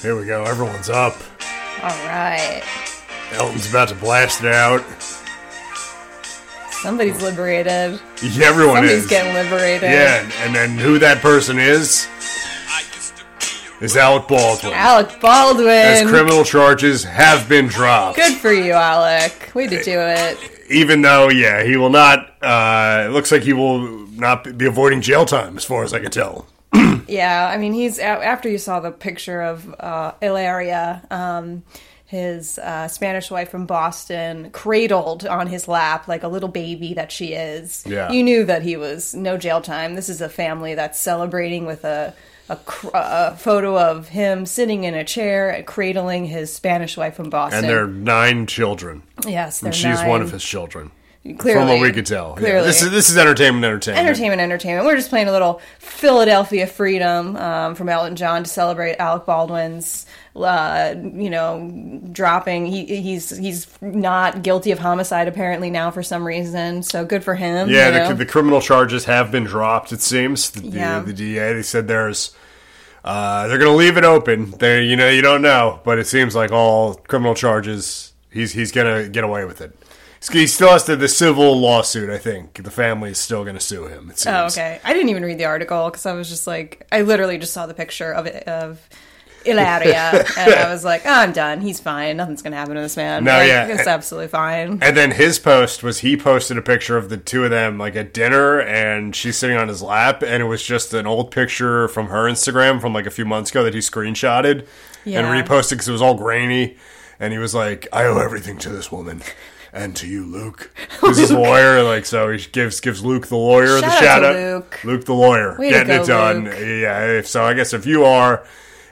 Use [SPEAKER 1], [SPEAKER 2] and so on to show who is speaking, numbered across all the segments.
[SPEAKER 1] Here we go. Everyone's up.
[SPEAKER 2] All right.
[SPEAKER 1] Elton's about to blast it out.
[SPEAKER 2] Somebody's liberated.
[SPEAKER 1] Yeah, everyone
[SPEAKER 2] Somebody's
[SPEAKER 1] is.
[SPEAKER 2] getting liberated.
[SPEAKER 1] yeah, and- and then who that person is is Alec Baldwin.
[SPEAKER 2] Alec Baldwin.
[SPEAKER 1] As criminal charges have been dropped.
[SPEAKER 2] Good for you, Alec. Way to do it.
[SPEAKER 1] Even though, yeah, he will not. Uh, it looks like he will not be avoiding jail time, as far as I can tell.
[SPEAKER 2] Yeah, I mean, he's a- after you saw the picture of uh, Ilaria, um, his uh, Spanish wife from Boston, cradled on his lap like a little baby that she is.
[SPEAKER 1] Yeah.
[SPEAKER 2] You knew that he was no jail time. This is a family that's celebrating with a. A, cr- a photo of him sitting in a chair cradling his Spanish wife from Boston.
[SPEAKER 1] And there are nine children.
[SPEAKER 2] yes, they're
[SPEAKER 1] And she's one
[SPEAKER 2] nine.
[SPEAKER 1] of his children.
[SPEAKER 2] Clearly.
[SPEAKER 1] From what we could tell. Yeah,
[SPEAKER 2] Clearly.
[SPEAKER 1] this, is, this is entertainment, entertainment.
[SPEAKER 2] entertainment, entertainment. We're just playing a little Philadelphia Freedom um, from Elton John to celebrate Alec Baldwin's, uh, you know, dropping. He, he's he's not guilty of homicide apparently now for some reason. So good for him. you
[SPEAKER 1] Yeah,
[SPEAKER 2] know?
[SPEAKER 1] the, the criminal charges have been dropped. It seems the, the-
[SPEAKER 2] Yeah.
[SPEAKER 1] the, DA they said there's uh, they're going to leave it open. They you know you don't know, but it seems like all criminal charges he's he's going to get away with it. He's- He still has to the civil lawsuit. I think the family is still going to sue him. It seems.
[SPEAKER 2] oh, okay. I didn't even read the article because I was just like, I literally just saw the picture of it of. Ilaria, and I was like, oh, I'm done. He's fine. Nothing's gonna happen to this man.
[SPEAKER 1] No,
[SPEAKER 2] Like,
[SPEAKER 1] yeah.
[SPEAKER 2] it's absolutely fine.
[SPEAKER 1] And then his post was he posted a picture of the two of them like at dinner, and she's sitting on his lap, and it was just an old picture from her Instagram from like a few months ago that he screenshotted
[SPEAKER 2] Yeah.
[SPEAKER 1] and reposted because it was all grainy. And he was like, "I owe everything to this woman." And to you, Luke. This is lawyer, like so. He gives gives Luke the lawyer the
[SPEAKER 2] Shout out
[SPEAKER 1] shout
[SPEAKER 2] to
[SPEAKER 1] out.
[SPEAKER 2] Luke.
[SPEAKER 1] the lawyer,
[SPEAKER 2] Way to
[SPEAKER 1] getting
[SPEAKER 2] go,
[SPEAKER 1] it done.
[SPEAKER 2] Luke.
[SPEAKER 1] Yeah. If, so I guess if you are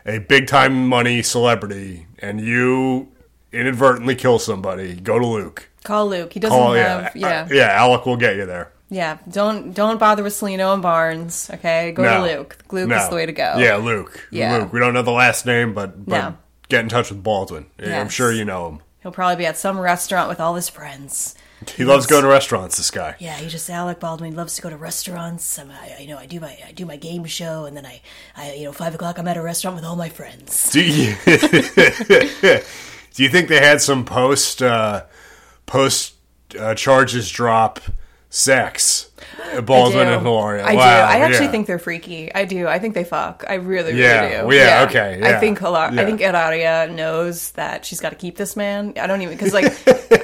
[SPEAKER 1] a big time money celebrity and you inadvertently kill somebody, go to Luke.
[SPEAKER 2] Call Luke. He doesn't
[SPEAKER 1] Oh yeah,
[SPEAKER 2] have
[SPEAKER 1] yeah. yeah, Alec will get you there.
[SPEAKER 2] Yeah, don't don't bother with Salino and Barnes. Okay, go
[SPEAKER 1] No.
[SPEAKER 2] to Luke. Luke
[SPEAKER 1] No.
[SPEAKER 2] is the way to go.
[SPEAKER 1] Yeah, Luke.
[SPEAKER 2] Yeah.
[SPEAKER 1] Luke. We don't know the last name, but, but
[SPEAKER 2] No.
[SPEAKER 1] get in touch with Baldwin. Yeah, I'm
[SPEAKER 2] Yes.
[SPEAKER 1] sure you know him.
[SPEAKER 2] he'll probably be at some restaurant with all his friends.
[SPEAKER 1] He loves going to restaurants. This guy.
[SPEAKER 2] Yeah, he just Alec Baldwin loves to go to restaurants. Um, I, I you know I do my I do my game show, and then I, I you know five o'clock I'm at a restaurant with all my friends.
[SPEAKER 1] Do you, do you think they had some post uh, post uh, charges drop sex? Baldwin
[SPEAKER 2] I do.
[SPEAKER 1] and Hilaria.
[SPEAKER 2] I
[SPEAKER 1] Wow,
[SPEAKER 2] do. I actually
[SPEAKER 1] yeah.
[SPEAKER 2] think they're freaky. I do. I think they fuck. I really, really
[SPEAKER 1] Yeah.
[SPEAKER 2] do.
[SPEAKER 1] Well, yeah, okay, yeah,
[SPEAKER 2] I think Hilar-
[SPEAKER 1] yeah.
[SPEAKER 2] I think Eraria knows that she's got to keep this man. I don't even because like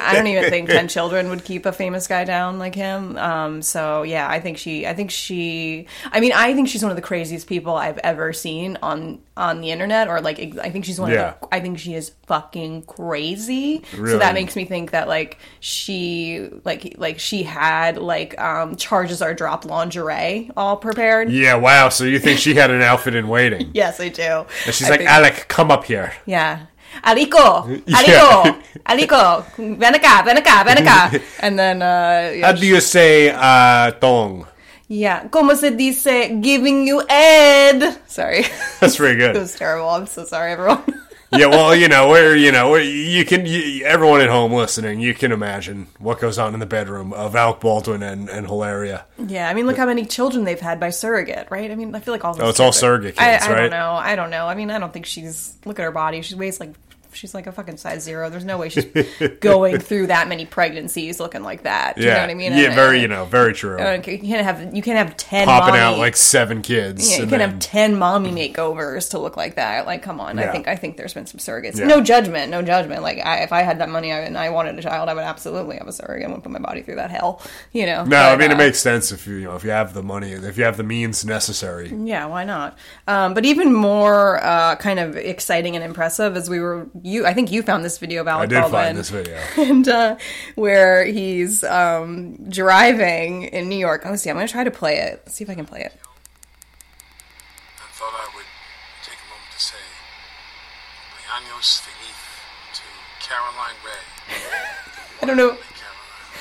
[SPEAKER 2] I don't even think ten children would keep a famous guy down like him. Um. So yeah, I think she. I think she. I mean, I think she's one of the craziest people I've ever seen on on the internet or like. ex- I think she's one
[SPEAKER 1] Yeah.
[SPEAKER 2] of. The, I think she is fucking crazy. So
[SPEAKER 1] Really?
[SPEAKER 2] that makes me think that like she like like she had like um charges are dropped lingerie all prepared.
[SPEAKER 1] Yeah. Wow. So you think she had an outfit in waiting?
[SPEAKER 2] Yes, I do.
[SPEAKER 1] And she's
[SPEAKER 2] I
[SPEAKER 1] like,
[SPEAKER 2] think-
[SPEAKER 1] Alec, come up here.
[SPEAKER 2] yeah. Alico, Alico, Alico, Venica, Venica, Venica. And then, uh,
[SPEAKER 1] How
[SPEAKER 2] yeah,
[SPEAKER 1] do you say uh, tong?
[SPEAKER 2] yeah. Como se dice, giving you Ed. Sorry.
[SPEAKER 1] That's pretty good.
[SPEAKER 2] it was terrible. I'm so sorry, everyone.
[SPEAKER 1] yeah, well, you know, where you know, where you can. You, everyone at home listening, you can imagine what goes on in the bedroom of Alec Baldwin and, and Hilaria.
[SPEAKER 2] yeah, I mean, look how many children they've had by surrogate, right? I mean, I feel like all.
[SPEAKER 1] Oh, it's all surrogate
[SPEAKER 2] I,
[SPEAKER 1] kids,
[SPEAKER 2] I
[SPEAKER 1] right?
[SPEAKER 2] don't know. I don't know. I mean, I don't think she's. Look at her body. She weighs like. She's like a fucking size zero. There's no way she's going through that many pregnancies looking like that. Do
[SPEAKER 1] yeah,
[SPEAKER 2] You know what I mean?
[SPEAKER 1] yeah,
[SPEAKER 2] I-
[SPEAKER 1] very, you know, very true.
[SPEAKER 2] Uh, You can't have you can't have ten
[SPEAKER 1] Popping
[SPEAKER 2] mommy-
[SPEAKER 1] out like seven kids.
[SPEAKER 2] yeah, you
[SPEAKER 1] and
[SPEAKER 2] can
[SPEAKER 1] then-
[SPEAKER 2] have ten mommy makeovers to look like that. Like, come on,
[SPEAKER 1] Yeah.
[SPEAKER 2] I think I think there's been some surrogates.
[SPEAKER 1] Yeah.
[SPEAKER 2] No judgment, no judgment. Like, I, if I had that money I, and I wanted a child, I would absolutely have a surrogate. I wouldn't put my body through that hell, you know.
[SPEAKER 1] no, I mean
[SPEAKER 2] uh,
[SPEAKER 1] it makes sense if you, you know if you have the money, if you have the means necessary.
[SPEAKER 2] Yeah, why not? Um, but even more uh, kind of exciting and impressive is we were you. I think you found this video about
[SPEAKER 1] I did find this video.
[SPEAKER 2] and uh, where he's um, driving in New York. Let's see. I'm going to try to play it. Let's see if I can play it.
[SPEAKER 3] I thought I would take a moment to say Leanos Finith to Caroline Ray.
[SPEAKER 2] I don't know.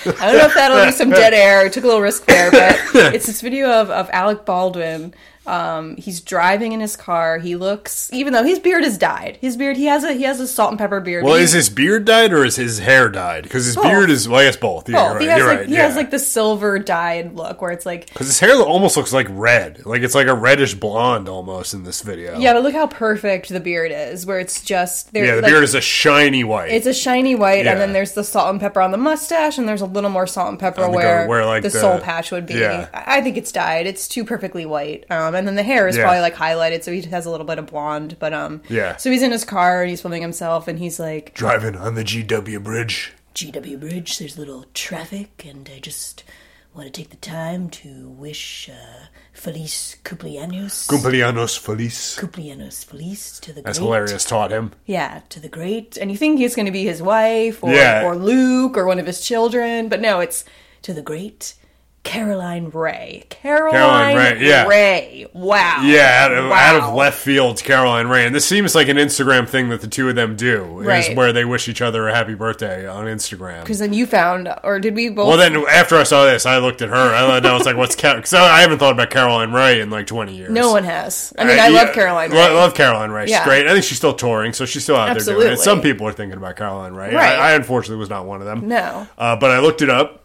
[SPEAKER 3] Caroline.
[SPEAKER 2] I don't know if that'll be some dead air. I took a little risk there, but it's this video of, of Alec Baldwin Um, he's driving in his car. He looks, even though his beard has dyed. His beard, he has a he has a salt and pepper beard.
[SPEAKER 1] Well,
[SPEAKER 2] He-
[SPEAKER 1] is his beard dyed or is his hair dyed? Because his
[SPEAKER 2] Both.
[SPEAKER 1] beard is well, yes, both. Yeah, You're
[SPEAKER 2] both.
[SPEAKER 1] right.
[SPEAKER 2] he has
[SPEAKER 1] you're
[SPEAKER 2] like
[SPEAKER 1] right.
[SPEAKER 2] he
[SPEAKER 1] yeah.
[SPEAKER 2] has like the silver dyed look where it's like
[SPEAKER 1] Because his hair lo- almost looks like red. Like it's like a reddish blonde almost in this video.
[SPEAKER 2] yeah, but look how perfect the beard is where it's just there.
[SPEAKER 1] Yeah, the
[SPEAKER 2] like,
[SPEAKER 1] beard is a shiny white.
[SPEAKER 2] It's a shiny white,
[SPEAKER 1] Yeah.
[SPEAKER 2] and then there's the salt and pepper on the mustache, and there's a little more salt and pepper
[SPEAKER 1] On the
[SPEAKER 2] where,
[SPEAKER 1] go- where, like,
[SPEAKER 2] the,
[SPEAKER 1] the-
[SPEAKER 2] soul patch would be.
[SPEAKER 1] yeah.
[SPEAKER 2] I I think it's dyed. It's too perfectly white. Um, and then the hair is
[SPEAKER 1] Yeah.
[SPEAKER 2] probably like highlighted, so he has a little bit of blonde. But um,
[SPEAKER 1] Yeah.
[SPEAKER 2] So he's in his car and he's filming himself, and he's like,
[SPEAKER 1] Driving on the GW bridge.
[SPEAKER 4] GW Bridge. There's a little traffic, and I just want to take the time to wish uh, Feliz Cumpleaños,
[SPEAKER 1] Cumpleaños feliz.
[SPEAKER 4] Cumpleaños Feliz to the
[SPEAKER 1] That's
[SPEAKER 4] great,
[SPEAKER 1] hilarious. Taught him.
[SPEAKER 2] yeah.
[SPEAKER 4] to the great,
[SPEAKER 2] And you think he's going to be his wife or
[SPEAKER 1] Yeah.
[SPEAKER 2] or Luke or one of his children, but no, it's
[SPEAKER 4] to the great.
[SPEAKER 2] Caroline Ray. Caroline,
[SPEAKER 1] Ray,
[SPEAKER 2] Ray.
[SPEAKER 1] yeah.
[SPEAKER 2] Wow.
[SPEAKER 1] Yeah, out of,
[SPEAKER 2] Wow.
[SPEAKER 1] out of left field, Caroline Ray. And this seems like an Instagram thing that the two of them do, is
[SPEAKER 2] Right.
[SPEAKER 1] where they wish each other a happy birthday on Instagram.
[SPEAKER 2] Because then you found, or did we both?
[SPEAKER 1] Well, then after I saw this, I looked at her. I, I was like, "What's Car-" Cause I I haven't thought about Caroline Ray in like twenty years.
[SPEAKER 2] no one has. I mean,
[SPEAKER 1] Uh,
[SPEAKER 2] I love Caroline Ray.
[SPEAKER 1] I love Caroline Ray. She's
[SPEAKER 2] Yeah.
[SPEAKER 1] great. I think she's still touring, so she's still out there doing it.
[SPEAKER 2] Absolutely.
[SPEAKER 1] Some people are thinking about Caroline Ray.
[SPEAKER 2] Right.
[SPEAKER 1] I, I unfortunately was not one of them.
[SPEAKER 2] No.
[SPEAKER 1] Uh, but I looked it up.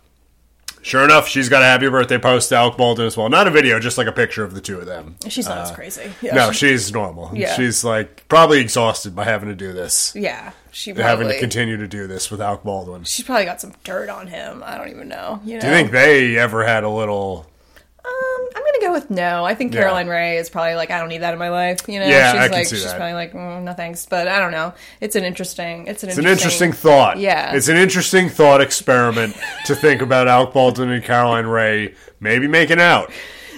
[SPEAKER 1] Sure enough, she's got a happy birthday post to Alec Baldwin as well. Not a video, just like a picture of the two of them.
[SPEAKER 2] She's not as crazy. Yeah,
[SPEAKER 1] uh, No,
[SPEAKER 2] she,
[SPEAKER 1] she's normal.
[SPEAKER 2] Yeah.
[SPEAKER 1] She's like probably exhausted by having to do this,
[SPEAKER 2] yeah, she
[SPEAKER 1] having to
[SPEAKER 2] probably-
[SPEAKER 1] continue to do this with Alec Baldwin.
[SPEAKER 2] She's probably got some dirt on him. I don't even know. You know?
[SPEAKER 1] Do you think they ever had a little?
[SPEAKER 2] Um, I'm gonna go with no. I think
[SPEAKER 1] Yeah.
[SPEAKER 2] Caroline Ray is probably like, I don't need that in my life. You know,
[SPEAKER 1] Yeah,
[SPEAKER 2] she's
[SPEAKER 1] I can
[SPEAKER 2] like,
[SPEAKER 1] see
[SPEAKER 2] she's
[SPEAKER 1] that.
[SPEAKER 2] probably like, mm, no thanks. But I don't know. It's an interesting. It's an.
[SPEAKER 1] It's an interesting thought.
[SPEAKER 2] Yeah.
[SPEAKER 1] It's an interesting thought experiment to think about Alec Baldwin and Caroline Ray maybe making out.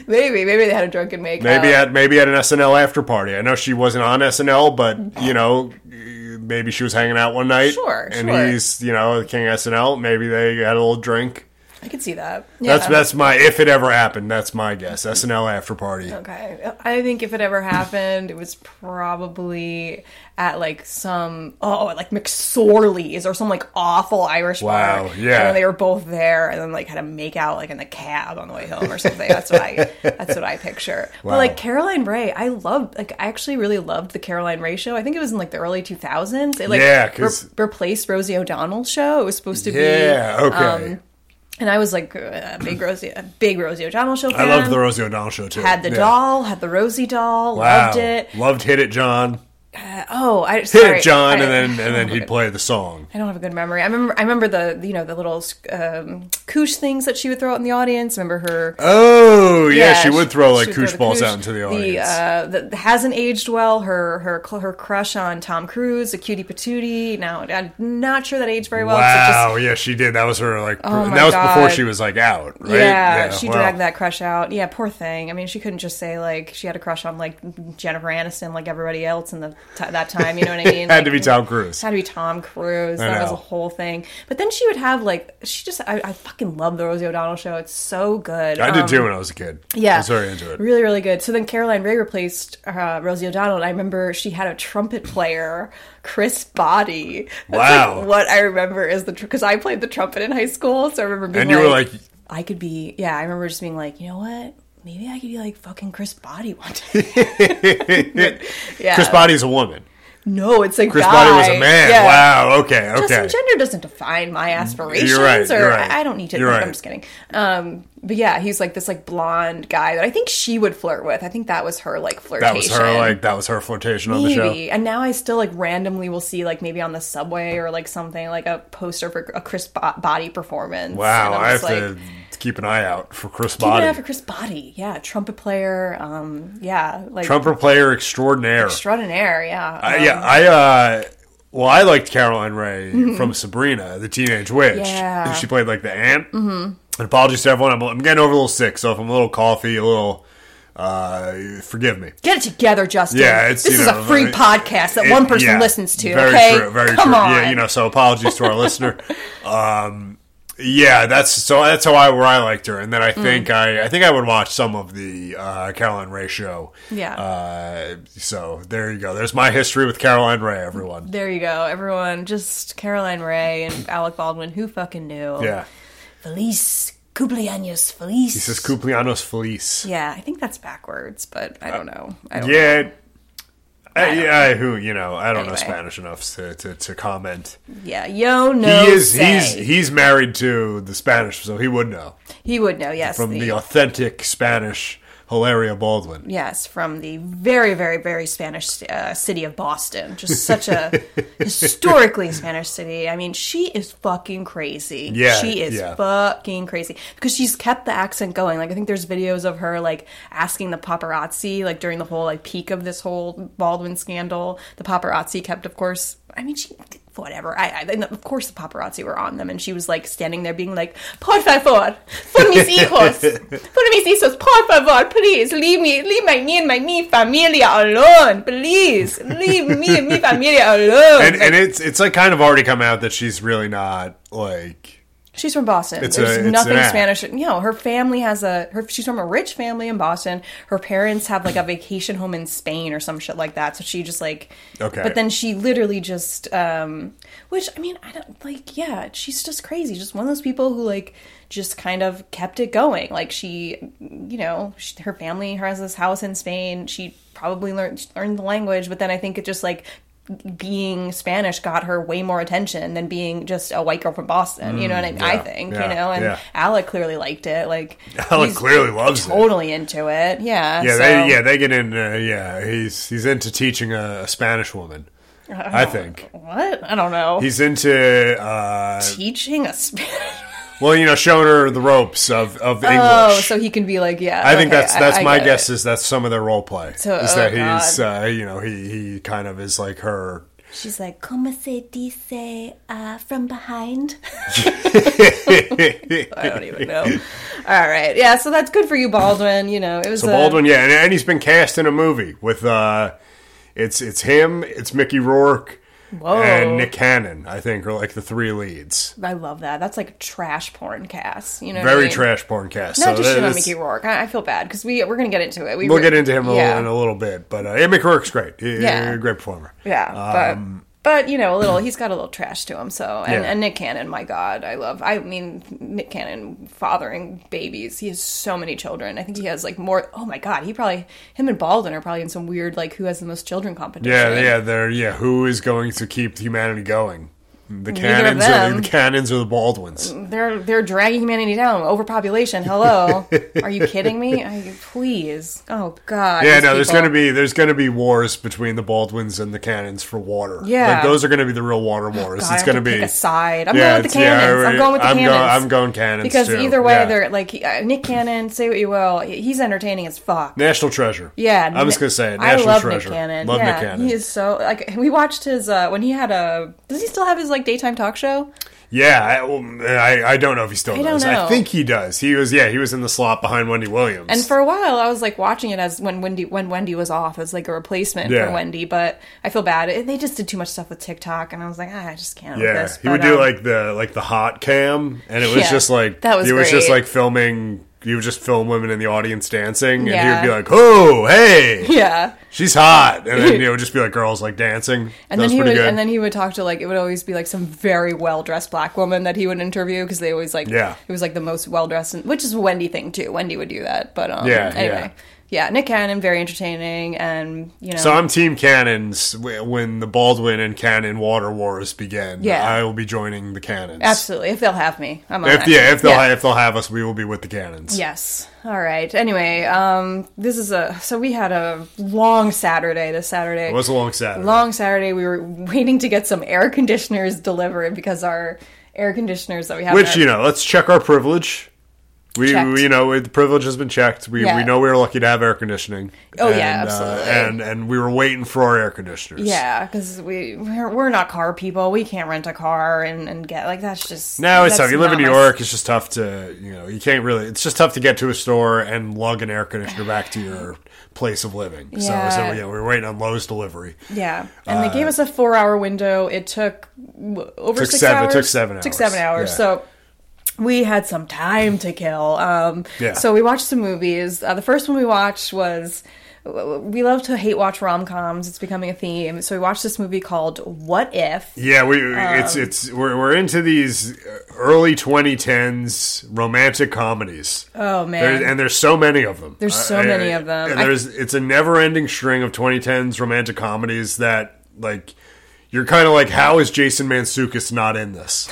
[SPEAKER 2] Maybe, maybe they had a drunken make.
[SPEAKER 1] Maybe
[SPEAKER 2] out.
[SPEAKER 1] at maybe at an SNL after party. I know she wasn't on SNL, but you know, maybe she was hanging out one night.
[SPEAKER 2] Sure,
[SPEAKER 1] And
[SPEAKER 2] sure.
[SPEAKER 1] he's you know the king of SNL. Maybe they had a little drink.
[SPEAKER 2] I could see that.
[SPEAKER 1] That's
[SPEAKER 2] Yeah.
[SPEAKER 1] that's my if it ever happened. That's my guess. SNL after party.
[SPEAKER 2] Okay. I think if it ever happened, it was probably at like some oh at, like McSorley's or some like awful Irish bar.
[SPEAKER 1] Wow, yeah.
[SPEAKER 2] And they were both there and then like had a make out like in the cab on the way home or something. That's what I that's what I picture.
[SPEAKER 1] Wow.
[SPEAKER 2] But like Caroline Ray, I loved like I actually really loved the Caroline Ray show. I think it was in like the early two thousands. It like
[SPEAKER 1] Yeah, 'cause-
[SPEAKER 2] re- replaced Rosie O'Donnell's show. It was supposed to
[SPEAKER 1] Yeah.
[SPEAKER 2] be
[SPEAKER 1] Okay.
[SPEAKER 2] um, and I was like a big Rosie, a big Rosie O'Donnell show.
[SPEAKER 1] I
[SPEAKER 2] Fan.
[SPEAKER 1] loved the Rosie O'Donnell show too.
[SPEAKER 2] Had the
[SPEAKER 1] Yeah.
[SPEAKER 2] doll, had the Rosie doll,
[SPEAKER 1] Wow.
[SPEAKER 2] loved it.
[SPEAKER 1] Loved hit it, John.
[SPEAKER 2] Oh, I
[SPEAKER 1] Hit
[SPEAKER 2] sorry,
[SPEAKER 1] it, John,
[SPEAKER 2] I-
[SPEAKER 1] and then and then he'd play the song.
[SPEAKER 2] I don't have a good memory. I remember, I remember the you know the little um, koosh things that she would throw out in the audience. Remember her?
[SPEAKER 1] Oh yeah, she
[SPEAKER 2] sh-
[SPEAKER 1] would throw like
[SPEAKER 2] she would
[SPEAKER 1] koosh
[SPEAKER 2] throw the
[SPEAKER 1] balls
[SPEAKER 2] koosh.
[SPEAKER 1] out into the audience.
[SPEAKER 2] uh, that hasn't aged well. Her her cl- her crush on Tom Cruise, a cutie patootie. Now I'm not sure that aged very well. 'cause it just-
[SPEAKER 1] wow, yeah, she did. That was her like,
[SPEAKER 2] Oh
[SPEAKER 1] and
[SPEAKER 2] my
[SPEAKER 1] that was before
[SPEAKER 2] God.
[SPEAKER 1] she was like out, right?
[SPEAKER 2] Yeah, she
[SPEAKER 1] wow.
[SPEAKER 2] dragged that crush out. Yeah, poor thing. I mean, she couldn't just say like she had a crush on like Jennifer Aniston, like everybody else in the t- that time. You know what I mean?
[SPEAKER 1] Had
[SPEAKER 2] Like,
[SPEAKER 1] to be Tom Cruise.
[SPEAKER 2] Had to be Tom Cruise.
[SPEAKER 1] I
[SPEAKER 2] That was
[SPEAKER 1] know.
[SPEAKER 2] a whole thing. But then she would have like she just I, I fucking love the Rosie O'Donnell show. It's so good.
[SPEAKER 1] I did
[SPEAKER 2] Um,
[SPEAKER 1] too when I was a kid.
[SPEAKER 2] yeah,
[SPEAKER 1] I was very into it.
[SPEAKER 2] Really, really good. So then Caroline Ray replaced uh, Rosie O'Donnell, and I remember she had a trumpet player, Chris Body. That's
[SPEAKER 1] Wow.
[SPEAKER 2] like what I remember is the because I played the trumpet in high school, so I remember being
[SPEAKER 1] And you were like,
[SPEAKER 2] I could be. Yeah, I remember just being like, you know what? Maybe I could be like fucking Chris Body one day. yeah.
[SPEAKER 1] Chris Body's a woman.
[SPEAKER 2] No, it's a
[SPEAKER 1] Chris
[SPEAKER 2] guy.
[SPEAKER 1] Body was a man.
[SPEAKER 2] Yeah.
[SPEAKER 1] Wow. Okay. Okay.
[SPEAKER 2] Justin gender doesn't define my aspirations,
[SPEAKER 1] You're right,
[SPEAKER 2] or
[SPEAKER 1] you're right.
[SPEAKER 2] I, I don't need to.
[SPEAKER 1] You're right.
[SPEAKER 2] I'm just kidding. Um, but yeah, he's like this like blonde guy that I think she would flirt with. I think that was her like
[SPEAKER 1] that
[SPEAKER 2] flirtation.
[SPEAKER 1] was her. Like that was her flirtation on the show.
[SPEAKER 2] Maybe. And now I still like randomly will see like maybe on the subway or like something like a poster for a Chris Bo- Body performance.
[SPEAKER 1] Wow.
[SPEAKER 2] And
[SPEAKER 1] I
[SPEAKER 2] I'm
[SPEAKER 1] have
[SPEAKER 2] just like,
[SPEAKER 1] to keep an eye out for Chris
[SPEAKER 2] Keep an
[SPEAKER 1] Body,
[SPEAKER 2] eye out for Chris Body. Yeah, trumpet player. Um, yeah, like
[SPEAKER 1] trumpet player extraordinaire.
[SPEAKER 2] extraordinaire. Yeah,
[SPEAKER 1] I-
[SPEAKER 2] Um,
[SPEAKER 1] Uh, yeah, I uh well, I liked Caroline Ray from Sabrina, the Teenage Witch.
[SPEAKER 2] Mm-hmm. Yeah.
[SPEAKER 1] She played like the aunt. Mm-hmm. And apologies to everyone, I'm, I'm getting over a little sick, so if I'm a little coffee, a little, uh, forgive me.
[SPEAKER 2] Get it together, Justin.
[SPEAKER 1] Yeah, it's,
[SPEAKER 2] this
[SPEAKER 1] you
[SPEAKER 2] is
[SPEAKER 1] know,
[SPEAKER 2] a free
[SPEAKER 1] it-
[SPEAKER 2] podcast that
[SPEAKER 1] It-
[SPEAKER 2] one person
[SPEAKER 1] yeah,
[SPEAKER 2] listens to.
[SPEAKER 1] Very
[SPEAKER 2] okay,
[SPEAKER 1] true. Very
[SPEAKER 2] come
[SPEAKER 1] true.
[SPEAKER 2] on.
[SPEAKER 1] Yeah, you know. So apologies to our listener. Um, yeah, that's so. That's how I where I liked her, and then
[SPEAKER 2] Mm.
[SPEAKER 1] I think I I think I would watch some of the uh, Caroline Ray show.
[SPEAKER 2] Yeah.
[SPEAKER 1] Uh, so there you go. There's my history with Caroline Ray. Everyone.
[SPEAKER 2] There you go, Oh. everyone. Just Caroline Ray and Alec Baldwin. Who fucking knew?
[SPEAKER 1] Yeah.
[SPEAKER 4] Feliz Cumpleaños feliz.
[SPEAKER 1] He says cumpleaños feliz.
[SPEAKER 2] Yeah, I think that's backwards, but I don't know. I don't
[SPEAKER 1] Yeah. I,
[SPEAKER 2] don't
[SPEAKER 1] yeah, I- who you know? I don't know
[SPEAKER 2] Anyway.
[SPEAKER 1] Spanish enough to, to, to comment.
[SPEAKER 2] Yeah, yo no.
[SPEAKER 1] he is he's
[SPEAKER 2] say.
[SPEAKER 1] he's married to the Spanish, so he would know
[SPEAKER 2] He would know. Yes,
[SPEAKER 1] from
[SPEAKER 2] the-
[SPEAKER 1] the authentic Spanish Hilaria Baldwin.
[SPEAKER 2] yes from the very very very Spanish uh, city of Boston. Just such a historically Spanish city. I mean, she is fucking crazy.
[SPEAKER 1] Yeah,
[SPEAKER 2] she is
[SPEAKER 1] yeah.
[SPEAKER 2] fucking crazy because she's kept the accent going. Like I think there's videos of her like asking the paparazzi like during the whole like peak of this whole Baldwin scandal. The paparazzi kept, of course. I mean, she whatever. I, I and of course the paparazzi were on them, and she was like standing there being like, "Por favor, por mis hijos, por mis hijos, por favor, please leave me, leave my me and my me familia alone, please leave me and me familia alone."
[SPEAKER 1] And and it's it's like kind of already come out that she's really not like
[SPEAKER 2] She's from Boston.
[SPEAKER 1] It's
[SPEAKER 2] There's
[SPEAKER 1] a- it's
[SPEAKER 2] nothing
[SPEAKER 1] an act.
[SPEAKER 2] Spanish. You know, her family has a. Her, she's from a rich family in Boston. Her parents have like a vacation home in Spain or some shit like that. So she just like.
[SPEAKER 1] Okay.
[SPEAKER 2] But then she literally just, um which I mean, I don't like. Yeah, she's just crazy. Just one of those people who like just kind of kept it going. Like she, you know, she, her family has this house in Spain. She probably learned learned the language, but then I think it just like being Spanish got her way more attention than being just a white girl from Boston. you know what I mean? I
[SPEAKER 1] yeah,
[SPEAKER 2] think
[SPEAKER 1] yeah,
[SPEAKER 2] you know, and
[SPEAKER 1] yeah.
[SPEAKER 2] Alec clearly liked it. Like
[SPEAKER 1] Alec
[SPEAKER 2] he's
[SPEAKER 1] clearly loves it.
[SPEAKER 2] totally into it. Yeah,
[SPEAKER 1] Yeah,
[SPEAKER 2] so-
[SPEAKER 1] they yeah they get in. Uh, yeah, he's he's into teaching a, a Spanish woman.
[SPEAKER 2] Oh.
[SPEAKER 1] I think
[SPEAKER 2] What? I don't know.
[SPEAKER 1] he's into uh,
[SPEAKER 2] teaching a Spanish.
[SPEAKER 1] well, you know, showing her the ropes of of English.
[SPEAKER 2] Oh, so he can be like, yeah.
[SPEAKER 1] I think
[SPEAKER 2] okay,
[SPEAKER 1] that's that's
[SPEAKER 2] I
[SPEAKER 1] my
[SPEAKER 2] get
[SPEAKER 1] guess
[SPEAKER 2] it.
[SPEAKER 1] is that's some of their role play
[SPEAKER 2] So-
[SPEAKER 1] is
[SPEAKER 2] oh,
[SPEAKER 1] that he's uh, you know he he kind of is like her
[SPEAKER 2] She's like,
[SPEAKER 4] Como se dice uh, from behind?
[SPEAKER 2] I don't even know. All right, yeah. So that's good for you, Baldwin. You know, it was
[SPEAKER 1] So
[SPEAKER 2] a-
[SPEAKER 1] Baldwin, yeah, and, and he's been cast in a movie with uh, it's it's him, it's Mickey Rourke,
[SPEAKER 2] Whoa.
[SPEAKER 1] and Nick Cannon. I think are like the three leads.
[SPEAKER 2] I love that. That's like a trash porn cast. You know, what I
[SPEAKER 1] Very
[SPEAKER 2] mean?
[SPEAKER 1] trash porn cast.
[SPEAKER 2] Not
[SPEAKER 1] so
[SPEAKER 2] just shit on
[SPEAKER 1] that's-
[SPEAKER 2] Mickey Rourke. I, I feel bad because we we're gonna get into it. We
[SPEAKER 1] We'll
[SPEAKER 2] re-
[SPEAKER 1] get into him a
[SPEAKER 2] yeah.
[SPEAKER 1] little, in a little bit, but uh, yeah, Mickey Rourke's great. He-
[SPEAKER 2] Yeah.
[SPEAKER 1] he's a great performer.
[SPEAKER 2] Yeah, but but you know, a little. He's got a little trash to him. So and,
[SPEAKER 1] Um, Yeah.
[SPEAKER 2] and Nick Cannon, my God, I love. I mean, Nick Cannon fathering babies. He has so many children. I think he has like more. Oh my God, he probably him and Baldwin are probably in some weird like who has the most children competition.
[SPEAKER 1] Yeah, yeah, they're yeah. Who is going to keep humanity going? The
[SPEAKER 2] of
[SPEAKER 1] Cannons, or
[SPEAKER 2] them. Mm,
[SPEAKER 1] the, the Cannons, or the Baldwins?
[SPEAKER 2] They're they're dragging humanity down. Overpopulation. Hello, are you kidding me? I, please. Oh God.
[SPEAKER 1] Yeah,
[SPEAKER 2] these
[SPEAKER 1] no. There's
[SPEAKER 2] people.
[SPEAKER 1] gonna be there's gonna be wars between the Baldwins and the Cannons for water.
[SPEAKER 2] Yeah. Oh,
[SPEAKER 1] like, those are gonna be the real water wars.
[SPEAKER 2] God, I
[SPEAKER 1] it's
[SPEAKER 2] have
[SPEAKER 1] gonna
[SPEAKER 2] to
[SPEAKER 1] be
[SPEAKER 2] pick a side. I'm
[SPEAKER 1] Yeah,
[SPEAKER 2] going with the
[SPEAKER 1] it's- yeah,
[SPEAKER 2] cannons.
[SPEAKER 1] I-
[SPEAKER 2] I'm going with the
[SPEAKER 1] I'm
[SPEAKER 2] cannons.
[SPEAKER 1] Going, I'm going cannons
[SPEAKER 2] because
[SPEAKER 1] too,
[SPEAKER 2] either way,
[SPEAKER 1] yeah.
[SPEAKER 2] they're like uh, Nick Cannon. Say what you will, he's entertaining as fuck.
[SPEAKER 1] national treasure.
[SPEAKER 2] Yeah,
[SPEAKER 1] I'm just
[SPEAKER 2] Nick-
[SPEAKER 1] gonna say it.
[SPEAKER 2] I
[SPEAKER 1] National
[SPEAKER 2] love
[SPEAKER 1] treasure.
[SPEAKER 2] Nick Cannon.
[SPEAKER 1] Love
[SPEAKER 2] yeah,
[SPEAKER 1] Nick Cannon.
[SPEAKER 2] he is so like we watched his uh, when he had a. Does he still have his like daytime talk show?
[SPEAKER 1] yeah, I, well, I I don't know if he still
[SPEAKER 2] don't
[SPEAKER 1] does.
[SPEAKER 2] know.
[SPEAKER 1] I think he does. He was yeah he was in the slot behind Wendy Williams.
[SPEAKER 2] And for a while, I was like watching it as when Wendy when Wendy was off as like a replacement for
[SPEAKER 1] Yeah.
[SPEAKER 2] Wendy. But I feel bad. It, they just did too much stuff with TikTok, and I was like, ah, I just can't. with
[SPEAKER 1] yeah,
[SPEAKER 2] this.
[SPEAKER 1] he would
[SPEAKER 2] But,
[SPEAKER 1] do
[SPEAKER 2] um,
[SPEAKER 1] like the like the hot cam, and it was
[SPEAKER 2] Yeah,
[SPEAKER 1] just like
[SPEAKER 2] that was
[SPEAKER 1] he was just
[SPEAKER 2] great.
[SPEAKER 1] like filming. You would just film women in the audience dancing,
[SPEAKER 2] Yeah.
[SPEAKER 1] and he would be like, "Oh, hey,
[SPEAKER 2] yeah.
[SPEAKER 1] she's hot," and then it would just be like girls like dancing. that
[SPEAKER 2] And then
[SPEAKER 1] was
[SPEAKER 2] he
[SPEAKER 1] pretty
[SPEAKER 2] would,
[SPEAKER 1] good.
[SPEAKER 2] and then he would talk to like it would always be like some very well dressed black woman that he would interview because they always like
[SPEAKER 1] Yeah.
[SPEAKER 2] it was like the most well dressed, which is a Wendy thing too. Wendy would do that, but um,
[SPEAKER 1] Yeah,
[SPEAKER 2] anyway, yeah. Nick Cannon very entertaining, and you know,
[SPEAKER 1] So I'm Team Cannons w- when the Baldwin and Cannon water wars begin.
[SPEAKER 2] Yeah.
[SPEAKER 1] I will be joining the Cannons.
[SPEAKER 2] absolutely if they'll have me, I'm on
[SPEAKER 1] If
[SPEAKER 2] that.
[SPEAKER 1] yeah, if they'll ha if they'll have us, we will be with the Cannons.
[SPEAKER 2] Yes. All right. Anyway, um, this is a so we had a long Saturday. This Saturday
[SPEAKER 1] it was a long Saturday.
[SPEAKER 2] long Saturday. We were waiting to get some air conditioners delivered because our air conditioners that we have, in
[SPEAKER 1] Which
[SPEAKER 2] our-
[SPEAKER 1] you know, let's check our privilege. We,
[SPEAKER 2] Checked.
[SPEAKER 1] we you know the privilege has been checked. We
[SPEAKER 2] Yeah.
[SPEAKER 1] we know we were lucky to have air conditioning.
[SPEAKER 2] Oh,
[SPEAKER 1] and,
[SPEAKER 2] yeah,
[SPEAKER 1] uh,
[SPEAKER 2] absolutely.
[SPEAKER 1] and and we were waiting for our air conditioners.
[SPEAKER 2] Yeah, because we we're, we're not car people. We can't rent a car and, and get like that's just
[SPEAKER 1] Now it's
[SPEAKER 2] that's
[SPEAKER 1] tough. You live in
[SPEAKER 2] not
[SPEAKER 1] New
[SPEAKER 2] my-
[SPEAKER 1] York. It's just tough to you know you can't really. It's just tough to get to a store and lug an air conditioner back to your place of living.
[SPEAKER 2] Yeah.
[SPEAKER 1] So so yeah, we were waiting on Lowe's delivery.
[SPEAKER 2] Yeah, and they gave us a four hour window. It took w- over
[SPEAKER 1] Uh, Took
[SPEAKER 2] six
[SPEAKER 1] seven-
[SPEAKER 2] hours.
[SPEAKER 1] took seven
[SPEAKER 2] Took
[SPEAKER 1] hours.
[SPEAKER 2] seven hours.
[SPEAKER 1] Yeah.
[SPEAKER 2] So. We had some time to kill. Um,
[SPEAKER 1] Yeah.
[SPEAKER 2] So we watched some movies. Uh, the first one we watched was we love to hate watch rom coms. It's becoming a theme. So we watched this movie called What If.
[SPEAKER 1] Yeah, we it's
[SPEAKER 2] Um.
[SPEAKER 1] it's we're we're into these early 2010s romantic comedies.
[SPEAKER 2] Oh man,
[SPEAKER 1] There, and there's so many of them. Uh,
[SPEAKER 2] There's so many of them.
[SPEAKER 1] and
[SPEAKER 2] I-
[SPEAKER 1] there's it's a never-ending string of 2010s romantic comedies that like you're kind of like, how is Jason Mantzoukas not in this?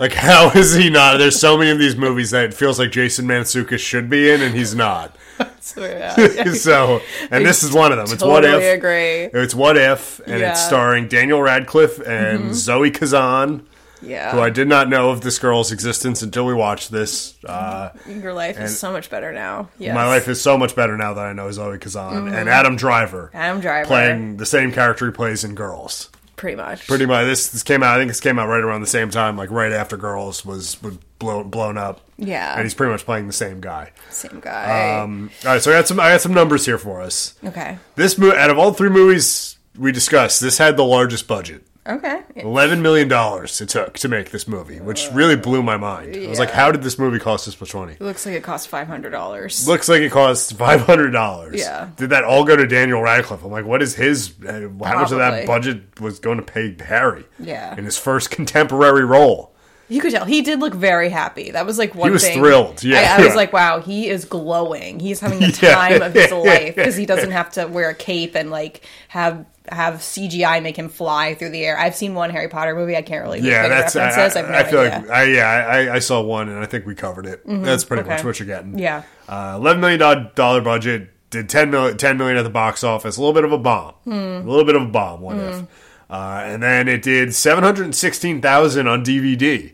[SPEAKER 1] like, how is he not? There's so many of these movies that it feels like Jason Mantzoukas should be in, and he's not.
[SPEAKER 2] So, yeah.
[SPEAKER 1] so, and this is one of them. It's what
[SPEAKER 2] totally
[SPEAKER 1] if?
[SPEAKER 2] agree.
[SPEAKER 1] It's what if, and
[SPEAKER 2] Yeah. Mm-hmm.
[SPEAKER 1] it's starring Daniel Radcliffe and Zoe Kazan.
[SPEAKER 2] Yeah,
[SPEAKER 1] Who I did not know of this girl's existence until we watched this. Uh,
[SPEAKER 2] your life is so much better now. Yes. Mm-hmm.
[SPEAKER 1] my life is so much better now that I know Zoe Kazan and Adam Driver
[SPEAKER 2] Adam Driver.
[SPEAKER 1] playing the same character he plays in Girls.
[SPEAKER 2] pretty much.
[SPEAKER 1] Pretty much this this came out. I think this came out right around the same time, like right after Girls was was blown blown up.
[SPEAKER 2] Yeah.
[SPEAKER 1] and he's pretty much playing the same guy.
[SPEAKER 2] Same guy.
[SPEAKER 1] Um, all right, so I got some I got some numbers here for us.
[SPEAKER 2] okay.
[SPEAKER 1] This movie, out of all three movies we discussed, this had the largest budget.
[SPEAKER 2] Okay.
[SPEAKER 1] Eleven million dollars it took to make this movie, which really blew my mind. I was like,
[SPEAKER 2] Yeah.
[SPEAKER 1] "How did this movie cost this much money?"
[SPEAKER 2] It looks like it cost five hundred dollars.
[SPEAKER 1] Looks like it cost five hundred dollars.
[SPEAKER 2] Yeah.
[SPEAKER 1] Did that all go to Daniel Radcliffe? I'm like, what is his? uh, How much of that
[SPEAKER 2] Probably.
[SPEAKER 1] budget was going to pay Harry?
[SPEAKER 2] Yeah.
[SPEAKER 1] In his first contemporary role,
[SPEAKER 2] You could tell he did look very happy. That was like one.
[SPEAKER 1] was
[SPEAKER 2] thing.
[SPEAKER 1] thrilled, yeah.
[SPEAKER 2] I, I was like, wow, he is glowing. He's having the
[SPEAKER 1] Yeah.
[SPEAKER 2] time of his life because he doesn't have to wear a cape and like have have CGI make him fly through the air. I've seen one Harry Potter movie. I can't really
[SPEAKER 1] yeah,
[SPEAKER 2] make
[SPEAKER 1] that's. I,
[SPEAKER 2] references. I, have no
[SPEAKER 1] I- I feel
[SPEAKER 2] idea. Mm-hmm.
[SPEAKER 1] like, I, yeah, I, I saw one, and I think we covered it. That's pretty
[SPEAKER 2] Okay.
[SPEAKER 1] much what you're getting.
[SPEAKER 2] Yeah.
[SPEAKER 1] uh, eleven million dollar budget did 10 million, 10 million at the box office. A little bit of a bomb. A little bit of a bomb. What if? Uh, and then it did seven hundred sixteen thousand on DVD.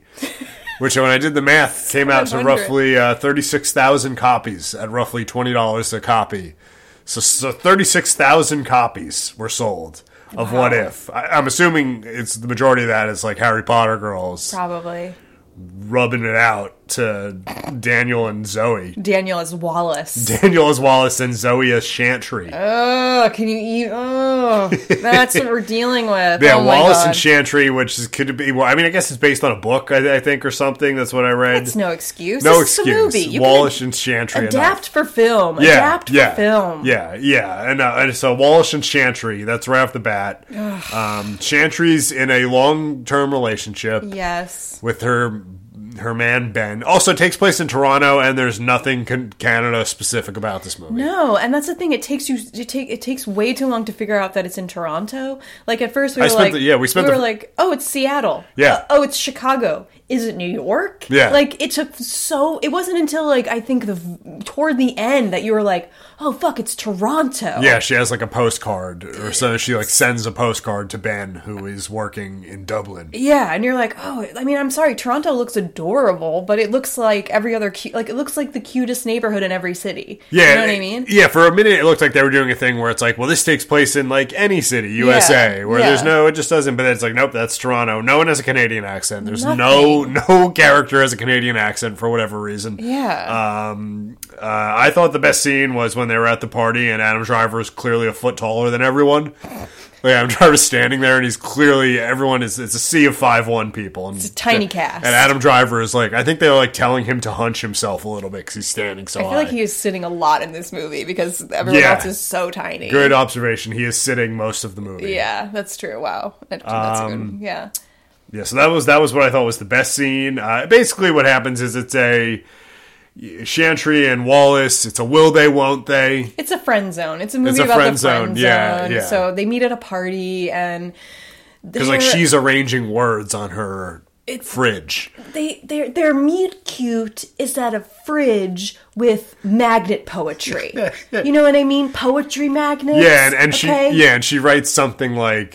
[SPEAKER 1] Which, when I did the math, came out to
[SPEAKER 2] 700.
[SPEAKER 1] roughly uh, 36,000 copies at roughly $20 a copy. So, so 36,000 copies were sold of What If. I, I'm assuming it's the majority of that is like Harry Potter girls
[SPEAKER 2] Probably
[SPEAKER 1] rubbing it out to Daniel and Zoe.
[SPEAKER 2] Daniel is Wallace.
[SPEAKER 1] Daniel as Wallace and Zoe as Chantry.
[SPEAKER 2] Oh, can you eat? Oh, that's what we're dealing with.
[SPEAKER 1] yeah,
[SPEAKER 2] oh my
[SPEAKER 1] Wallace
[SPEAKER 2] God.
[SPEAKER 1] and Chantry, which is, could be. Well, I mean, I guess it's based on a book, I, I think, or something. That's what I read.
[SPEAKER 2] It's no excuse.
[SPEAKER 1] no
[SPEAKER 2] This is a
[SPEAKER 1] excuse.
[SPEAKER 2] movie. You can
[SPEAKER 1] Wallace and Chantry. and
[SPEAKER 2] adapt for film.
[SPEAKER 1] I- Yeah,
[SPEAKER 2] adapt
[SPEAKER 1] yeah,
[SPEAKER 2] for film.
[SPEAKER 1] Yeah, yeah, and, uh, and so Wallace and Chantry. That's right off the bat. um, Chantry's in a long-term relationship
[SPEAKER 2] Yes.
[SPEAKER 1] with her her man Ben. Also takes place in Toronto, and there's nothing con- Canada specific about this movie.
[SPEAKER 2] No, and that's the thing. It takes you. It take. It takes way too long to figure out that it's in Toronto. Like at first we
[SPEAKER 1] I
[SPEAKER 2] were
[SPEAKER 1] spent
[SPEAKER 2] like,
[SPEAKER 1] the- yeah, we spent
[SPEAKER 2] were
[SPEAKER 1] the-
[SPEAKER 2] like, oh, it's Seattle.
[SPEAKER 1] Yeah.
[SPEAKER 2] Oh, it's Chicago. Is it New York?
[SPEAKER 1] Yeah.
[SPEAKER 2] Like it took so. It wasn't until like I think the toward the end that you were like, oh fuck, it's Toronto.
[SPEAKER 1] Yeah, she has like a postcard or so. She like sends a postcard to Ben, who is working in Dublin.
[SPEAKER 2] Yeah, and you're like, oh, I mean, I'm sorry, Toronto looks adorable, but it looks like every other cute, like it looks like the cutest neighborhood in every city.
[SPEAKER 1] Yeah,
[SPEAKER 2] you know what I mean?
[SPEAKER 1] Yeah, for a minute it looked like they were doing a thing where it's like, well, this takes place in like any city, USA, where
[SPEAKER 2] yeah.
[SPEAKER 1] there's no, it just doesn't. But then it's like, nope, that's Toronto. No one has a Canadian accent. There's no
[SPEAKER 2] Nothing.
[SPEAKER 1] no character has a Canadian accent for whatever reason.
[SPEAKER 2] Yeah,
[SPEAKER 1] Uh, I thought the best scene was when they were at the party and Adam Driver is clearly a foot taller than everyone. Like Adam Driver's standing there and he's clearly everyone is it's a sea of five one people and it's a
[SPEAKER 2] tiny cast.
[SPEAKER 1] And Adam Driver is like I think they're like telling him to hunch himself a little bit because he's standing so
[SPEAKER 2] I feel
[SPEAKER 1] high.
[SPEAKER 2] like he is sitting a lot in this movie because everyone
[SPEAKER 1] Uh, Yeah.
[SPEAKER 2] else is so tiny.
[SPEAKER 1] Good observation. He is sitting most of the movie.
[SPEAKER 2] Yeah, that's true. Wow, That- that's a
[SPEAKER 1] Um,
[SPEAKER 2] good. Yeah,
[SPEAKER 1] Yeah, so that was that was what I thought was the best scene. Uh, basically, what happens is it's a Chantry and Wallace. It's a will they, won't they?
[SPEAKER 2] it's a friend zone. It's a movie
[SPEAKER 1] a
[SPEAKER 2] about
[SPEAKER 1] friend
[SPEAKER 2] the friend
[SPEAKER 1] zone. Yeah, yeah.
[SPEAKER 2] So they meet at a party and.
[SPEAKER 1] Because like
[SPEAKER 2] they're-
[SPEAKER 1] she's arranging words on her
[SPEAKER 2] It's-
[SPEAKER 1] fridge.
[SPEAKER 2] they their their meet cute is at a fridge with magnet poetry. you know what I mean? Poetry magnets.
[SPEAKER 1] Yeah, and, and
[SPEAKER 2] okay?
[SPEAKER 1] she yeah, and she writes something like,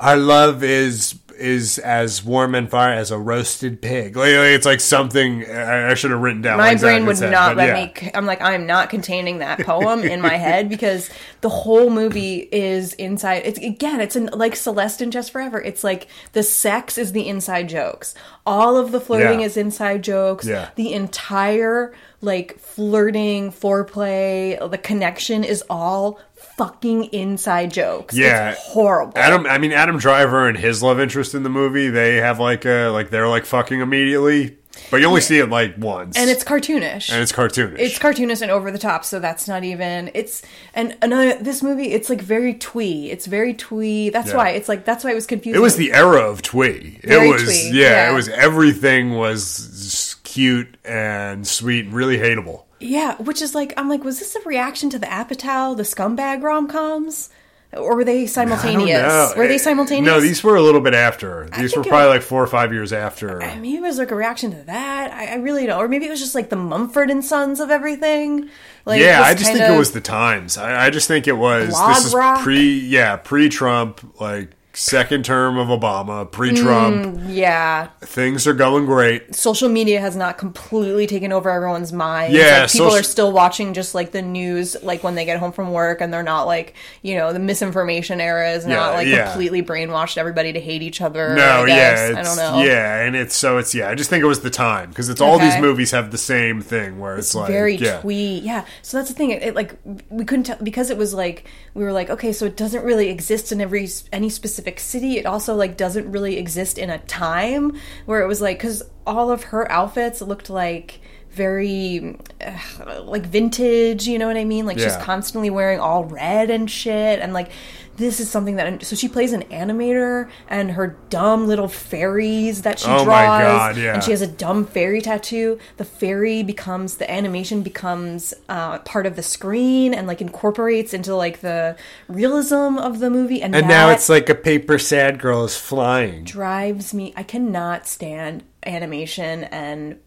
[SPEAKER 1] "Our love is is as warm and fire as a roasted pig." Like, like, it's like something I, I should have written down.
[SPEAKER 2] My
[SPEAKER 1] exactly
[SPEAKER 2] brain
[SPEAKER 1] what it
[SPEAKER 2] would
[SPEAKER 1] said,
[SPEAKER 2] not
[SPEAKER 1] but
[SPEAKER 2] let
[SPEAKER 1] yeah.
[SPEAKER 2] me. c- I'm like, I'm not containing that poem in my head because the whole movie is inside. It's again, it's an, like Celeste in Just Forever. It's like the sex is the inside jokes. All of the flirting
[SPEAKER 1] Yeah.
[SPEAKER 2] is inside jokes.
[SPEAKER 1] Yeah.
[SPEAKER 2] The entire like flirting, foreplay, the connection is all fucking inside jokes. It's
[SPEAKER 1] Yeah.
[SPEAKER 2] horrible.
[SPEAKER 1] Adam, I mean Adam Driver and his love interest in the movie, they have like a like they're like fucking immediately, But you only see it like once,
[SPEAKER 2] and it's cartoonish.
[SPEAKER 1] and it's cartoonish.
[SPEAKER 2] it's cartoonist and over the top, so that's not even. It's and another this movie. It's like very twee. It's very twee. That's
[SPEAKER 1] Yeah.
[SPEAKER 2] why it's like that's why it was confusing.
[SPEAKER 1] it was the era of twee.
[SPEAKER 2] Very
[SPEAKER 1] it was
[SPEAKER 2] twee,
[SPEAKER 1] Yeah,
[SPEAKER 2] yeah.
[SPEAKER 1] it was everything was cute and sweet, and really hateable.
[SPEAKER 2] yeah, which is like I'm like, was this a reaction to the Apatow, the scumbag rom coms, or were they
[SPEAKER 1] I don't
[SPEAKER 2] simultaneous?
[SPEAKER 1] know.
[SPEAKER 2] Were
[SPEAKER 1] Eh,
[SPEAKER 2] they simultaneous?
[SPEAKER 1] No, these were a little bit after. These were
[SPEAKER 2] think it
[SPEAKER 1] probably like four or five years after.
[SPEAKER 2] I mean, it was like a reaction to that. I, I really don't. Or maybe it was just like the Mumford and Sons of everything. Like,
[SPEAKER 1] yeah,
[SPEAKER 2] this
[SPEAKER 1] I just
[SPEAKER 2] kind
[SPEAKER 1] think it
[SPEAKER 2] of-
[SPEAKER 1] was the times. I, I just think it was
[SPEAKER 2] Blog
[SPEAKER 1] this is
[SPEAKER 2] rock?
[SPEAKER 1] pre yeah pre Trump like second term of Obama pre Trump
[SPEAKER 2] Hmm. yeah.
[SPEAKER 1] things are going great.
[SPEAKER 2] Social media has not completely taken over everyone's mind.
[SPEAKER 1] Yeah,
[SPEAKER 2] like, people
[SPEAKER 1] soci-
[SPEAKER 2] are still watching just like the news, like when they get home from work, and they're not like you know the misinformation era is
[SPEAKER 1] Yeah,
[SPEAKER 2] not like
[SPEAKER 1] yeah.
[SPEAKER 2] completely brainwashed everybody to hate each other.
[SPEAKER 1] No,
[SPEAKER 2] I
[SPEAKER 1] yeah,
[SPEAKER 2] guess.
[SPEAKER 1] it's,
[SPEAKER 2] I don't know.
[SPEAKER 1] yeah, and it's so it's yeah. I just think it was the time because it's all these
[SPEAKER 2] Okay.
[SPEAKER 1] movies have the same thing where it's, like
[SPEAKER 2] very
[SPEAKER 1] yeah.
[SPEAKER 2] twee. Yeah. So that's the thing. It, it, like we couldn't tell because it was like we were like okay, so it doesn't really exist in every s- any specific city. It also like doesn't really exist in a time where it was like because all of her outfits looked like very uh, like vintage. You know what I mean? Like she's
[SPEAKER 1] Yeah.
[SPEAKER 2] constantly wearing all red and shit and like. This is something that so she plays an animator and her dumb little fairies that she
[SPEAKER 1] Oh my
[SPEAKER 2] draws
[SPEAKER 1] God, yeah.
[SPEAKER 2] and she has has a dumb fairy tattoo. The fairy becomes the animation becomes uh, part of the screen and like incorporates into like the realism of the movie. And,
[SPEAKER 1] And
[SPEAKER 2] that
[SPEAKER 1] now it's like a paper sad girl is flying.
[SPEAKER 2] drives me. I cannot stand animation and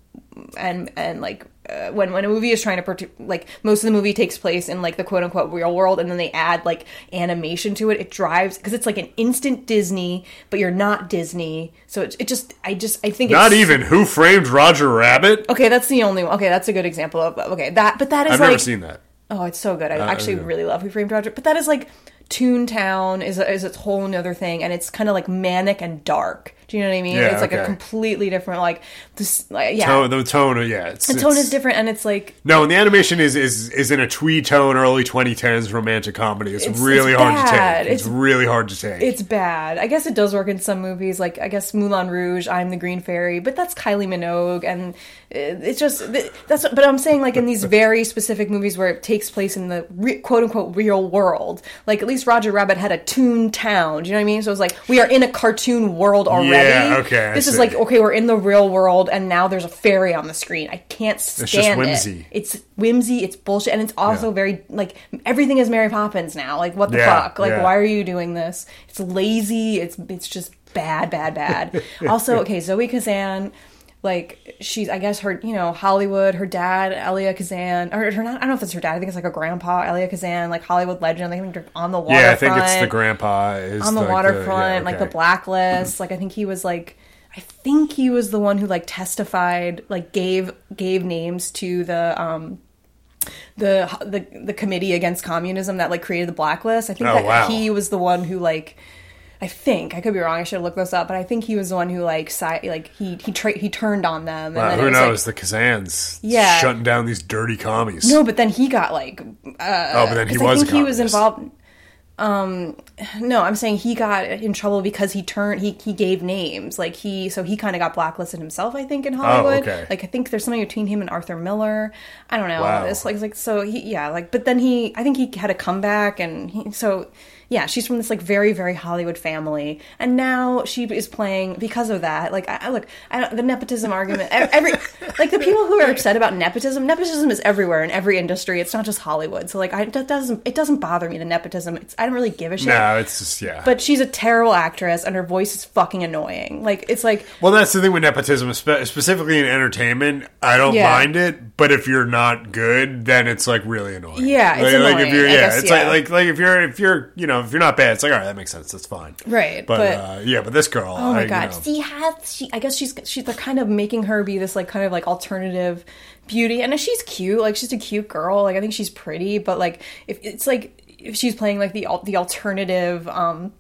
[SPEAKER 2] and and like uh, when when a movie is trying to parti- like most of the movie takes place in like the quote unquote real world and then they add like animation to it it drives because it's like an instant disney but you're not disney so it, it just i just i think
[SPEAKER 1] Not
[SPEAKER 2] it's Oh,
[SPEAKER 1] even Who Framed Roger Rabbit.
[SPEAKER 2] Okay, that's the only one. Okay, that's a good example of okay that, but that is
[SPEAKER 1] I've
[SPEAKER 2] like
[SPEAKER 1] never seen that.
[SPEAKER 2] oh, it's so good. I actually
[SPEAKER 1] yeah.
[SPEAKER 2] really love Who Framed Roger, but that is like Toontown is is its whole another thing, and it's kind of like manic and dark. Do you know what I mean?
[SPEAKER 1] Yeah,
[SPEAKER 2] it's like
[SPEAKER 1] okay.
[SPEAKER 2] a completely different like this. Like, yeah,
[SPEAKER 1] Oh, the tone, yeah, it's,
[SPEAKER 2] the tone
[SPEAKER 1] it's-
[SPEAKER 2] is different, and it's like
[SPEAKER 1] No, and the animation is is is in a twee tone, early 2010s romantic comedy. It's,
[SPEAKER 2] It's-
[SPEAKER 1] really
[SPEAKER 2] it's
[SPEAKER 1] hard
[SPEAKER 2] bad.
[SPEAKER 1] to take. It's,
[SPEAKER 2] It's-
[SPEAKER 1] really hard to take.
[SPEAKER 2] it's bad. I guess it does work in some movies, like I guess Moulin Rouge, I'm the Green Fairy, but that's Kylie Minogue, and uh, it's just th- that's. But I'm saying like in these very specific movies where it takes place in the re- quote unquote real world, like at least Roger Rabbit had a toon town. Do you know what I mean? So it's like we are in a cartoon world already.
[SPEAKER 1] Yeah, okay, I
[SPEAKER 2] This is
[SPEAKER 1] see.
[SPEAKER 2] like okay, we're in the real world, and now there's a fairy on the screen. I can't stand
[SPEAKER 1] just
[SPEAKER 2] it.
[SPEAKER 1] whimsy.
[SPEAKER 2] It's whimsy. It's bullshit, and it's also
[SPEAKER 1] Yeah.
[SPEAKER 2] very like everything is Mary Poppins now. Like what the
[SPEAKER 1] Yeah,
[SPEAKER 2] fuck? Like
[SPEAKER 1] yeah.
[SPEAKER 2] why are are you doing this? It's lazy. It's it's just bad, bad, bad. also, okay, Zoe Kazan, like she's I guess her you know Hollywood. Her dad, Elia Kazan, or her not. I don't know if it's her dad. I think it's like a grandpa, Elia Kazan, like Hollywood legend. I think they're on the waterfront.
[SPEAKER 1] yeah, I think it's the grandpa is
[SPEAKER 2] on the
[SPEAKER 1] like
[SPEAKER 2] waterfront,
[SPEAKER 1] yeah,
[SPEAKER 2] like
[SPEAKER 1] okay.
[SPEAKER 2] the blacklist. like I think he was like. I think he was the one who like testified, like gave gave names to the um the the the committee against communism that like created the blacklist. I think
[SPEAKER 1] Oh,
[SPEAKER 2] that
[SPEAKER 1] wow.
[SPEAKER 2] he was the one who like I think I could be wrong. I should look this up, but I think he was the one who like si- like he he tra- he turned on them. And
[SPEAKER 1] Wow,
[SPEAKER 2] then it
[SPEAKER 1] Uh, who
[SPEAKER 2] was, like-
[SPEAKER 1] knows? the Kazans
[SPEAKER 2] Yeah.
[SPEAKER 1] shutting down these dirty commies.
[SPEAKER 2] no, but then he got like
[SPEAKER 1] oh, but then he was.
[SPEAKER 2] because I
[SPEAKER 1] a
[SPEAKER 2] think he was
[SPEAKER 1] communist.
[SPEAKER 2] involved. Um, no, I'm saying he got in trouble because he turned he he gave names like he so he kind of got blacklisted himself. I think in Hollywood.
[SPEAKER 1] Oh, okay.
[SPEAKER 2] Like I think there's something between him and Arthur Miller. I don't know.
[SPEAKER 1] Wow.
[SPEAKER 2] It's like it's like so he yeah like but then he I think he had a comeback and he, so yeah she's from this like very very Hollywood family and now she is playing because of that like I, I look I don't the nepotism argument ev- every like the people who are upset about nepotism nepotism is everywhere in every industry it's not just Hollywood so like I that doesn't it doesn't bother me the nepotism it's I don't really give a shit
[SPEAKER 1] No, it's just yeah.
[SPEAKER 2] but she's a terrible actress and her voice is fucking annoying like it's like
[SPEAKER 1] well, that's the thing with nepotism, spe- specifically in entertainment. I don't
[SPEAKER 2] Yeah.
[SPEAKER 1] mind it, but if you're not good, then it's like really annoying.
[SPEAKER 2] Yeah, it's
[SPEAKER 1] like, like, if
[SPEAKER 2] annoying,
[SPEAKER 1] you're
[SPEAKER 2] I
[SPEAKER 1] yeah,
[SPEAKER 2] guess,
[SPEAKER 1] it's
[SPEAKER 2] yeah.
[SPEAKER 1] like like like if you're if you're you know if you're not bad, it's like all right, that makes sense, that's fine.
[SPEAKER 2] Right,
[SPEAKER 1] but,
[SPEAKER 2] but-
[SPEAKER 1] uh, yeah, but this girl,
[SPEAKER 2] Oh my
[SPEAKER 1] I,
[SPEAKER 2] god!
[SPEAKER 1] you know,
[SPEAKER 2] See how she? I guess she's she's they're kind of making her be this like kind of like alternative beauty, and she's cute. Like she's a cute girl. Like I think she's pretty, but like if it's like if she's playing like the al- the alternative um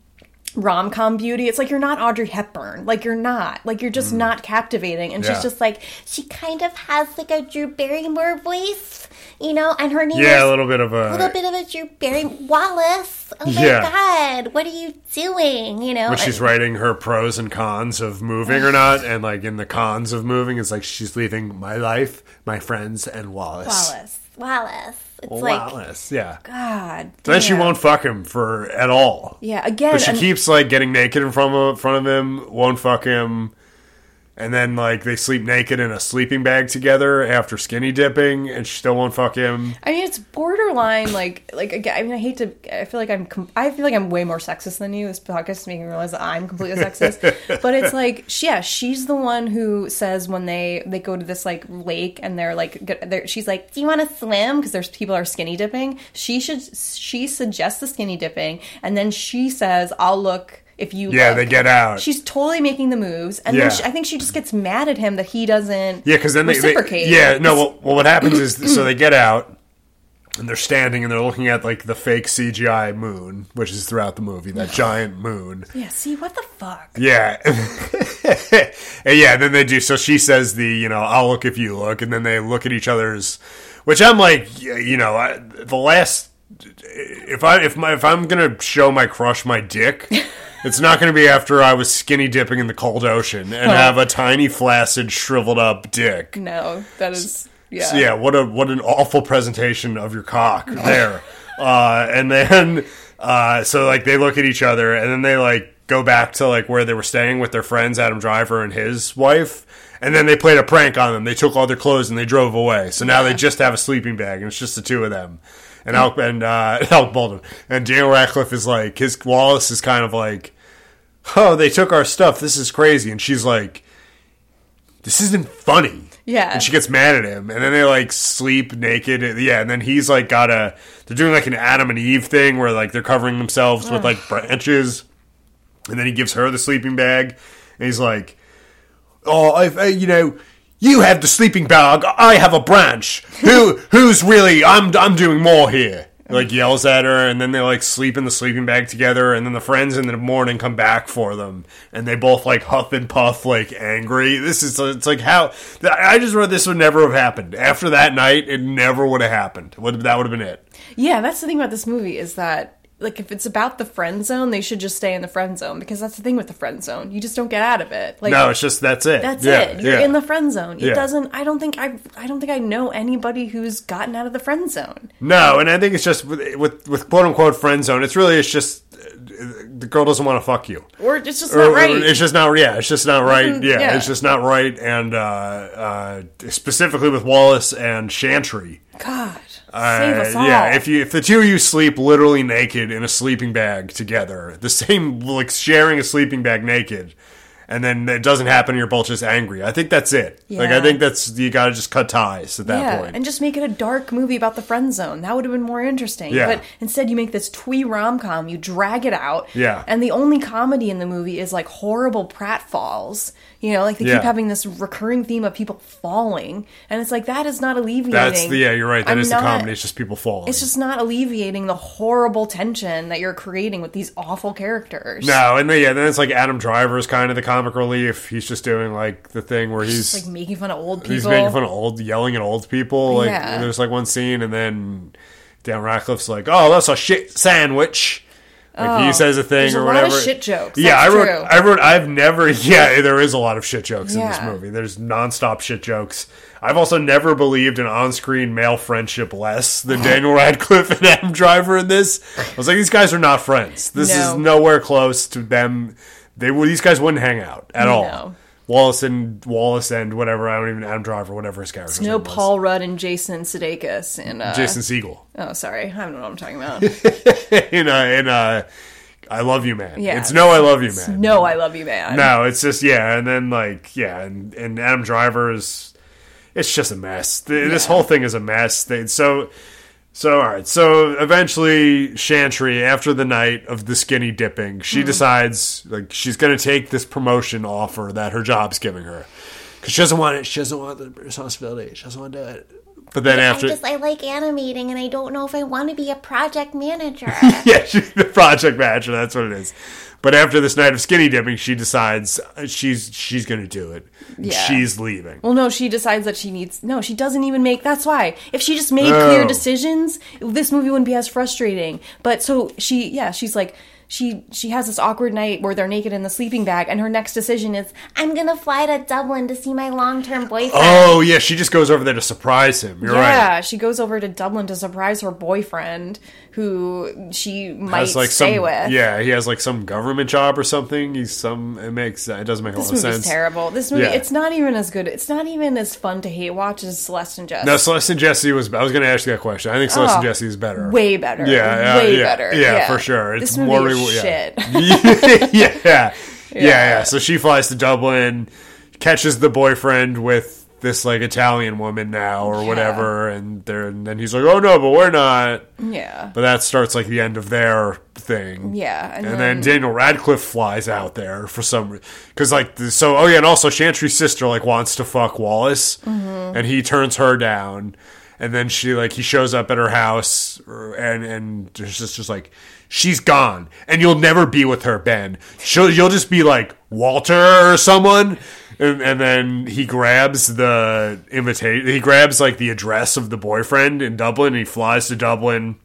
[SPEAKER 2] rom com beauty. It's like you're not Audrey Hepburn. Like you're not. Like you're just not captivating. And
[SPEAKER 1] Mm. Yeah.
[SPEAKER 2] she's just like
[SPEAKER 5] she kind of has like a Drew Barrymore voice, you know, and her name
[SPEAKER 1] Yeah, a
[SPEAKER 5] is
[SPEAKER 1] little bit of a.
[SPEAKER 5] a little bit of a Drew Barry Wallace. Oh my
[SPEAKER 1] Yeah.
[SPEAKER 5] god, what are you doing? You know,
[SPEAKER 1] when she's writing her pros and cons of moving or not, and like in the cons of moving, it's like she's leaving my life, my friends, and Wallace.
[SPEAKER 2] Wallace.
[SPEAKER 5] Wallace. It's like
[SPEAKER 1] Oh, Wallace, yeah.
[SPEAKER 2] God.
[SPEAKER 1] Then she
[SPEAKER 2] damn.
[SPEAKER 1] won't fuck him for at all.
[SPEAKER 2] Yeah. Again.
[SPEAKER 1] But she
[SPEAKER 2] an-
[SPEAKER 1] keeps like getting naked in front of, front of him, won't fuck him, and then like they sleep naked in a sleeping bag together after skinny dipping, and she still won't fuck him.
[SPEAKER 2] I mean, it's borderline like like again. I mean, I hate to. I feel like I'm. Com- I feel like I'm way more sexist than you. This podcast is making me realize that I'm completely sexist. but it's like, she- yeah, she's the one who says when they they go to this like lake and they're like, g- they're, she's like, do you want to swim? Because there's people are skinny dipping. She should. She suggests the skinny dipping, and then she says, "I'll look." If you
[SPEAKER 1] Yeah,
[SPEAKER 2] look."
[SPEAKER 1] they get out.
[SPEAKER 2] She's totally making the moves, and then
[SPEAKER 1] Yeah.
[SPEAKER 2] she, I think she just gets mad at him that he doesn't.
[SPEAKER 1] Yeah, because then they, they
[SPEAKER 2] reciprocate.
[SPEAKER 1] yeah no. Well, well, what happens is so they get out and they're standing and they're looking at like the fake CGI moon, which is throughout the movie that giant moon.
[SPEAKER 2] yeah. See what the fuck.
[SPEAKER 1] Yeah, and yeah. Then they do. So she says the you know I'll look if you look, and then they look at each other's, which I'm like y- you know I, the last if I if my if I'm gonna show my crush my dick. It's not going to be after I was skinny dipping in the cold ocean and have a tiny, flaccid, shriveled up dick.
[SPEAKER 2] No, that is yeah.
[SPEAKER 1] So, yeah, what a what an awful presentation of your cock there. uh, and then uh, so like they look at each other, and then they like go back to like where they were staying with their friends, Adam Driver and his wife. And then they played a prank on them. They took all their clothes and they drove away. So now they just have a sleeping bag, and it's just the two of them. And Al and uh, Al Baldwin and Daniel Radcliffe is like his Wallace is kind of like, oh, they took our stuff. This is crazy. And she's like, this isn't funny.
[SPEAKER 2] Yeah.
[SPEAKER 1] And she gets mad at him, and then they like sleep naked. Yeah, and then he's like got a. They're doing like an Adam and Eve thing where like they're covering themselves with like branches, and then he gives her the sleeping bag, and he's like, "Oh, I, I you know." You have the sleeping bag. I have a branch. Who, who's really? I'm, I'm doing more here. Like yells at her, and then they like sleep in the sleeping bag together, and then the friends in the morning come back for them, and they both like huff and puff, like angry. This is it's like how I just read this would never have happened after that night. It never would have happened. Would that would have been it?
[SPEAKER 2] Yeah, that's the thing about this movie is that like if it's about the friend zone, they should just stay in the friend zone because that's the thing with the friend zone. You just don't get out of it. Like
[SPEAKER 1] No, it's just that's it.
[SPEAKER 2] that's
[SPEAKER 1] Yeah,
[SPEAKER 2] it. You're
[SPEAKER 1] yeah.
[SPEAKER 2] in the friend zone. It
[SPEAKER 1] Yeah.
[SPEAKER 2] doesn't I don't think I I don't think I know anybody who's gotten out of the friend zone.
[SPEAKER 1] No, and I think it's just with with, with quote unquote friend zone. It's really it's just uh, the girl doesn't want to fuck you.
[SPEAKER 2] Or it's just
[SPEAKER 1] Or-
[SPEAKER 2] not
[SPEAKER 1] or
[SPEAKER 2] right. Mm-hmm.
[SPEAKER 1] It's just not. Yeah, it's just not right. Yeah,
[SPEAKER 2] yeah.
[SPEAKER 1] it's just not right. And uh, uh, specifically with Wallace and Chantry.
[SPEAKER 2] God.
[SPEAKER 1] Uh,
[SPEAKER 2] save us all.
[SPEAKER 1] Yeah, if you if the two of you sleep literally naked in a sleeping bag together, the same like sharing a sleeping bag naked, and then it doesn't happen, you're both just angry. I think that's it. Like I
[SPEAKER 2] Yeah.
[SPEAKER 1] think that's you got to just cut ties at that
[SPEAKER 2] yeah,
[SPEAKER 1] point.
[SPEAKER 2] and just make it a dark movie about the friend zone. That would have been more interesting.
[SPEAKER 1] Yeah.
[SPEAKER 2] But instead, you make this twee rom com. You drag it out.
[SPEAKER 1] Yeah.
[SPEAKER 2] And the only comedy in the movie is like horrible pratfalls. You know, like they
[SPEAKER 1] Yeah.
[SPEAKER 2] keep having this recurring theme of people falling, and it's like that is not alleviating.
[SPEAKER 1] that's the yeah. You're right. That
[SPEAKER 2] I'm
[SPEAKER 1] is
[SPEAKER 2] not-
[SPEAKER 1] the comedy. It's just people falling.
[SPEAKER 2] It's just not alleviating the horrible tension that you're creating with these awful characters.
[SPEAKER 1] no, and then, yeah, then it's like Adam Driver is kind of the comic relief. He's just doing like the thing where he's
[SPEAKER 2] Like making fun of old people.
[SPEAKER 1] He's making fun of old, yelling at old people. Like
[SPEAKER 2] Yeah.
[SPEAKER 1] there's like one scene, and then Dan Radcliffe's like, "Oh, that's a shit sandwich." Like he says a thing
[SPEAKER 2] Oh, There's a
[SPEAKER 1] or
[SPEAKER 2] lot of
[SPEAKER 1] whatever.
[SPEAKER 2] shit jokes.
[SPEAKER 1] Yeah,
[SPEAKER 2] That's
[SPEAKER 1] I wrote.
[SPEAKER 2] true.
[SPEAKER 1] I wrote. I've never. Yeah, there is a lot of shit jokes in this
[SPEAKER 2] Yeah.
[SPEAKER 1] movie. There's nonstop shit jokes. I've also never believed in on-screen male friendship less than Daniel Radcliffe and Adam Driver in this. I was like, these guys are not friends. This
[SPEAKER 2] No.
[SPEAKER 1] is nowhere close to them. They would. These guys wouldn't hang out at all.
[SPEAKER 2] No.
[SPEAKER 1] Wallace and Wallace and whatever I don't even Adam Driver whatever his character.
[SPEAKER 2] No Paul Rudd and Jason Sudeikis and uh,
[SPEAKER 1] Jason Siegel
[SPEAKER 2] Oh, sorry, I don't know what I'm talking about.
[SPEAKER 1] in uh, in uh, I love you man.
[SPEAKER 2] Yeah.
[SPEAKER 1] it's no I love you man.
[SPEAKER 2] no, I love you, man.
[SPEAKER 1] No, it's just yeah, and then like yeah, and and Adam Driver is it's just a mess. Th This whole thing is a mess. They, so so all right. So eventually, Chantry after the night of the skinny dipping, she
[SPEAKER 5] Mm-hmm.
[SPEAKER 1] decides like she's gonna take this promotion offer that her job's giving her because she doesn't want it. She doesn't want the responsibility. She doesn't want to do it. But then after,
[SPEAKER 5] I just I like animating, and I don't know if I want to be a project manager.
[SPEAKER 1] yeah, she's the project manager. That's what it is. But after this night of skinny dipping, she decides uh, she's she's going to do it.
[SPEAKER 2] Yeah.
[SPEAKER 1] She's leaving.
[SPEAKER 2] Well, no, she decides that she needs. No, she doesn't even make. That's why. If she just made clear
[SPEAKER 1] Oh.
[SPEAKER 2] decisions, this movie wouldn't be as frustrating. But so she, yeah, she's like. She, she has this awkward night where they're naked in the sleeping bag, and her next decision is
[SPEAKER 5] I'm gonna fly to Dublin to see my long-term boyfriend.
[SPEAKER 1] Oh yeah, she just goes over there to surprise him. You're
[SPEAKER 2] yeah,
[SPEAKER 1] right.
[SPEAKER 2] she goes over to Dublin to surprise her boyfriend, who she might
[SPEAKER 1] Has like
[SPEAKER 2] stay
[SPEAKER 1] some,
[SPEAKER 2] with.
[SPEAKER 1] yeah, he has like some government job or something. He's some. It makes it doesn't make a
[SPEAKER 2] This
[SPEAKER 1] lot of
[SPEAKER 2] movie's
[SPEAKER 1] sense.
[SPEAKER 2] terrible. This movie,
[SPEAKER 1] Yeah.
[SPEAKER 2] it's not even as good. It's not even as fun to hate watch as Celeste and Jess.
[SPEAKER 1] Now Celeste and Jesse was. I was going to ask you that question. I think Celeste and
[SPEAKER 2] Oh,
[SPEAKER 1] Jesse is better.
[SPEAKER 2] way better.
[SPEAKER 1] Yeah, yeah,
[SPEAKER 2] way
[SPEAKER 1] yeah.
[SPEAKER 2] better.
[SPEAKER 1] Yeah, for sure. It's
[SPEAKER 2] this movie
[SPEAKER 1] more
[SPEAKER 2] is
[SPEAKER 1] rewar- yeah.
[SPEAKER 2] shit.
[SPEAKER 1] yeah, yeah, yeah, yeah. So she flies to Dublin, catches the boyfriend with this like Italian woman now or whatever, and, they're, and then he's like, "Oh no, but we're not."
[SPEAKER 2] yeah.
[SPEAKER 1] But that starts like the end of their thing.
[SPEAKER 2] Yeah,
[SPEAKER 1] and,
[SPEAKER 2] and
[SPEAKER 1] then,
[SPEAKER 2] then-
[SPEAKER 1] Daniel Radcliffe flies out there for some reason because like the- so oh yeah, and also Chantry's sister like wants to fuck Wallace,
[SPEAKER 2] Mm-hmm.
[SPEAKER 1] and he turns her down, and then she like he shows up at her house, or- and and it's just just like she's gone, and you'll never be with her, Ben. She'll you'll just be like Walter or someone. And, and then he grabs the invitation. He grabs like the address of the boyfriend in Dublin. And he flies to Dublin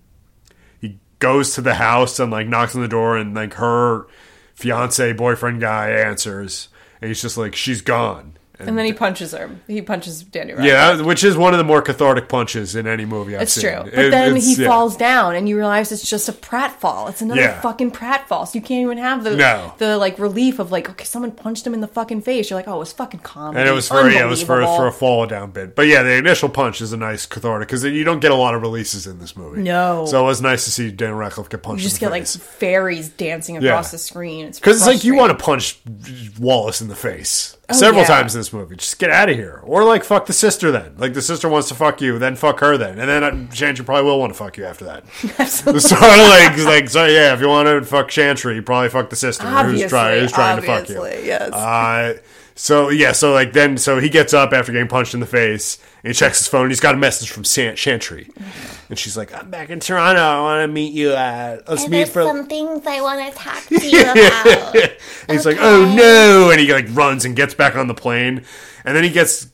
[SPEAKER 1] he goes to the house and like knocks on the door and like her fiance boyfriend guy answers and he's just like she's gone and,
[SPEAKER 2] And then he punches her. He punches Daniel. Radcliffe.
[SPEAKER 1] yeah that- which is one of the more cathartic punches in any movie I've
[SPEAKER 2] it's
[SPEAKER 1] seen
[SPEAKER 2] true. But
[SPEAKER 1] It-
[SPEAKER 2] then
[SPEAKER 1] it's-
[SPEAKER 2] he
[SPEAKER 1] yeah.
[SPEAKER 2] falls down, and you realize it's just a pratfall. It's another
[SPEAKER 1] Yeah.
[SPEAKER 2] fucking pratfall. So you can't even have the
[SPEAKER 1] No.
[SPEAKER 2] the like relief of like okay, someone punched him in the fucking face. You're like, oh, it was fucking comedy.
[SPEAKER 1] and it was for yeah, it was for,
[SPEAKER 2] Unbelievable.
[SPEAKER 1] for a fall down bit, but yeah, the initial punch is a nice cathartic because you don't get a lot of releases in this movie.
[SPEAKER 2] No.
[SPEAKER 1] so it was nice to see Daniel Radcliffe get punched.
[SPEAKER 2] You
[SPEAKER 1] in
[SPEAKER 2] just
[SPEAKER 1] the
[SPEAKER 2] get like
[SPEAKER 1] face.
[SPEAKER 2] fairies dancing across the screen. It's
[SPEAKER 1] Because it's like you
[SPEAKER 2] frustrating. Oh,
[SPEAKER 1] want to punch Wallace in the face several
[SPEAKER 2] yeah.
[SPEAKER 1] times in this movie. Just get out of here, or like fuck the sister then. Like the sister wants to fuck you, then fuck her then, and then uh, Chantry probably will want to fuck you after that. so like like so yeah, if you want to fuck Chantry, you probably fuck the sister who's trying who's trying to fuck you.
[SPEAKER 2] obviously, Yes.
[SPEAKER 1] Uh, so yeah, so like then so he gets up after getting punched in the face and he checks his phone. and He's got a message from San- Chantry,
[SPEAKER 2] Mm-hmm.
[SPEAKER 1] and she's like, "I'm back in Toronto. I want to meet you at let's
[SPEAKER 5] And
[SPEAKER 1] meet
[SPEAKER 5] there's
[SPEAKER 1] for."
[SPEAKER 5] some things I want to talk to you about.
[SPEAKER 1] And he's like, "Oh no!" And he like runs and gets back on the plane, and then he gets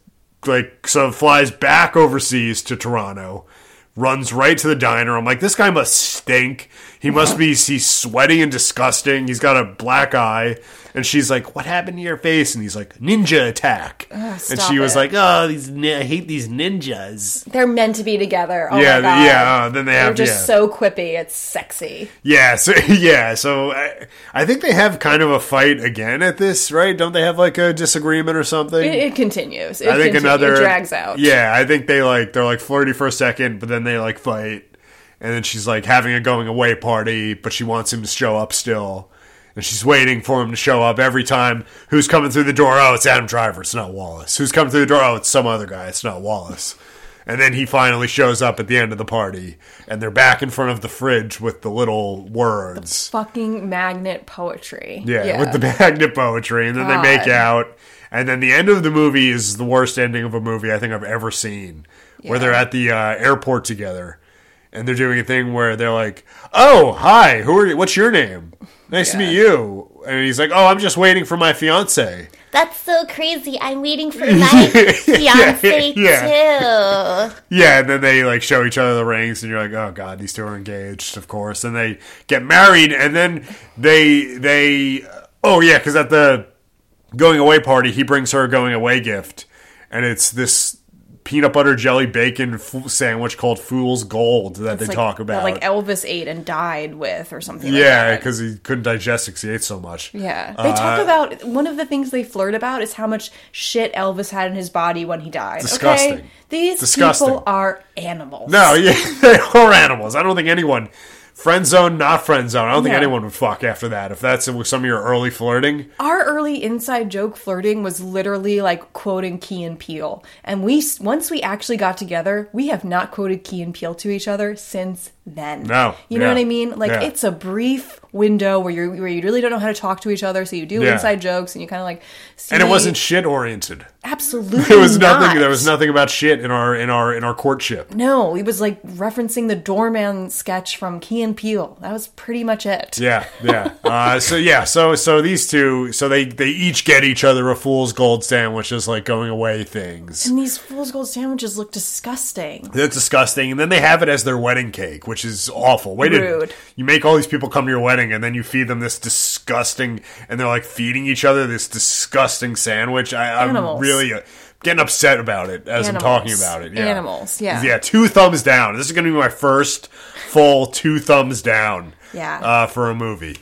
[SPEAKER 1] like so flies back overseas to Toronto, runs right to the diner. I'm like, this guy must stink. He must be he's sweaty and disgusting. He's got a black eye. And she's like, "What happened to your face?" And he's like, "Ninja attack." and
[SPEAKER 2] stop
[SPEAKER 1] she was
[SPEAKER 2] it.
[SPEAKER 1] like, "Oh, these ni- I hate these ninjas."
[SPEAKER 2] They're meant to be together. Oh
[SPEAKER 1] yeah,
[SPEAKER 2] my God.
[SPEAKER 1] yeah. uh, Then they
[SPEAKER 2] They're
[SPEAKER 1] have
[SPEAKER 2] just
[SPEAKER 1] yeah.
[SPEAKER 2] so quippy. It's sexy.
[SPEAKER 1] Yeah, so yeah, so I, I think they have kind of a fight again at this, right? Don't they have like a disagreement or something?
[SPEAKER 2] It, it continues. It
[SPEAKER 1] I think
[SPEAKER 2] continu-
[SPEAKER 1] another
[SPEAKER 2] it drags out.
[SPEAKER 1] Yeah, I think they like they're like flirty for a second, but then they like fight, and then she's like having a going away party, but she wants him to show up still, and she's waiting for him to show up every time. Who's coming through the door? Oh, it's Adam Driver. It's not Wallace. Who's coming through the door? Oh, it's some other guy. It's not Wallace. And then he finally shows up at the end of the party, and they're back in front of the fridge with the little words.
[SPEAKER 2] Fucking magnet poetry.
[SPEAKER 1] Yeah, with the magnet poetry, and then they make
[SPEAKER 2] God.
[SPEAKER 1] out, and then the end of the movie is the worst ending of a movie I think I've ever seen, where they're at the uh, airport together, and they're doing a thing where they're like, "Oh, hi, who are you? What's your name? Nice to meet you." And he's like, "Oh, I'm just waiting for my fiance."
[SPEAKER 5] That's so crazy. I'm waiting for my fiance too.
[SPEAKER 1] Yeah, and then they like show each other the rings, and you're like, "Oh God, these two are engaged, of course." And they get married, and then they they oh yeah, because at the going away party, he brings her a going away gift, and it's this peanut butter jelly bacon f- sandwich called Fool's Gold that they
[SPEAKER 2] It's like-
[SPEAKER 1] talk
[SPEAKER 2] that,
[SPEAKER 1] about.
[SPEAKER 2] like Elvis ate and died with or something. like
[SPEAKER 1] yeah,
[SPEAKER 2] that.
[SPEAKER 1] because he couldn't digest it 'cause he ate so much. Uh,
[SPEAKER 2] Yeah. They talk about one of the things they flirt about is how much shit Elvis had in his body when he died.
[SPEAKER 1] Disgusting.
[SPEAKER 2] Okay? These
[SPEAKER 1] Disgusting.
[SPEAKER 2] people are animals.
[SPEAKER 1] No, yeah, they are animals. I don't think anyone. Friend zone, not friend zone. I don't think
[SPEAKER 2] No.
[SPEAKER 1] anyone would fuck after that. If that's some of your early flirting,
[SPEAKER 2] Our early inside joke flirting was literally like quoting Key and Peele. And we once we actually got together, we have not quoted Key and Peele to each other since then.
[SPEAKER 1] No,
[SPEAKER 2] You know
[SPEAKER 1] yeah,
[SPEAKER 2] what I mean? Like
[SPEAKER 1] yeah.
[SPEAKER 2] it's a brief window where you where you really don't know how to talk to each other, so you do
[SPEAKER 1] Yeah.
[SPEAKER 2] inside jokes and you kind of like see
[SPEAKER 1] and it wasn't shit oriented.
[SPEAKER 2] Absolutely,
[SPEAKER 1] There was
[SPEAKER 2] not.
[SPEAKER 1] nothing. There was nothing about shit in our in our in our courtship.
[SPEAKER 2] No, he was like referencing the doorman sketch from Key and Peele. That was pretty much it.
[SPEAKER 1] Yeah, yeah. Uh, so yeah, so so these two, so they they each get each other a fool's gold sandwich as like going away things.
[SPEAKER 2] And these fool's gold sandwiches look disgusting.
[SPEAKER 1] That's disgusting. And then they have it as their wedding cake, which is awful. Wait,
[SPEAKER 2] Rude.
[SPEAKER 1] Rude. you make all these people come to your wedding, and then you feed them this disgusting, and they're like feeding each other this disgusting sandwich. I, I'm
[SPEAKER 2] Animals.
[SPEAKER 1] really uh, getting upset about it as I'm talking
[SPEAKER 2] Animals.
[SPEAKER 1] about it. Yeah.
[SPEAKER 2] Animals, yeah.
[SPEAKER 1] Yeah. Two thumbs down. This is going to be my first full two thumbs down.
[SPEAKER 2] Yeah.
[SPEAKER 1] Uh, for a movie.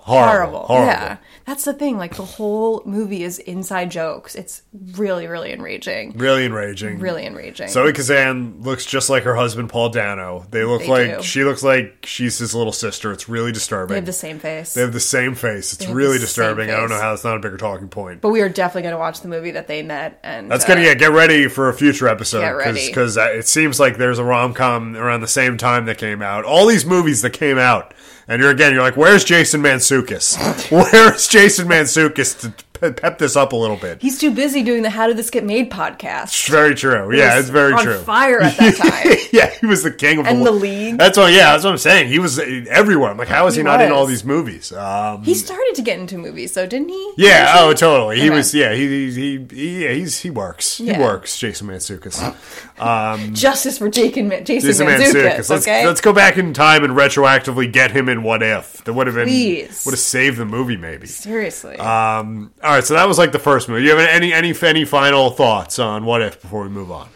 [SPEAKER 1] Horrible,
[SPEAKER 2] horrible,
[SPEAKER 1] horrible.
[SPEAKER 2] Yeah, that's the thing. Like the whole movie is inside jokes. It's really, really enraging.
[SPEAKER 1] Really enraging.
[SPEAKER 2] Really enraging.
[SPEAKER 1] Zoe Kazan looks just like her husband Paul Dano. They look
[SPEAKER 2] They
[SPEAKER 1] like
[SPEAKER 2] do.
[SPEAKER 1] she looks like she's his little sister. It's really disturbing.
[SPEAKER 2] they have the same face.
[SPEAKER 1] They have the same face. It's
[SPEAKER 2] have
[SPEAKER 1] really
[SPEAKER 2] the
[SPEAKER 1] disturbing.
[SPEAKER 2] same
[SPEAKER 1] I don't know
[SPEAKER 2] face.
[SPEAKER 1] how that's not a bigger talking point.
[SPEAKER 2] but we are definitely going to watch the movie that they met, and
[SPEAKER 1] That's
[SPEAKER 2] uh,
[SPEAKER 1] gonna yeah. Get ready for a future episode
[SPEAKER 2] Get ready.
[SPEAKER 1] because it seems like there's a rom com around the same time that came out. All these movies that came out, and you're again you're like, where's Jason Mansukis? where's Jason Mansukis to pe- pep this up a little bit?
[SPEAKER 2] He's too busy doing the "How Did This Get Made" podcast.
[SPEAKER 1] It's very true.
[SPEAKER 2] He
[SPEAKER 1] Yeah,
[SPEAKER 2] was
[SPEAKER 1] it's very
[SPEAKER 2] on
[SPEAKER 1] true.
[SPEAKER 2] Fire at that time.
[SPEAKER 1] yeah, he was the king of
[SPEAKER 2] And
[SPEAKER 1] the
[SPEAKER 2] the league.
[SPEAKER 1] That's what. Yeah, that's what I'm saying. He was everywhere. I'm like, how is he,
[SPEAKER 2] He
[SPEAKER 1] not in all
[SPEAKER 2] was.
[SPEAKER 1] these movies? Um,
[SPEAKER 2] he started to get into movies, though, didn't he?
[SPEAKER 1] Yeah. Oh, totally. He
[SPEAKER 2] Okay.
[SPEAKER 1] was. Yeah. He. He. he yeah. He's. He works.
[SPEAKER 2] Yeah.
[SPEAKER 1] He works. Jason Mantzoukas.
[SPEAKER 2] Justice for Jason, Ma- Jason,
[SPEAKER 1] Jason Mantzoukas. Let's
[SPEAKER 2] Mantzoukas. Okay.
[SPEAKER 1] let's go back in time and retroactively get him in What If. That would have been
[SPEAKER 2] Please.
[SPEAKER 1] would have saved the movie maybe.
[SPEAKER 2] Seriously.
[SPEAKER 1] Um. All right. So that was like the first movie. You have any any any final thoughts on What If before we move on?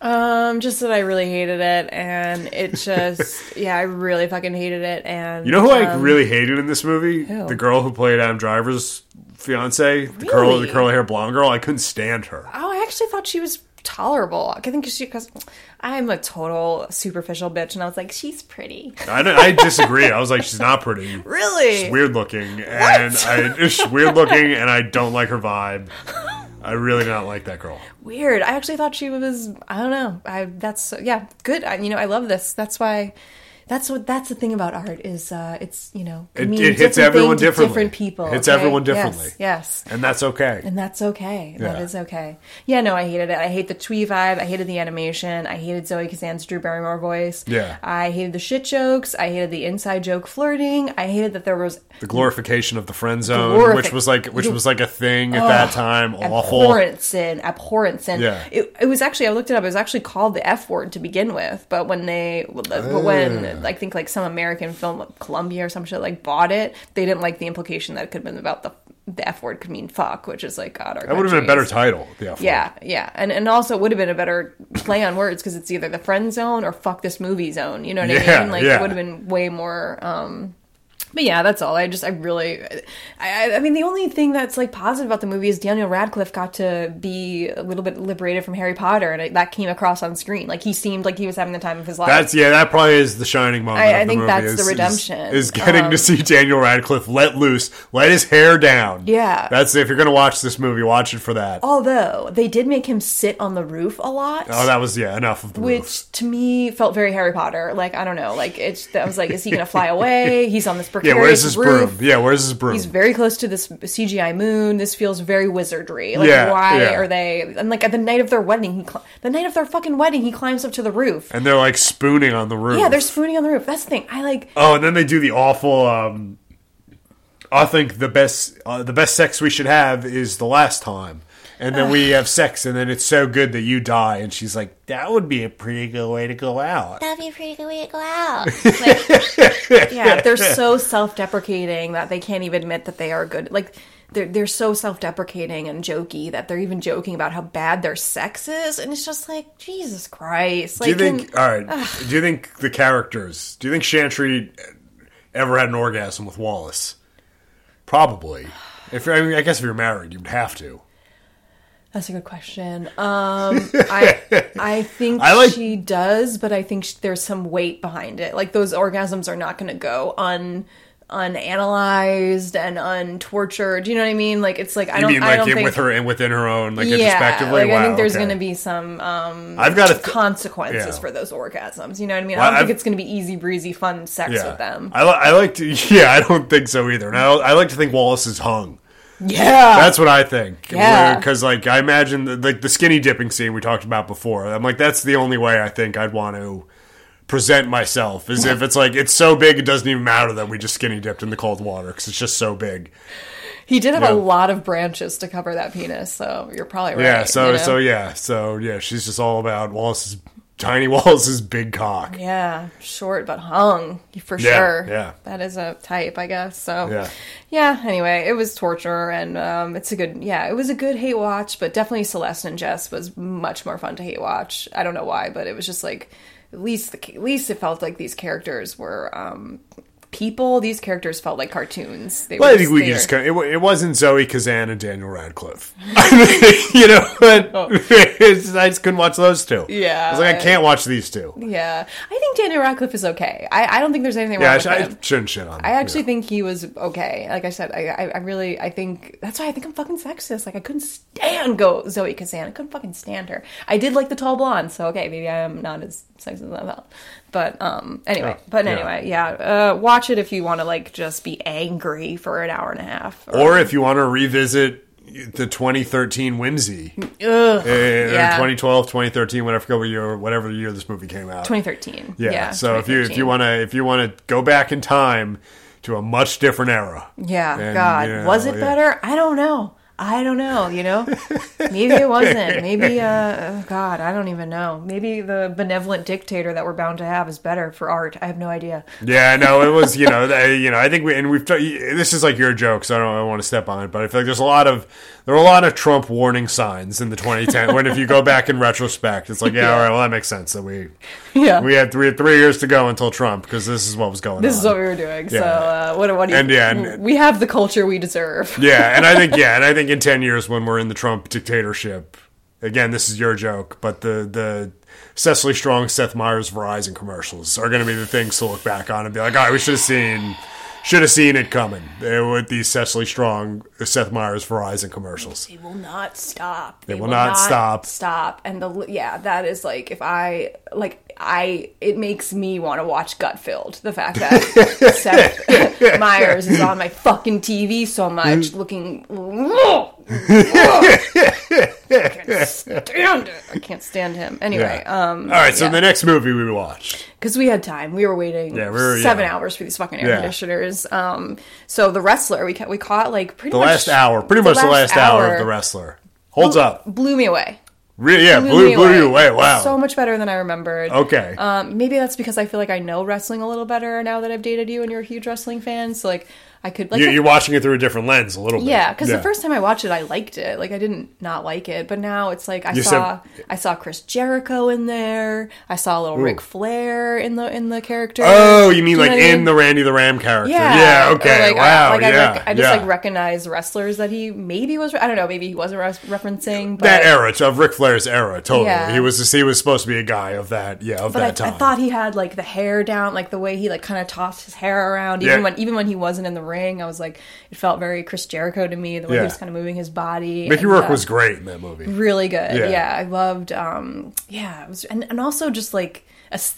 [SPEAKER 2] um, just that I really hated it, and it just, yeah, I really fucking hated it, and
[SPEAKER 1] You know who I
[SPEAKER 2] um,
[SPEAKER 1] really hated in this movie?
[SPEAKER 2] who?
[SPEAKER 1] The girl who played Adam Driver's fiance, the curl the
[SPEAKER 2] Really?
[SPEAKER 1] curly hair blonde girl. I couldn't stand her.
[SPEAKER 2] Oh, I actually thought she was tolerable. I think she because I'm a total superficial bitch, and I was like, she's pretty.
[SPEAKER 1] I, don't- I disagree. I was like, she's not pretty.
[SPEAKER 2] Really?
[SPEAKER 1] She's weird looking, and I it's weird looking, and I don't like her vibe. I really do not like that girl.
[SPEAKER 2] Weird. I actually thought she was. I don't know. I that's yeah, good. I, you know, I love this. That's why. That's what. That's the thing about art is. uh It's you know,
[SPEAKER 1] It-
[SPEAKER 2] means
[SPEAKER 1] it hits
[SPEAKER 2] different
[SPEAKER 1] everyone
[SPEAKER 2] thing to
[SPEAKER 1] differently.
[SPEAKER 2] Different people.
[SPEAKER 1] Hits
[SPEAKER 2] okay?
[SPEAKER 1] everyone differently.
[SPEAKER 2] Yes. yes.
[SPEAKER 1] And that's okay.
[SPEAKER 2] And that's okay.
[SPEAKER 1] Yeah.
[SPEAKER 2] That is okay. Yeah, no, I hated it. I hate the twee vibe. I hated the animation. I hated Zoe Kazan's Drew Barrymore voice.
[SPEAKER 1] Yeah.
[SPEAKER 2] I hated the shit jokes. I hated the inside joke flirting. I hated that there was
[SPEAKER 1] The glorification of the friend zone,
[SPEAKER 2] Glorific-
[SPEAKER 1] which was like which was like a thing at that time. Awful.
[SPEAKER 2] abhorrent sin, abhorrent sin.
[SPEAKER 1] Yeah.
[SPEAKER 2] It, it was actually I looked it up. It was actually called the F word to begin with, but when they, but
[SPEAKER 1] Ah.
[SPEAKER 2] when I think like some American film, Columbia or some shit, like bought it, they didn't like the implication that it could have been about the the F word could mean fuck, which is like God. Our
[SPEAKER 1] That would have been a better title. The F word.
[SPEAKER 2] Yeah, yeah, and and also it would have been a better play on words because it's either the friend zone or fuck this movie zone. You know what
[SPEAKER 1] Yeah,
[SPEAKER 2] I mean? Like
[SPEAKER 1] yeah.
[SPEAKER 2] it would have been way more. um But yeah, that's all. I just I really, I- I, I mean, the only thing that's like positive about the movie is Daniel Radcliffe got to be a little bit liberated from Harry Potter, and it, that came across on screen. Like he seemed like he was having the time of his life.
[SPEAKER 1] That's yeah. That probably is the shining moment.
[SPEAKER 2] I-
[SPEAKER 1] of
[SPEAKER 2] I
[SPEAKER 1] the
[SPEAKER 2] think
[SPEAKER 1] movie,
[SPEAKER 2] that's
[SPEAKER 1] is-
[SPEAKER 2] the
[SPEAKER 1] is-
[SPEAKER 2] redemption.
[SPEAKER 1] Is, getting to see Daniel Radcliffe let loose, let his hair down.
[SPEAKER 2] Yeah.
[SPEAKER 1] that's if you're gonna watch this movie, watch it for that. Oh,
[SPEAKER 2] Although they did make him sit on the roof a lot.
[SPEAKER 1] that was yeah. Enough of the roofs.
[SPEAKER 2] which to me felt very Harry Potter. Like I don't know, like it's. I was like, is he gonna fly away? He's on this
[SPEAKER 1] Yeah,
[SPEAKER 2] precarious
[SPEAKER 1] where's his
[SPEAKER 2] roof.
[SPEAKER 1] broom? Yeah, where's his broom?
[SPEAKER 2] He's very close to this CGI moon. This feels very wizardry. Like
[SPEAKER 1] Yeah,
[SPEAKER 2] why
[SPEAKER 1] yeah.
[SPEAKER 2] are they? And like at the night of their wedding, he cl- the night of their fucking wedding, he climbs up to the roof.
[SPEAKER 1] and they're like spooning on the roof.
[SPEAKER 2] Yeah, they're spooning on the roof. That's the thing. I like.
[SPEAKER 1] Oh, and then they do the awful. Um, I think the best, uh, the best sex we should have is the last time, and then we have sex, and then it's so good that you die. And she's like, "That would be a pretty good way to go out."
[SPEAKER 5] That'd be a pretty good way to go out.
[SPEAKER 2] Yeah, they're so self-deprecating that they can't even admit that they are good. Like they're they're so self-deprecating and jokey that they're even joking about how bad their sex is, and it's just like Jesus Christ. Like,
[SPEAKER 1] Do you think?
[SPEAKER 2] can-
[SPEAKER 1] All right. Do you think the characters? Do you think Chantry ever had an orgasm with Wallace? Probably. If I mean, I guess if you're married, you'd have to.
[SPEAKER 2] That's a good question. Um, I I think
[SPEAKER 1] I like-
[SPEAKER 2] she does, but I think sh there's some weight behind it. Like those orgasms are not going to go un unanalyzed and untortured. You know what I mean? Like it's like I
[SPEAKER 1] You
[SPEAKER 2] don't
[SPEAKER 1] mean
[SPEAKER 2] I
[SPEAKER 1] like
[SPEAKER 2] don't
[SPEAKER 1] in
[SPEAKER 2] think
[SPEAKER 1] with her and within her own, like
[SPEAKER 2] yeah.
[SPEAKER 1] introspectively?
[SPEAKER 2] Like I
[SPEAKER 1] Wow,
[SPEAKER 2] think there's
[SPEAKER 1] okay.
[SPEAKER 2] going to be some um,
[SPEAKER 1] I've got to. Th-
[SPEAKER 2] consequences
[SPEAKER 1] yeah.
[SPEAKER 2] for those orgasms. You know what I mean?
[SPEAKER 1] Well,
[SPEAKER 2] I don't
[SPEAKER 1] I've-
[SPEAKER 2] think it's going to be easy breezy fun sex with them.
[SPEAKER 1] I, li- I like to. Yeah, I don't think so either. And I, I like to think Wallace is hung.
[SPEAKER 2] Yeah.
[SPEAKER 1] That's what I think.
[SPEAKER 2] Oh. Yeah.
[SPEAKER 1] Because, like, I imagine the, like the skinny dipping scene we talked about before. I'm like, that's the only way I think I'd want to present myself is if it's like it's so big it doesn't even matter that we just skinny dipped in the cold water because it's just so big.
[SPEAKER 2] he did have
[SPEAKER 1] Yeah.
[SPEAKER 2] a lot of branches to cover that penis, so you're probably right.
[SPEAKER 1] Yeah. So
[SPEAKER 2] you know?
[SPEAKER 1] so yeah. So yeah. She's just all about Wallace's tiny Wallace's big cock.
[SPEAKER 2] Yeah, short but hung for
[SPEAKER 1] Yeah,
[SPEAKER 2] sure.
[SPEAKER 1] yeah.
[SPEAKER 2] that is a type, I guess. So
[SPEAKER 1] Yeah.
[SPEAKER 2] yeah. Anyway, it was torture, and um, it's a good. Yeah, it was a good hate watch, but definitely Celeste and Jess was much more fun to hate watch. I don't know why, but it was just like at least the at least it felt like these characters were. Um, People, these characters felt like cartoons. They
[SPEAKER 1] Well,
[SPEAKER 2] were
[SPEAKER 1] I think we
[SPEAKER 2] there.
[SPEAKER 1] can just kind of, it, wa- it wasn't Zoe Kazan and Daniel Radcliffe. you know, but it's just- I just couldn't watch those two.
[SPEAKER 2] Oh. Yeah.
[SPEAKER 1] I was like, I can't watch these two.
[SPEAKER 2] Yeah, I think Daniel Radcliffe is okay. I, I don't think there's anything wrong
[SPEAKER 1] Yeah, I,
[SPEAKER 2] with
[SPEAKER 1] sh- I
[SPEAKER 2] him.
[SPEAKER 1] shouldn't shit on.
[SPEAKER 2] I actually think he was okay. Like I said, I, I, I really, I think that's why I think I'm fucking sexist. Like I couldn't stand go Zoe Kazan. I couldn't fucking stand her. I did like the tall blonde, so okay, maybe I am not as sexist as I felt. But um, anyway,
[SPEAKER 1] Oh, Yeah.
[SPEAKER 2] but
[SPEAKER 1] Yeah.
[SPEAKER 2] anyway, yeah. Uh, watch it if you want to like just be angry for an hour and a half.
[SPEAKER 1] Or if you want to revisit the 2013 whimsy, Eh, Ugh,
[SPEAKER 2] yeah.
[SPEAKER 1] 2012, 2013, whatever, whatever year, whatever year this movie came out.
[SPEAKER 2] 2013.
[SPEAKER 1] yeah.
[SPEAKER 2] Yeah.
[SPEAKER 1] So if you if you
[SPEAKER 2] 2013.
[SPEAKER 1] want to if you want to go back in time to a much different era.
[SPEAKER 2] Yeah,
[SPEAKER 1] And,
[SPEAKER 2] God.
[SPEAKER 1] you know,
[SPEAKER 2] was it
[SPEAKER 1] yeah.
[SPEAKER 2] better? I don't know. I don't know, you know? Maybe it wasn't. Maybe, uh, oh God, I don't even know. Maybe the benevolent dictator that we're bound to have is better for art. I have no idea.
[SPEAKER 1] Yeah, no, it was you know I, you know I think we and we've this is like your joke, so I don't, I want to step on it, but I feel like there's a lot of there were a lot of Trump warning signs in the 2010. when if you go back in retrospect, it's like yeah, all right, well that makes sense that we
[SPEAKER 2] Yeah.
[SPEAKER 1] we had we had three years to go until Trump because this is what was going.
[SPEAKER 2] this
[SPEAKER 1] on.
[SPEAKER 2] is what we were doing. So,
[SPEAKER 1] Yeah.
[SPEAKER 2] uh, what, what do you
[SPEAKER 1] And, yeah, and-
[SPEAKER 2] We have the culture we deserve.
[SPEAKER 1] Yeah, and I think yeah, and I think in ten years when we're in the Trump dictatorship, again, this is your joke, but the the Cecily Strong, Seth Meyers, Verizon commercials are going to be the things to look back on and be like, all right, we should have seen. Should have seen it coming eh, with these Cecily Strong, Seth Meyers, Verizon commercials.
[SPEAKER 2] They will not stop. They,
[SPEAKER 1] will not stop.
[SPEAKER 2] Stop. And the yeah, that is like if I like I it makes me want to watch Gut Filled. The fact that Seth Myers is on my fucking TV so
[SPEAKER 1] Mm.
[SPEAKER 2] much, looking. I can't stand it. I can't stand him. Anyway, um,
[SPEAKER 1] all right, so
[SPEAKER 2] yeah.
[SPEAKER 1] the next movie we watched.
[SPEAKER 2] because we had time. We were waiting
[SPEAKER 1] Yeah, we were-
[SPEAKER 2] seven
[SPEAKER 1] yeah.
[SPEAKER 2] hours for these fucking air
[SPEAKER 1] Yeah.
[SPEAKER 2] conditioners. Um, so the wrestler we ca- we caught like pretty
[SPEAKER 1] The
[SPEAKER 2] much
[SPEAKER 1] last hour, pretty much the last hour, of The Wrestler. Holds up.
[SPEAKER 2] blew me away.
[SPEAKER 1] Re- yeah, blew, blew, you away. Wow.
[SPEAKER 2] So much better than I remembered.
[SPEAKER 1] okay.
[SPEAKER 2] Um, maybe that's because I feel like I know wrestling a little better now that I've dated you and you're a huge wrestling fan. So like I could like
[SPEAKER 1] you, you're watching it through a different lens a little bit.
[SPEAKER 2] yeah, because the first time I watched it, I liked it. Like I didn't not like it, but now it's like I
[SPEAKER 1] You
[SPEAKER 2] saw
[SPEAKER 1] said-
[SPEAKER 2] I saw Chris Jericho in there. I saw a little Ric Flair in the in the character.
[SPEAKER 1] Oh, you mean
[SPEAKER 2] Do know
[SPEAKER 1] like
[SPEAKER 2] what I
[SPEAKER 1] in the Randy the Ram character?
[SPEAKER 2] yeah,
[SPEAKER 1] Yeah. Okay.
[SPEAKER 2] Or, like,
[SPEAKER 1] wow.
[SPEAKER 2] I, like,
[SPEAKER 1] yeah.
[SPEAKER 2] I, rec- I just
[SPEAKER 1] yeah.
[SPEAKER 2] like recognize wrestlers that he maybe was. I don't know. Maybe he wasn't res- referencing. But
[SPEAKER 1] that era of Ric Flair's era. Totally.
[SPEAKER 2] Yeah.
[SPEAKER 1] He was he was supposed to be a guy of that. Yeah. Of
[SPEAKER 2] But
[SPEAKER 1] that
[SPEAKER 2] I, I
[SPEAKER 1] time.
[SPEAKER 2] thought he had like the hair down, like the way he like kind of tossed his hair around. Even
[SPEAKER 1] Yeah.
[SPEAKER 2] when even when he wasn't in the ring, I was like, it felt very Chris Jericho to me. The way
[SPEAKER 1] Yeah.
[SPEAKER 2] he was kind of moving his body.
[SPEAKER 1] Mickey
[SPEAKER 2] and,
[SPEAKER 1] Rourke
[SPEAKER 2] uh,
[SPEAKER 1] was great in that movie.
[SPEAKER 2] really good.
[SPEAKER 1] Yeah.
[SPEAKER 2] Yeah, I loved. Um, yeah, it was, and and also just like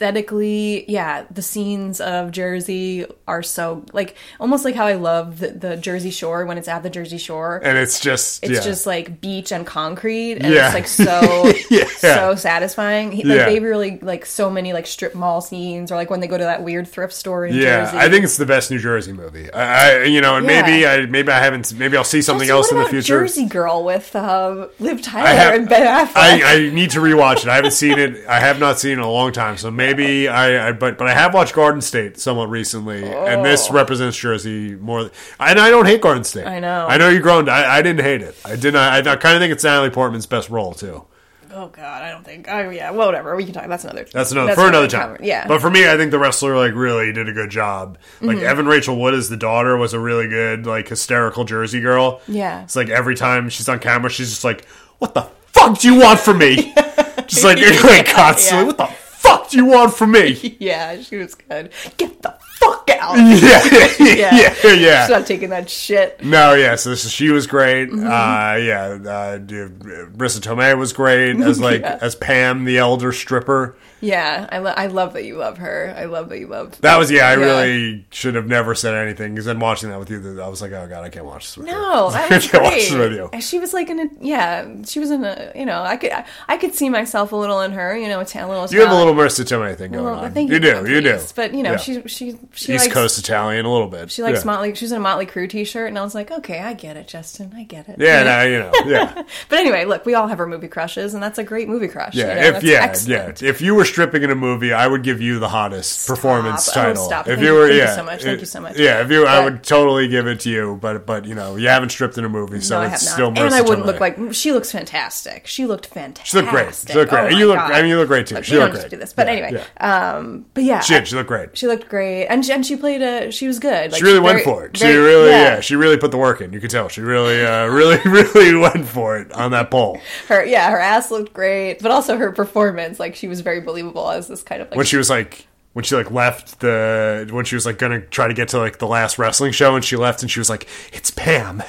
[SPEAKER 2] aesthetically, yeah, the scenes of Jersey are so like almost like how I love the, the Jersey Shore when it's at the Jersey Shore.
[SPEAKER 1] And it's just
[SPEAKER 2] it's
[SPEAKER 1] yeah.
[SPEAKER 2] just like beach and concrete and
[SPEAKER 1] Yeah.
[SPEAKER 2] it's like so
[SPEAKER 1] Yeah.
[SPEAKER 2] so satisfying He- like
[SPEAKER 1] Yeah.
[SPEAKER 2] they really like so many like strip mall scenes or like when they go to that weird thrift store in
[SPEAKER 1] yeah,
[SPEAKER 2] Jersey.
[SPEAKER 1] I think it's the best New Jersey movie. I, I you know, and
[SPEAKER 2] Yeah.
[SPEAKER 1] maybe I maybe I haven't maybe I'll see something
[SPEAKER 2] Also,
[SPEAKER 1] else
[SPEAKER 2] what
[SPEAKER 1] in the
[SPEAKER 2] about
[SPEAKER 1] future.
[SPEAKER 2] Jersey Girl with um, Liv Tyler
[SPEAKER 1] I have-
[SPEAKER 2] and Ben Affleck.
[SPEAKER 1] I, I need to rewatch it. I haven't seen it. I have not seen it in a long time. So maybe I, I but but I have watched Garden State somewhat recently, and this represents Jersey more. th- And I don't hate Garden State.
[SPEAKER 2] Oh. I know.
[SPEAKER 1] I know you groaned. I, I didn't hate it. I did not. I, I kind of think it's Natalie Portman's best role too.
[SPEAKER 2] oh God, I don't think. Oh yeah, well, whatever. We can talk. That's another.
[SPEAKER 1] That's another for another time.
[SPEAKER 2] conver- Yeah. Mm-hmm.
[SPEAKER 1] But for me, I think the wrestler like really did a good job. Like Evan Rachel Wood as the daughter was a really good like hysterical Jersey girl.
[SPEAKER 2] Yeah.
[SPEAKER 1] It's like every time she's on camera, she's just like, "What the fuck do you want from me?" just like you're like constantly,
[SPEAKER 2] Yeah.
[SPEAKER 1] "What the fuck do you want from me?"
[SPEAKER 2] yeah, she was good. Get the fuck out.
[SPEAKER 1] yeah, yeah, yeah,
[SPEAKER 2] She's Mm-hmm. not taking that shit.
[SPEAKER 1] No, yeah. So this, she was great. Uh, yeah, uh, dude, Marissa Tomei was great as like
[SPEAKER 2] Yeah.
[SPEAKER 1] as Pam, the elder stripper.
[SPEAKER 2] Yeah, I, lo- I love that you love her. I love that you love.
[SPEAKER 1] That was yeah. I
[SPEAKER 2] Yeah.
[SPEAKER 1] really should have never said anything because then watching that with you, I was like, oh god, I can't watch this with you.
[SPEAKER 2] No, that
[SPEAKER 1] I
[SPEAKER 2] was
[SPEAKER 1] can't watch
[SPEAKER 2] great.
[SPEAKER 1] this with you.
[SPEAKER 2] And She was like in a yeah. She was in a you know. I could I, I could see myself a little in her. You know, a ta- little.
[SPEAKER 1] You have a
[SPEAKER 2] talent.
[SPEAKER 1] little Marissa Tomei thing going
[SPEAKER 2] Well,
[SPEAKER 1] on.
[SPEAKER 2] thank
[SPEAKER 1] you do,
[SPEAKER 2] I'm
[SPEAKER 1] you do.
[SPEAKER 2] pleased. But you know,
[SPEAKER 1] Yeah.
[SPEAKER 2] she she she
[SPEAKER 1] East
[SPEAKER 2] likes
[SPEAKER 1] Coast Italian a little bit.
[SPEAKER 2] she likes
[SPEAKER 1] yeah.
[SPEAKER 2] Motley. She was in a Motley Crue T-shirt, and I was like, okay, I get it, Justin. I get it.
[SPEAKER 1] Yeah, no, you know, yeah,
[SPEAKER 2] But anyway, look, we all have our movie crushes, and that's a great movie crush.
[SPEAKER 1] yeah.
[SPEAKER 2] you know,
[SPEAKER 1] if
[SPEAKER 2] that's
[SPEAKER 1] yeah,
[SPEAKER 2] excellent.
[SPEAKER 1] yeah, if you were stripping in a movie, I would give you the hottest performance
[SPEAKER 2] Oh,
[SPEAKER 1] title.
[SPEAKER 2] stop.
[SPEAKER 1] If
[SPEAKER 2] Thank you-
[SPEAKER 1] were,
[SPEAKER 2] thank you
[SPEAKER 1] yeah,
[SPEAKER 2] so much, thank
[SPEAKER 1] it-
[SPEAKER 2] you so much.
[SPEAKER 1] Yeah, if you, I
[SPEAKER 2] But-
[SPEAKER 1] would totally give it to you. But but you know, you haven't stripped in a movie, so
[SPEAKER 2] No, I
[SPEAKER 1] it's
[SPEAKER 2] have not.
[SPEAKER 1] still. Marissa
[SPEAKER 2] and I wouldn't
[SPEAKER 1] Tomei.
[SPEAKER 2] look like she looks fantastic. She looked fantastic.
[SPEAKER 1] She looked great. She looked great.
[SPEAKER 2] Oh my
[SPEAKER 1] you look.
[SPEAKER 2] God.
[SPEAKER 1] I mean, you look great too.
[SPEAKER 2] Look,
[SPEAKER 1] she
[SPEAKER 2] we
[SPEAKER 1] looked great.
[SPEAKER 2] don't have to do this, but
[SPEAKER 1] Yeah,
[SPEAKER 2] anyway,
[SPEAKER 1] yeah.
[SPEAKER 2] um, but yeah,
[SPEAKER 1] she did. She looked great.
[SPEAKER 2] she looked great, and she, and she played a. She was good. Like,
[SPEAKER 1] she really
[SPEAKER 2] very-
[SPEAKER 1] went for it.
[SPEAKER 2] very-
[SPEAKER 1] she really, yeah. she really put the work in. You could tell. She really, uh, really, really went for it on that pole
[SPEAKER 2] Her yeah, her ass looked great, but also her performance. Like she was very believable as this kind of like
[SPEAKER 1] when she was like, when she like left the, when she was like gonna try to get to like the last wrestling show, and she left, and she was like, "It's Pam,"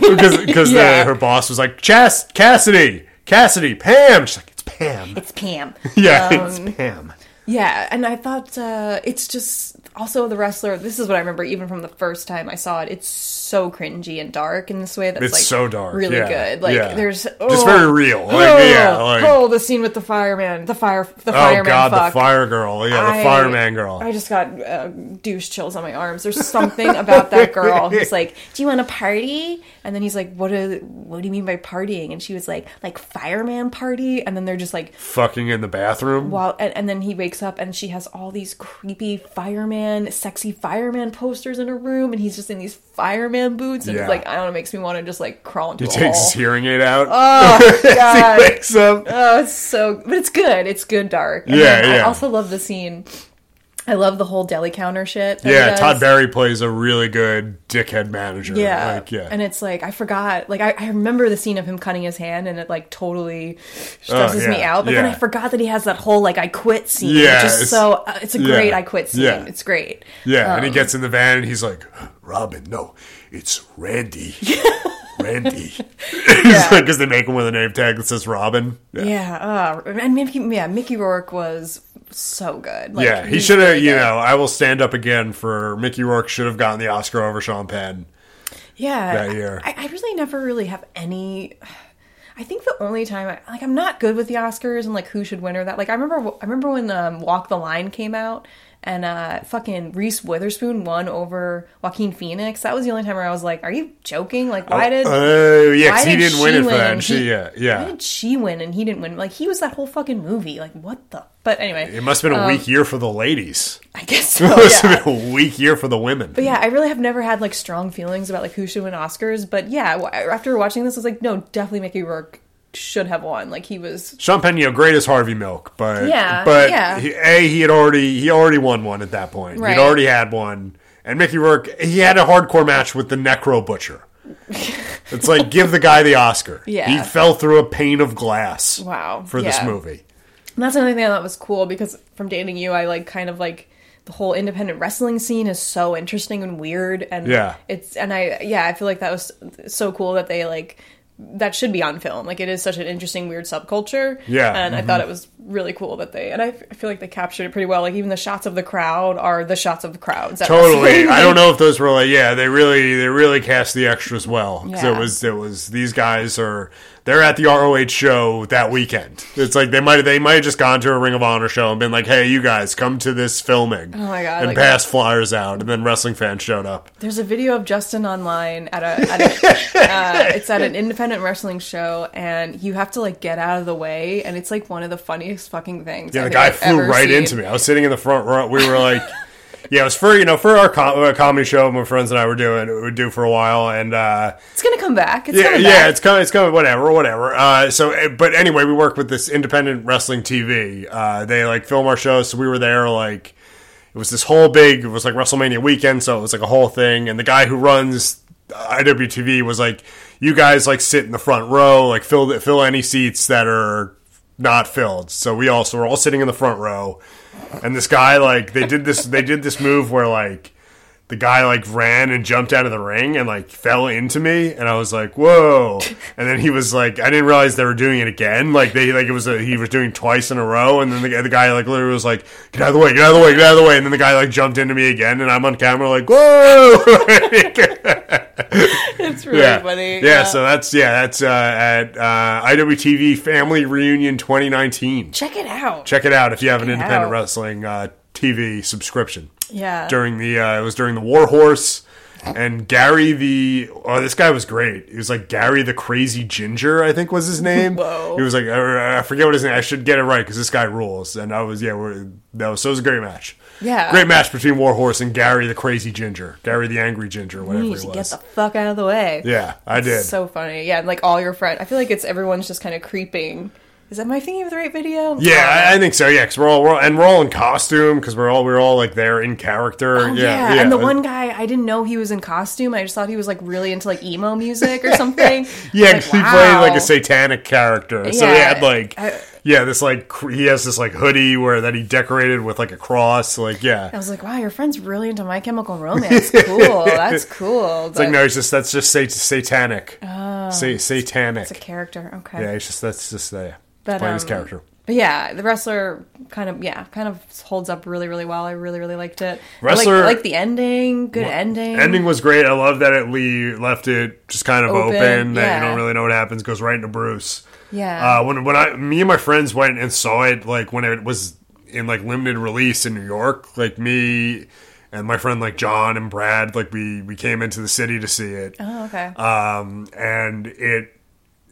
[SPEAKER 1] because because the-
[SPEAKER 2] Oh, Yeah.
[SPEAKER 1] her boss was like, "Chas Cassidy, Cassidy, Pam." She's like, "It's Pam."
[SPEAKER 5] It's Pam.
[SPEAKER 1] yeah, it's Pam.
[SPEAKER 2] Yeah, and I thought uh, it's just also the wrestler. This is what I remember even from the first time I saw it. It's so cringy and dark in this way. That's
[SPEAKER 1] It's
[SPEAKER 2] like
[SPEAKER 1] so dark.
[SPEAKER 2] really
[SPEAKER 1] yeah,
[SPEAKER 2] good. Like
[SPEAKER 1] yeah.
[SPEAKER 2] there's oh,
[SPEAKER 1] just very real. Like,
[SPEAKER 2] oh,
[SPEAKER 1] yeah, like,
[SPEAKER 2] oh, the scene with the fireman, the fire, the
[SPEAKER 1] Oh
[SPEAKER 2] fireman.
[SPEAKER 1] God,
[SPEAKER 2] fuck.
[SPEAKER 1] the fire girl. Yeah, the
[SPEAKER 2] I-
[SPEAKER 1] fireman girl.
[SPEAKER 2] I just got uh, douche chills on my arms. There's something about that girl. He's like, "Do you want to party?" And then he's like, "What do What do you mean by partying?" And she was like, "Like fireman party." And then they're just like
[SPEAKER 1] Fucking in the bathroom.
[SPEAKER 2] while and, and then he wakes up and she has all these creepy fireman sexy fireman posters in her room and he's just in these fireman boots and
[SPEAKER 1] Yeah.
[SPEAKER 2] it's like i don't know it makes me want to just like crawl into
[SPEAKER 1] He
[SPEAKER 2] a
[SPEAKER 1] takes
[SPEAKER 2] wall.
[SPEAKER 1] his hearing aid out.
[SPEAKER 2] oh god
[SPEAKER 1] Wakes up.
[SPEAKER 2] oh it's so but it's good it's good dark And
[SPEAKER 1] Yeah,
[SPEAKER 2] then i
[SPEAKER 1] yeah.
[SPEAKER 2] also love the scene i love the whole deli counter shit that he
[SPEAKER 1] yeah,
[SPEAKER 2] does.
[SPEAKER 1] Todd Barry plays a really good dickhead manager.
[SPEAKER 2] yeah.
[SPEAKER 1] like, yeah.
[SPEAKER 2] and it's like I forgot. Like I, I remember the scene of him cutting his hand, and it like totally stresses me
[SPEAKER 1] Oh, yeah,
[SPEAKER 2] out. But then
[SPEAKER 1] yeah.
[SPEAKER 2] I forgot that he has that whole like I quit scene.
[SPEAKER 1] Yeah,
[SPEAKER 2] Yeah, which
[SPEAKER 1] it's-
[SPEAKER 2] is so uh, it's a
[SPEAKER 1] yeah,
[SPEAKER 2] great I quit scene.
[SPEAKER 1] yeah.
[SPEAKER 2] It's great.
[SPEAKER 1] yeah,
[SPEAKER 2] Oh.
[SPEAKER 1] and he gets in the van and he's like, "Robin, no, it's Randy." Randy, because they make him with a name tag that says Robin. Yeah,
[SPEAKER 2] Yeah, uh, and Mickey, yeah, Mickey Rourke was so good. Like,
[SPEAKER 1] yeah he
[SPEAKER 2] he's
[SPEAKER 1] should have.
[SPEAKER 2] really
[SPEAKER 1] you
[SPEAKER 2] good.
[SPEAKER 1] know, I will stand up again for Mickey Rourke. Should have gotten the Oscar over Sean Penn.
[SPEAKER 2] yeah
[SPEAKER 1] that year.
[SPEAKER 2] I, I really never really have any. I think the only time I like I'm not good with the Oscars and like who should win or that. Like I remember I remember when um, Walk the Line came out and uh, fucking Reese Witherspoon won over Joaquin Phoenix. That was the only time where I was like, "Are you joking? Like why did?"
[SPEAKER 1] Oh, yeah, 'cause
[SPEAKER 2] why
[SPEAKER 1] he
[SPEAKER 2] did
[SPEAKER 1] didn't win
[SPEAKER 2] she
[SPEAKER 1] it for that. And
[SPEAKER 2] and
[SPEAKER 1] she,
[SPEAKER 2] he-
[SPEAKER 1] yeah, yeah.
[SPEAKER 2] Why did she win and he didn't win? Like he was that whole fucking movie. Like what the? But anyway,
[SPEAKER 1] It must have been a weak year for the ladies.
[SPEAKER 2] I guess so.
[SPEAKER 1] It must
[SPEAKER 2] Um, Oh, yeah.
[SPEAKER 1] have been a weak year for the women.
[SPEAKER 2] But yeah, I really have never had like strong feelings about like who should win Oscars. But yeah, w- after watching this, I was like, no, definitely Mickey Rourke should have won. Like he was.
[SPEAKER 1] Sean Penn, you know, great as Harvey Milk, but
[SPEAKER 2] Yeah,
[SPEAKER 1] but
[SPEAKER 2] yeah.
[SPEAKER 1] He, a he had already he already won one at that point.
[SPEAKER 2] Right.
[SPEAKER 1] He'd already had one, and Mickey Rourke he had a hardcore match with the Necro Butcher. it's like give the guy the Oscar.
[SPEAKER 2] Yeah.
[SPEAKER 1] he fell through a pane of glass.
[SPEAKER 2] Wow,
[SPEAKER 1] for this
[SPEAKER 2] yeah.
[SPEAKER 1] movie.
[SPEAKER 2] And that's another thing that was cool because from dating you, I like kind of like the whole independent wrestling scene is so interesting and weird. And
[SPEAKER 1] Yeah.
[SPEAKER 2] it's and I yeah, I feel like that was so cool that they like that should be on film. Like it is such an interesting, weird subculture.
[SPEAKER 1] Yeah, Mm-hmm.
[SPEAKER 2] and I thought it was really cool that they and I, f- I feel like they captured it pretty well. Like even the shots of the crowd are the shots of the crowds. at
[SPEAKER 1] Totally.
[SPEAKER 2] wrestling.
[SPEAKER 1] I don't know if those were like yeah, they really they really cast the extras well. 'Cause
[SPEAKER 2] Yeah.
[SPEAKER 1] it was it was these guys are they're at the ROH show that weekend. It's like they might they might have just gone to a Ring of Honor show and been like, "Hey, you guys, come to this filming." Oh
[SPEAKER 2] my God,
[SPEAKER 1] And
[SPEAKER 2] like-
[SPEAKER 1] passed flyers out and then wrestling fans showed up.
[SPEAKER 2] There's a video of Justin online at a, at a uh, it's at an independent wrestling show, and you have to like get out of the way, and it's like one of the funniest fucking things.
[SPEAKER 1] Yeah,
[SPEAKER 2] I
[SPEAKER 1] the
[SPEAKER 2] think
[SPEAKER 1] guy
[SPEAKER 2] I've
[SPEAKER 1] flew
[SPEAKER 2] ever
[SPEAKER 1] right
[SPEAKER 2] seen.
[SPEAKER 1] into me. I was sitting in the front row. We were like, yeah, it was for, you know, for our com- uh, comedy show my friends and I were doing, would do for a while and uh
[SPEAKER 2] It's gonna come back. It's
[SPEAKER 1] yeah,
[SPEAKER 2] coming
[SPEAKER 1] yeah,
[SPEAKER 2] back.
[SPEAKER 1] it's coming, it's coming, whatever, whatever. Uh, so, eh, but anyway, we work with this independent wrestling TV. Uh, they like film our shows, so we were there. Like, it was this whole big. It was like WrestleMania weekend, so it was like a whole thing. And the guy who runs uh, IWTV was like, "You guys like sit in the front row, like fill the, fill any seats that are." not filled. So we also were all sitting in the front row, and this guy like they did this they did this move where like the guy like ran and jumped out of the ring and like fell into me and I was like whoa and then he was like I didn't realize they were doing it again like they like it was a, he was doing twice in a row and then the, the guy like literally was like get out of the way get out of the way get out of the way and then the guy like jumped into me again and I'm on camera like whoa
[SPEAKER 2] It's really
[SPEAKER 1] yeah.
[SPEAKER 2] funny.
[SPEAKER 1] Yeah, so that's yeah, that's uh, at uh, IWTV Family Reunion 2019.
[SPEAKER 2] check it out.
[SPEAKER 1] Check it out if you have an independent
[SPEAKER 2] out.
[SPEAKER 1] wrestling uh, TV subscription.
[SPEAKER 2] yeah.
[SPEAKER 1] During the uh, it was during the War Horse and Gary the oh this guy was great. He was like Gary the Crazy Ginger, I think was his name.
[SPEAKER 2] Whoa.
[SPEAKER 1] He was like I, I forget what his name. I should get it right because this guy rules. And I was yeah we're, that was so it was a great match.
[SPEAKER 2] Yeah.
[SPEAKER 1] great match between War Horse and Gary the Crazy Ginger, Gary the Angry Ginger, whatever
[SPEAKER 2] you
[SPEAKER 1] he
[SPEAKER 2] need to get
[SPEAKER 1] was.
[SPEAKER 2] the fuck out of the way.
[SPEAKER 1] yeah, I did.
[SPEAKER 2] So funny. Yeah, and like all your friends. I feel like it's everyone's just kind of creeping. Is that my thinking of the right video?
[SPEAKER 1] Yeah, I, I think so. Yeah, because we're all we're all, and we're all in costume because we're all we're all like there in character.
[SPEAKER 2] Oh,
[SPEAKER 1] yeah,
[SPEAKER 2] yeah, and the one guy I didn't know he was in costume. I just thought he was like really into like emo music or something.
[SPEAKER 1] Yeah,
[SPEAKER 2] I
[SPEAKER 1] 'cause
[SPEAKER 2] was
[SPEAKER 1] he played like
[SPEAKER 2] wow.
[SPEAKER 1] a satanic character. So he
[SPEAKER 2] Yeah,
[SPEAKER 1] had like
[SPEAKER 2] I-
[SPEAKER 1] yeah, this like cr- he has this like hoodie where that he decorated with like a cross. Like yeah,
[SPEAKER 2] I was like, wow, your friend's really into My Chemical Romance. Cool, that's cool.
[SPEAKER 1] it's like no, it's just that's just sat- satanic.
[SPEAKER 2] Oh.
[SPEAKER 1] Sa- satanic.
[SPEAKER 2] it's a character. Okay,
[SPEAKER 1] yeah, it's just that's just uh, yeah,
[SPEAKER 2] But,
[SPEAKER 1] playing his
[SPEAKER 2] um,
[SPEAKER 1] character.
[SPEAKER 2] But yeah, the wrestler kind of yeah, kind of holds up really really well. I really really liked it. I like-
[SPEAKER 1] Wrestler-
[SPEAKER 2] I like, the ending, good ending.
[SPEAKER 1] Ending was great. I love that it le- left it just kind of open,
[SPEAKER 2] Open,
[SPEAKER 1] that you
[SPEAKER 2] yeah.
[SPEAKER 1] don't really know what happens. Goes right into Bruce.
[SPEAKER 2] Yeah.
[SPEAKER 1] Uh, when when I me and my friends went and saw it like when it was in like limited release in New York, like me and my friend like John and Brad, like we we came into the city to see it.
[SPEAKER 2] oh, okay.
[SPEAKER 1] Um, and it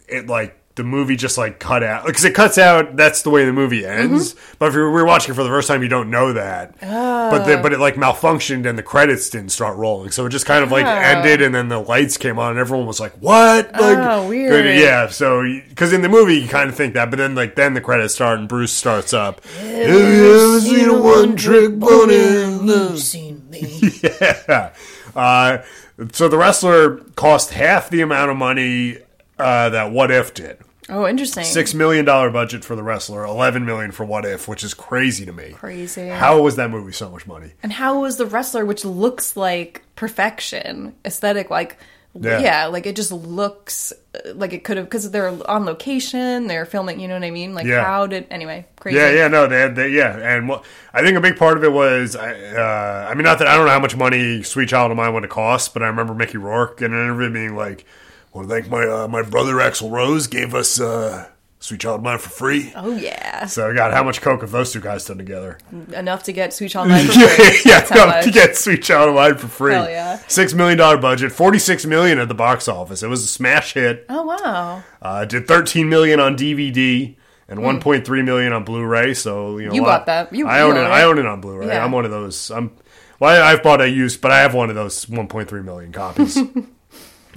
[SPEAKER 1] it like the movie just like cut out because it cuts out. That's the way the movie ends. But if you were watching it for the first time, you don't know that. But the, but it like malfunctioned and the credits didn't start rolling, so it just kind of like
[SPEAKER 2] Oh.
[SPEAKER 1] ended, and then the lights came on, and everyone was like, "What?" Like,
[SPEAKER 2] Oh, weird.
[SPEAKER 1] good- yeah. So because in the movie you kind of think that, but then like then the credits start and Bruce starts up. Have you ever seen a one trick pony?
[SPEAKER 4] You've seen me.
[SPEAKER 1] Yeah. Uh, so the wrestler cost half the amount of money uh, that What If did.
[SPEAKER 2] oh, interesting.
[SPEAKER 1] Six million dollar budget for the wrestler, eleven million for What If, which is crazy to me.
[SPEAKER 2] Crazy.
[SPEAKER 1] How was that movie so much money?
[SPEAKER 2] and how was the wrestler, which looks like perfection aesthetic, like.
[SPEAKER 1] Yeah.
[SPEAKER 2] Yeah. like it just looks uh, like it could have because they're on location, they're filming. You know what I mean? Like
[SPEAKER 1] Yeah.
[SPEAKER 2] how did anyway? Crazy.
[SPEAKER 1] Yeah, yeah, no, they, had- they yeah, and what I think a big part of it was, I, uh, I mean, not that I don't know how much money Sweet Child of Mine would have cost, but I remember Mickey Rourke in an interview being like, "Well, thank my uh, my brother Axel Rose gave us uh, Sweet Child of Mine for free."
[SPEAKER 2] Oh yeah,
[SPEAKER 1] So, God, how much coke have those two guys done together?
[SPEAKER 2] enough to get Sweet Child Mine. for
[SPEAKER 1] yeah,
[SPEAKER 2] free.
[SPEAKER 1] yeah,
[SPEAKER 2] That's how
[SPEAKER 1] no,
[SPEAKER 2] much.
[SPEAKER 1] to get Sweet Child of Mine for free.
[SPEAKER 2] Hell yeah.
[SPEAKER 1] Six million dollar budget, forty six million at the box office. It was a smash hit.
[SPEAKER 2] Oh wow,
[SPEAKER 1] Uh, did thirteen million on DVD and one point three million on Blu-ray. So you know,
[SPEAKER 2] Hmm.
[SPEAKER 1] a
[SPEAKER 2] You
[SPEAKER 1] lot-
[SPEAKER 2] bought that. You-
[SPEAKER 1] I
[SPEAKER 2] you
[SPEAKER 1] own it.
[SPEAKER 2] own it.
[SPEAKER 1] I own it on Blu-ray.
[SPEAKER 2] Yeah.
[SPEAKER 1] I'm one of those. I'm well, I, I've bought a used, but I have one of those one point three million copies.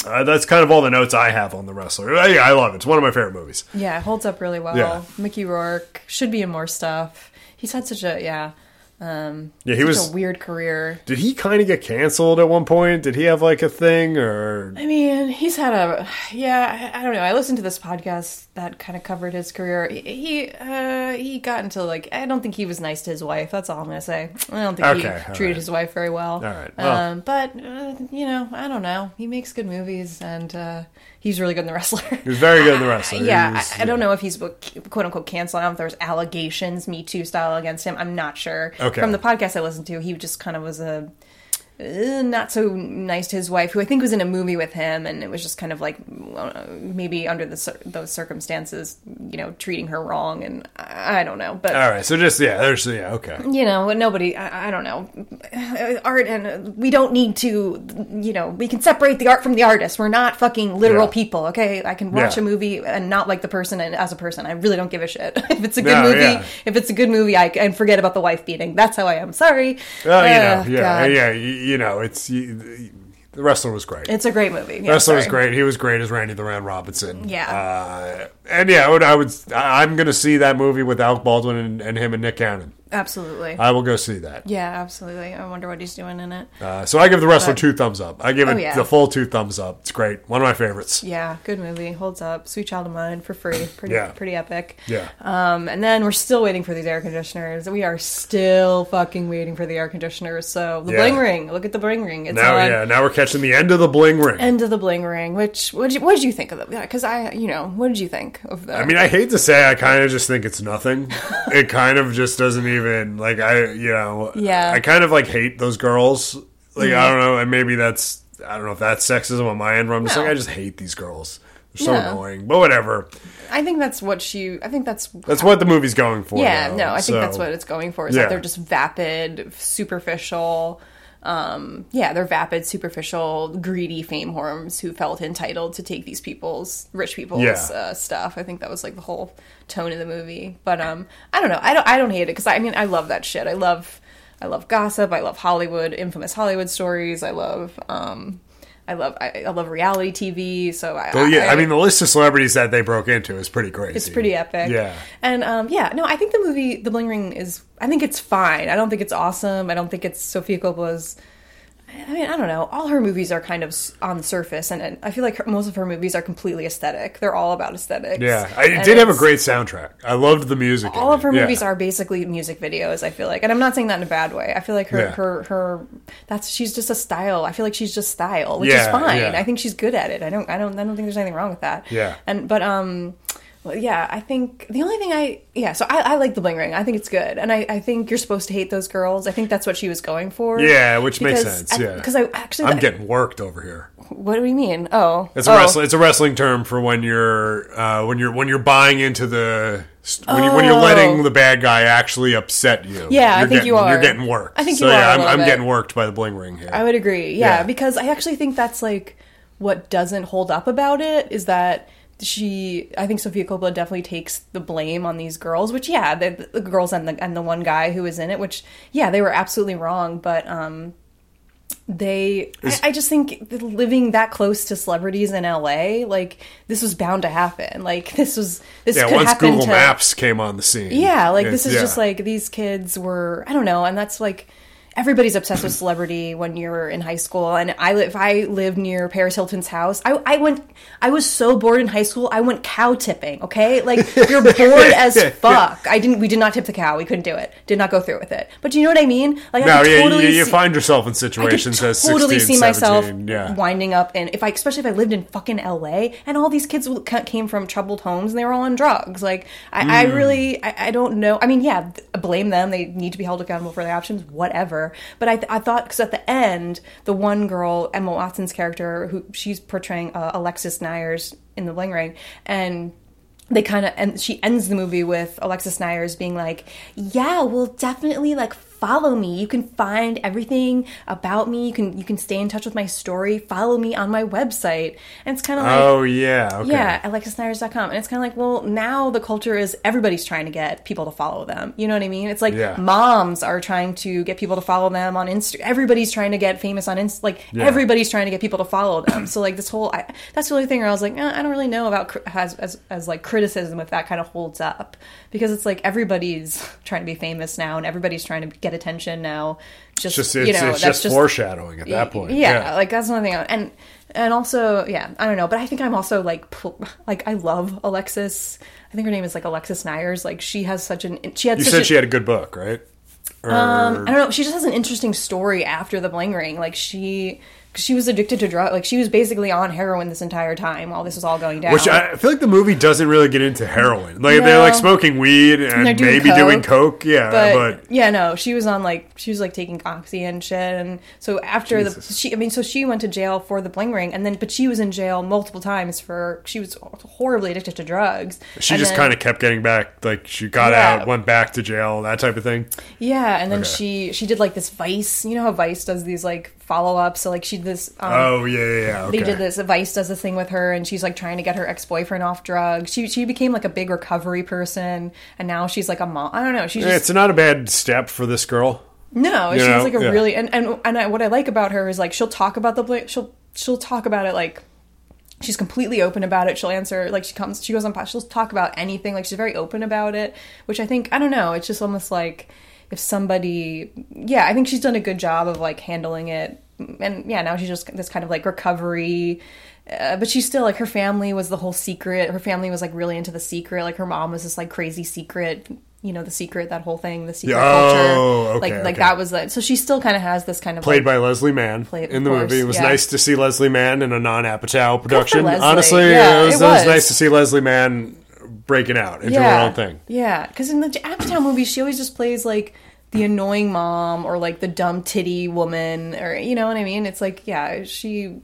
[SPEAKER 1] Uh, that's kind of all the notes I have on the wrestler. Uh, Yeah, I love it. It's one of my favorite movies.
[SPEAKER 2] Yeah, it holds up really well.
[SPEAKER 1] Yeah.
[SPEAKER 2] Mickey Rourke should be in more stuff. He's had such a yeah, um,
[SPEAKER 1] Yeah, he
[SPEAKER 2] such
[SPEAKER 1] was.
[SPEAKER 2] a weird career.
[SPEAKER 1] did he kind of get canceled at one point? Did he have like a thing or?
[SPEAKER 2] I mean, he's had a yeah. I, I don't know. I listened to this podcast that kind of covered his career. He he, uh, he got into like I don't think he was nice to his wife. That's all I'm gonna say. I don't think
[SPEAKER 1] Okay, all
[SPEAKER 2] he treated
[SPEAKER 1] right.
[SPEAKER 2] his wife very well. All
[SPEAKER 1] right, well.
[SPEAKER 2] um, but uh, you know, I don't know. He makes good movies, and uh, he's really good in the wrestler.
[SPEAKER 1] He was very good in the wrestling.
[SPEAKER 2] Yeah, I, I don't know if he's quote unquote canceled. I don't know if there was allegations, Me Too style against him. I'm not sure.
[SPEAKER 1] Okay.
[SPEAKER 2] From the podcast I listened to, he just kind of was a uh, not so nice to his wife, who I think was in a movie with him, and it was just kind of like uh, maybe under the cir- those circumstances, you know, treating her wrong, and I I don't know, but.
[SPEAKER 1] All right, so just yeah, there's yeah, okay. Uh,
[SPEAKER 2] You know, nobody. I, I don't know. Art and we don't need to. You know, we can separate the art from the artist. We're not fucking literal
[SPEAKER 1] Yeah.
[SPEAKER 2] people. Okay, I can watch
[SPEAKER 1] Yeah.
[SPEAKER 2] a movie and not like the person and as a person. I really don't give a shit if it's a good
[SPEAKER 1] No,
[SPEAKER 2] movie.
[SPEAKER 1] yeah.
[SPEAKER 2] If it's a good movie, I can forget about the wife beating. That's how I am. Sorry.
[SPEAKER 1] Oh,
[SPEAKER 2] Ugh,
[SPEAKER 1] you know, yeah,
[SPEAKER 2] God.
[SPEAKER 1] yeah, you, you know, it's you, the wrestler was great.
[SPEAKER 2] It's a great movie. Yeah,
[SPEAKER 1] wrestler was
[SPEAKER 2] sorry.
[SPEAKER 1] great. He was great as Randy the Ram Robinson.
[SPEAKER 2] Yeah.
[SPEAKER 1] uh, and yeah, I would, I would, I- I'm gonna see that movie with Alec Baldwin and, and him and Nick Cannon.
[SPEAKER 2] Absolutely.
[SPEAKER 1] I will go see that.
[SPEAKER 2] yeah, absolutely. I wonder what he's doing in it.
[SPEAKER 1] Uh, so I give the wrestler two thumbs up. I give it
[SPEAKER 2] Oh, yeah.
[SPEAKER 1] the full two thumbs up. It's great. One of my favorites.
[SPEAKER 2] Yeah, good movie. Holds up. Sweet Child of Mine for free. Pretty
[SPEAKER 1] Yeah.
[SPEAKER 2] pretty epic.
[SPEAKER 1] Yeah.
[SPEAKER 2] Um, and then we're still waiting for these air conditioners. We are still fucking waiting for the air conditioners. So the
[SPEAKER 1] Yeah.
[SPEAKER 2] bling ring. Look at the bling ring. It's
[SPEAKER 1] now,
[SPEAKER 2] on.
[SPEAKER 1] yeah, now we're catching the end of the bling ring.
[SPEAKER 2] End of the bling ring. Which what did you, what did you think of that? Because I, you know, what did you think of that?
[SPEAKER 1] I mean, I hate to say, I kind of just think it's nothing. it kind of just doesn't even like I, you know,
[SPEAKER 2] Yeah.
[SPEAKER 1] I kind of like hate those girls. Like I don't know, and maybe that's I don't know if that's sexism on my end, where I'm just like
[SPEAKER 2] No.
[SPEAKER 1] I just hate these girls. They're so
[SPEAKER 2] Yeah.
[SPEAKER 1] annoying, but whatever.
[SPEAKER 2] I think that's what she. I think that's.
[SPEAKER 1] That's what the movie's going for.
[SPEAKER 2] yeah,
[SPEAKER 1] though,
[SPEAKER 2] no, I think
[SPEAKER 1] so-
[SPEAKER 2] that's what it's going for. Is
[SPEAKER 1] Yeah.
[SPEAKER 2] that they're just vapid, superficial. Um, yeah, they're vapid, superficial, greedy fame horms who felt entitled to take these people's rich people's
[SPEAKER 1] Yeah.
[SPEAKER 2] uh, stuff. I think that was like the whole tone of the movie. But um, I don't know. I don't. I don't hate it because I, I mean I love that shit. I love. I love gossip. I love Hollywood, infamous Hollywood stories. I love. Um, I love. I, I love reality TV. So I.
[SPEAKER 1] Oh yeah, I, mean the list of celebrities that they broke into is pretty crazy.
[SPEAKER 2] it's pretty epic.
[SPEAKER 1] Yeah.
[SPEAKER 2] And um, yeah, no, I think the movie The Bling Ring is. I think it's fine. I don't think it's awesome. I don't think it's Sofia Coppola's. I mean, I don't know. All her movies are kind of s- on the surface, and, and I feel like her, most of her movies are completely aesthetic. They're all about aesthetics.
[SPEAKER 1] Yeah, I, it
[SPEAKER 2] And
[SPEAKER 1] did have a
[SPEAKER 2] it's-
[SPEAKER 1] great soundtrack. I loved the music. in
[SPEAKER 2] all of
[SPEAKER 1] it.
[SPEAKER 2] her
[SPEAKER 1] Yeah.
[SPEAKER 2] movies are basically music videos i feel like and i'm not saying that in a bad way i feel like her
[SPEAKER 1] Yeah.
[SPEAKER 2] her her that's she's just a style i feel like she's just style which is
[SPEAKER 1] Yeah,
[SPEAKER 2] fine
[SPEAKER 1] yeah.
[SPEAKER 2] i think she's good at it i don't i don't i don't think there's anything wrong with that
[SPEAKER 1] Yeah.
[SPEAKER 2] and but um well, yeah i think the only thing i yeah so i, I like the bling ring i think it's good and I, I think you're supposed to hate those girls i think that's what she was going for
[SPEAKER 1] Yeah, which makes
[SPEAKER 2] Because
[SPEAKER 1] sense,
[SPEAKER 2] I-
[SPEAKER 1] yeah.
[SPEAKER 2] because i actually
[SPEAKER 1] I'm getting worked over here.
[SPEAKER 2] what do we mean oh
[SPEAKER 1] It's a wrestling. It's a wrestling term for when you're uh, when you're when you're buying into the st- when, you, when you're
[SPEAKER 2] Oh.
[SPEAKER 1] letting the bad guy actually upset you.
[SPEAKER 2] Yeah, I
[SPEAKER 1] You're
[SPEAKER 2] think
[SPEAKER 1] getting,
[SPEAKER 2] you are.
[SPEAKER 1] You're getting worked.
[SPEAKER 2] I think
[SPEAKER 1] so,
[SPEAKER 2] you are
[SPEAKER 1] Yeah,
[SPEAKER 2] a
[SPEAKER 1] I'm,
[SPEAKER 2] little
[SPEAKER 1] I'm
[SPEAKER 2] bit.
[SPEAKER 1] getting worked by the bling ring here.
[SPEAKER 2] I would agree. Yeah,
[SPEAKER 1] Yeah.
[SPEAKER 2] because I actually think that's like what doesn't hold up about it is that she I think Sofia Coppola definitely takes the blame on these girls, which yeah, the, the girls and the and the one guy who was in it, which yeah, they were absolutely wrong, but um they I, I just think that living that close to celebrities in LA, like this was bound to happen. Like this was this
[SPEAKER 1] yeah,
[SPEAKER 2] could
[SPEAKER 1] once
[SPEAKER 2] happen
[SPEAKER 1] Google
[SPEAKER 2] to
[SPEAKER 1] Maps came on the scene.
[SPEAKER 2] yeah, like
[SPEAKER 1] it's-
[SPEAKER 2] this is
[SPEAKER 1] yeah.
[SPEAKER 2] just like these kids were I don't know, and that's like everybody's obsessed with celebrity when you're in high school. And I li- if I lived near Paris Hilton's house, I I went I was so bored in high school, I went cow tipping, okay? Like you're bored as fuck. I didn't we did not tip the cow, we couldn't do it. Did not go through with it. But do you know what I mean? Like
[SPEAKER 1] No,
[SPEAKER 2] I could
[SPEAKER 1] yeah,
[SPEAKER 2] totally
[SPEAKER 1] you, you
[SPEAKER 2] see-
[SPEAKER 1] find yourself in
[SPEAKER 2] I could
[SPEAKER 1] situations as
[SPEAKER 2] totally
[SPEAKER 1] 16,
[SPEAKER 2] see myself
[SPEAKER 1] 17, yeah.
[SPEAKER 2] winding up in if I especially if I lived in fucking LA and all these kids w- ca- came from troubled homes and they were all on drugs. Like I, I
[SPEAKER 1] Mm.
[SPEAKER 2] really I, I don't know. I mean, yeah, th- blame them. They need to be held accountable for their actions, whatever. But I th- I thought because at the end, the one girl Emma Watson's character who she's portraying uh, Alexis Nyers in The Bling Ring and they kind of and she ends the movie with Alexis Nyers being like, "Yeah, well, definitely like follow me. You can find everything about me. You can you can stay in touch with my story. Follow me on my website." And it's kind of like,
[SPEAKER 1] Oh yeah. Okay.
[SPEAKER 2] yeah, alexisnyers.com. And it's kind of like, well, now the culture is everybody's trying to get people to follow them. You know what I mean? It's like
[SPEAKER 1] Yeah.
[SPEAKER 2] moms are trying to get people to follow them on Insta. Everybody's trying to get famous on Insta. Like, everybody's trying to get people to follow them. so, like, this whole, I, that's the only thing where I was like, eh, I don't really know about cr- as, as, as, like, criticism if that kind of holds up. Because it's like everybody's trying to be famous now and everybody's trying to get attention now. Just,
[SPEAKER 1] It's just
[SPEAKER 2] you
[SPEAKER 1] it's,
[SPEAKER 2] know,
[SPEAKER 1] it's
[SPEAKER 2] that's
[SPEAKER 1] just,
[SPEAKER 2] just
[SPEAKER 1] foreshadowing at that point.
[SPEAKER 2] yeah, like that's another thing. I- And and also, yeah, I don't know, but I think I'm also like pl- like I love Alexis. I think her name is like Alexis Nyers. Like she has such an she had
[SPEAKER 1] you
[SPEAKER 2] such
[SPEAKER 1] said
[SPEAKER 2] a-
[SPEAKER 1] she had a good book, right? Or,
[SPEAKER 2] I don't know. She just has an interesting story after the bling ring. Like she. 'cause She was addicted to drug. Like she was basically on heroin this entire time while this was all going down.
[SPEAKER 1] Which I feel like the movie doesn't really get into heroin. Like they're like
[SPEAKER 2] No.
[SPEAKER 1] smoking weed and,
[SPEAKER 2] they're doing
[SPEAKER 1] maybe
[SPEAKER 2] coke.
[SPEAKER 1] doing coke. Yeah,
[SPEAKER 2] but,
[SPEAKER 1] Uh, but,
[SPEAKER 2] yeah, no, she was on like she was like taking oxy and shit, and so after the
[SPEAKER 1] Jesus.
[SPEAKER 2] she, I mean, so she went to jail for the bling ring, and then but she was in jail multiple times for she was horribly addicted to drugs.
[SPEAKER 1] she just kind of kept getting back. Like she got
[SPEAKER 2] Yeah.
[SPEAKER 1] out, went back to jail, that type of thing.
[SPEAKER 2] yeah, and then
[SPEAKER 1] Okay.
[SPEAKER 2] she she did like this Vice, you know how Vice does these like follow ups, so like she did this. Um,
[SPEAKER 1] Oh yeah, yeah, yeah. Okay.
[SPEAKER 2] They did this. Vice does this thing with her, and she's like trying to get her ex boyfriend off drugs. She she became like a big recovery person, and now she's like a mom. I don't know. She's just,
[SPEAKER 1] It's not a bad step for this girl.
[SPEAKER 2] No,
[SPEAKER 1] You
[SPEAKER 2] she's
[SPEAKER 1] know?
[SPEAKER 2] like a
[SPEAKER 1] Yeah.
[SPEAKER 2] really and and and I, what I like about her is like she'll talk about the bla- she'll she'll talk about it like she's completely open about it. She'll answer like she comes she goes on pod- she'll talk about anything like she's very open about it, which I think I don't know. It's just almost like if somebody, yeah, I think she's done a good job of like handling it, and yeah, now she's just this kind of like recovery. Uh, but she's still like her family was the whole secret. Her family was like really into the secret. Like her mom was this like crazy secret, you know, the secret that whole thing, the secret
[SPEAKER 1] Oh,
[SPEAKER 2] culture.
[SPEAKER 1] okay,
[SPEAKER 2] like like
[SPEAKER 1] okay.
[SPEAKER 2] that was like so she still kind of has this kind of
[SPEAKER 1] Played
[SPEAKER 2] like,
[SPEAKER 1] by Leslie Mann
[SPEAKER 2] Played- of
[SPEAKER 1] in the
[SPEAKER 2] course,
[SPEAKER 1] movie. It was
[SPEAKER 2] yeah.
[SPEAKER 1] nice to see Leslie Mann in a non Apatow production.
[SPEAKER 2] Leslie.
[SPEAKER 1] Honestly,
[SPEAKER 2] Yeah,
[SPEAKER 1] it, was,
[SPEAKER 2] it
[SPEAKER 1] it was
[SPEAKER 2] was.
[SPEAKER 1] nice to see Leslie Mann breaking out into her own thing.
[SPEAKER 2] Yeah, because in the Apatow movies, she always just plays like the annoying mom or like the dumb titty woman, or you know what I mean. It's like yeah, she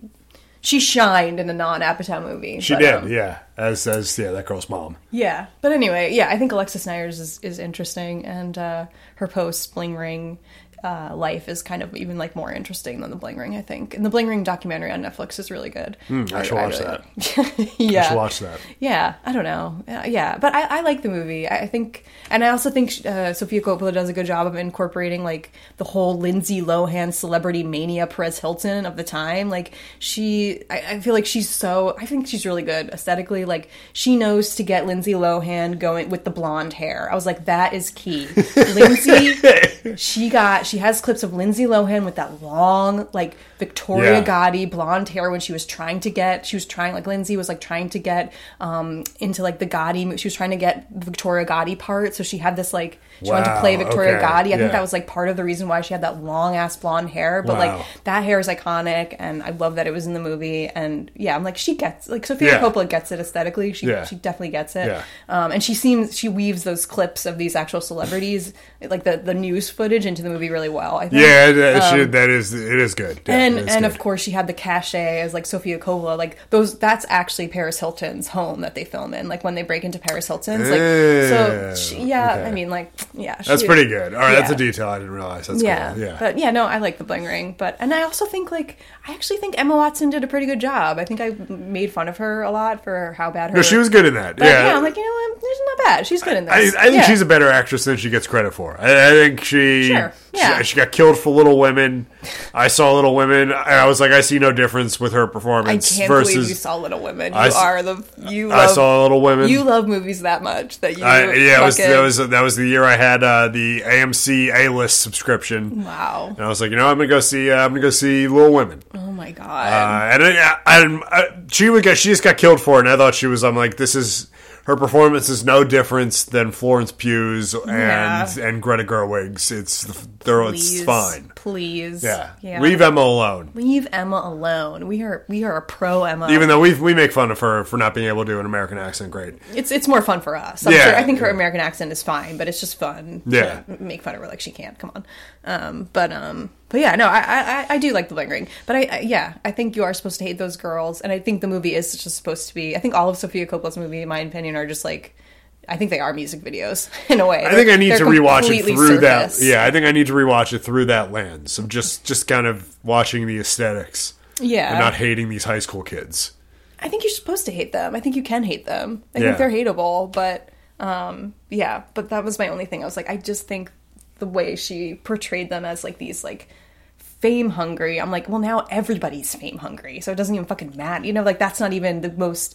[SPEAKER 2] she shined in a non Apatow movie.
[SPEAKER 1] She
[SPEAKER 2] but,
[SPEAKER 1] did,
[SPEAKER 2] um,
[SPEAKER 1] yeah. As as yeah, that girl's mom.
[SPEAKER 2] yeah, but anyway, yeah, I think Alexis Snyder's is, is interesting, and uh, her post Bling Ring uh, life is kind of even like more interesting than the Bling Ring, I think. And the Bling Ring documentary on Netflix is really good.
[SPEAKER 1] Hmm, I should watch that.
[SPEAKER 2] that. yeah,
[SPEAKER 1] I should watch that.
[SPEAKER 2] yeah, I don't know. Uh, yeah, but I, I like the movie. I, I think, and I also think uh, Sophia Coppola does a good job of incorporating like the whole Lindsay Lohan celebrity mania, Perez Hilton of the time. Like she, I, I feel like she's so. I think she's really good aesthetically. Like she knows to get Lindsay Lohan going with the blonde hair. I was like, that is key. Lindsay, she got. She has clips of Lindsay Lohan with that long, like Victoria
[SPEAKER 1] Yeah.
[SPEAKER 2] Gotti body, blonde hair when she was trying to get, she was trying, like Lindsay was like trying to get um, into like the Gotti, she was trying to get the Victoria Gotti part. So she had this like, she wanted to
[SPEAKER 1] Wow,
[SPEAKER 2] play Victoria
[SPEAKER 1] okay,
[SPEAKER 2] Gotti. I
[SPEAKER 1] yeah.
[SPEAKER 2] think that was like part of the reason why she had that long ass blonde hair. But
[SPEAKER 1] Wow.
[SPEAKER 2] like that hair is iconic and I love that it was in the movie. And yeah, I'm like, she gets, like Sophia
[SPEAKER 1] Yeah.
[SPEAKER 2] Coppola gets it aesthetically. She,
[SPEAKER 1] Yeah.
[SPEAKER 2] she definitely gets it.
[SPEAKER 1] Yeah.
[SPEAKER 2] Um, and she seems, she weaves those clips of these actual celebrities, like the, the news footage into the movie really well. I think.
[SPEAKER 1] Yeah, that, she- that is it is good. Yeah,
[SPEAKER 2] Um, And
[SPEAKER 1] it is
[SPEAKER 2] and
[SPEAKER 1] good.
[SPEAKER 2] of course she had the cachet as like Sofia Coppola, like those that's actually Paris Hilton's home that they film in, like when they break into Paris Hilton's, like so she, yeah,
[SPEAKER 1] okay.
[SPEAKER 2] I mean like yeah, she-
[SPEAKER 1] That's pretty good. All right, that's a
[SPEAKER 2] Yeah.
[SPEAKER 1] detail I didn't realize. That's
[SPEAKER 2] Yeah,
[SPEAKER 1] cool. Yeah.
[SPEAKER 2] but yeah, no, I like the bling ring, but and I also think like I actually think Emma Watson did a pretty good job. I think I made fun of her a lot for how bad her.
[SPEAKER 1] no, she was good in that.
[SPEAKER 2] But
[SPEAKER 1] yeah.
[SPEAKER 2] yeah. I'm like you know what, she's not bad. She's good in
[SPEAKER 1] I, I
[SPEAKER 2] this.
[SPEAKER 1] think
[SPEAKER 2] Yeah.
[SPEAKER 1] she's a better actress than she gets credit for. I, I think she,
[SPEAKER 2] Sure, yeah.
[SPEAKER 1] she she got killed for Little Women. I saw Little Women. and I was like, I see no difference with her
[SPEAKER 2] I
[SPEAKER 1] performance
[SPEAKER 2] can't believe you
[SPEAKER 1] versus
[SPEAKER 2] saw Little Women. You
[SPEAKER 1] I s-
[SPEAKER 2] are the you.
[SPEAKER 1] I
[SPEAKER 2] Love,
[SPEAKER 1] saw Little Women.
[SPEAKER 2] you love movies that much that you.
[SPEAKER 1] I, yeah, it was,
[SPEAKER 2] fucking-
[SPEAKER 1] that was that was the year I had uh, the AMC A list subscription,
[SPEAKER 2] wow.
[SPEAKER 1] and I was like, you know, I'm gonna go see uh, I'm gonna go see Little Women.
[SPEAKER 2] Oh my god.
[SPEAKER 1] Uh, and I, I, I'm- I, she would get, she just got killed for it. And I thought she was. I'm like, this is her performance is no difference than Florence Pugh's and
[SPEAKER 2] Yeah.
[SPEAKER 1] and Greta Gerwig's. It's they're Uh, it's
[SPEAKER 2] Please,
[SPEAKER 1] fine.
[SPEAKER 2] Please.
[SPEAKER 1] Yeah.
[SPEAKER 2] yeah.
[SPEAKER 1] leave Emma alone.
[SPEAKER 2] Leave Emma alone. We are we are a pro Emma.
[SPEAKER 1] Even though we we make fun of her for not being able to do an American accent, great.
[SPEAKER 2] it's it's more fun for us. I'm
[SPEAKER 1] Yeah.
[SPEAKER 2] sure- I think her American accent is fine, but it's just fun. to
[SPEAKER 1] Yeah.
[SPEAKER 2] make fun of her like she can't. Come on. Um, but um, but yeah, no, I I, I- I do like the Bling Ring, but I, I yeah, I think you are supposed to hate those girls, and I think the movie is just supposed to be. I think all of Sofia Coppola's movie, in my opinion, are just like. I think they are music videos in a way.
[SPEAKER 1] I think I need
[SPEAKER 2] They're
[SPEAKER 1] to rewatch it
[SPEAKER 2] completely
[SPEAKER 1] through
[SPEAKER 2] surface.
[SPEAKER 1] that. Yeah, I think I need to rewatch it through that lens of just just kind of watching the aesthetics
[SPEAKER 2] yeah.
[SPEAKER 1] and not hating these high school kids.
[SPEAKER 2] I think you're supposed to hate them. I think you can hate them. I
[SPEAKER 1] Yeah.
[SPEAKER 2] think they're hateable, but um, yeah. But that was my only thing. I was like, I just think the way she portrayed them as like these like fame hungry. I'm like, well, now everybody's fame hungry, so it doesn't even fucking matter. You know, like that's not even the most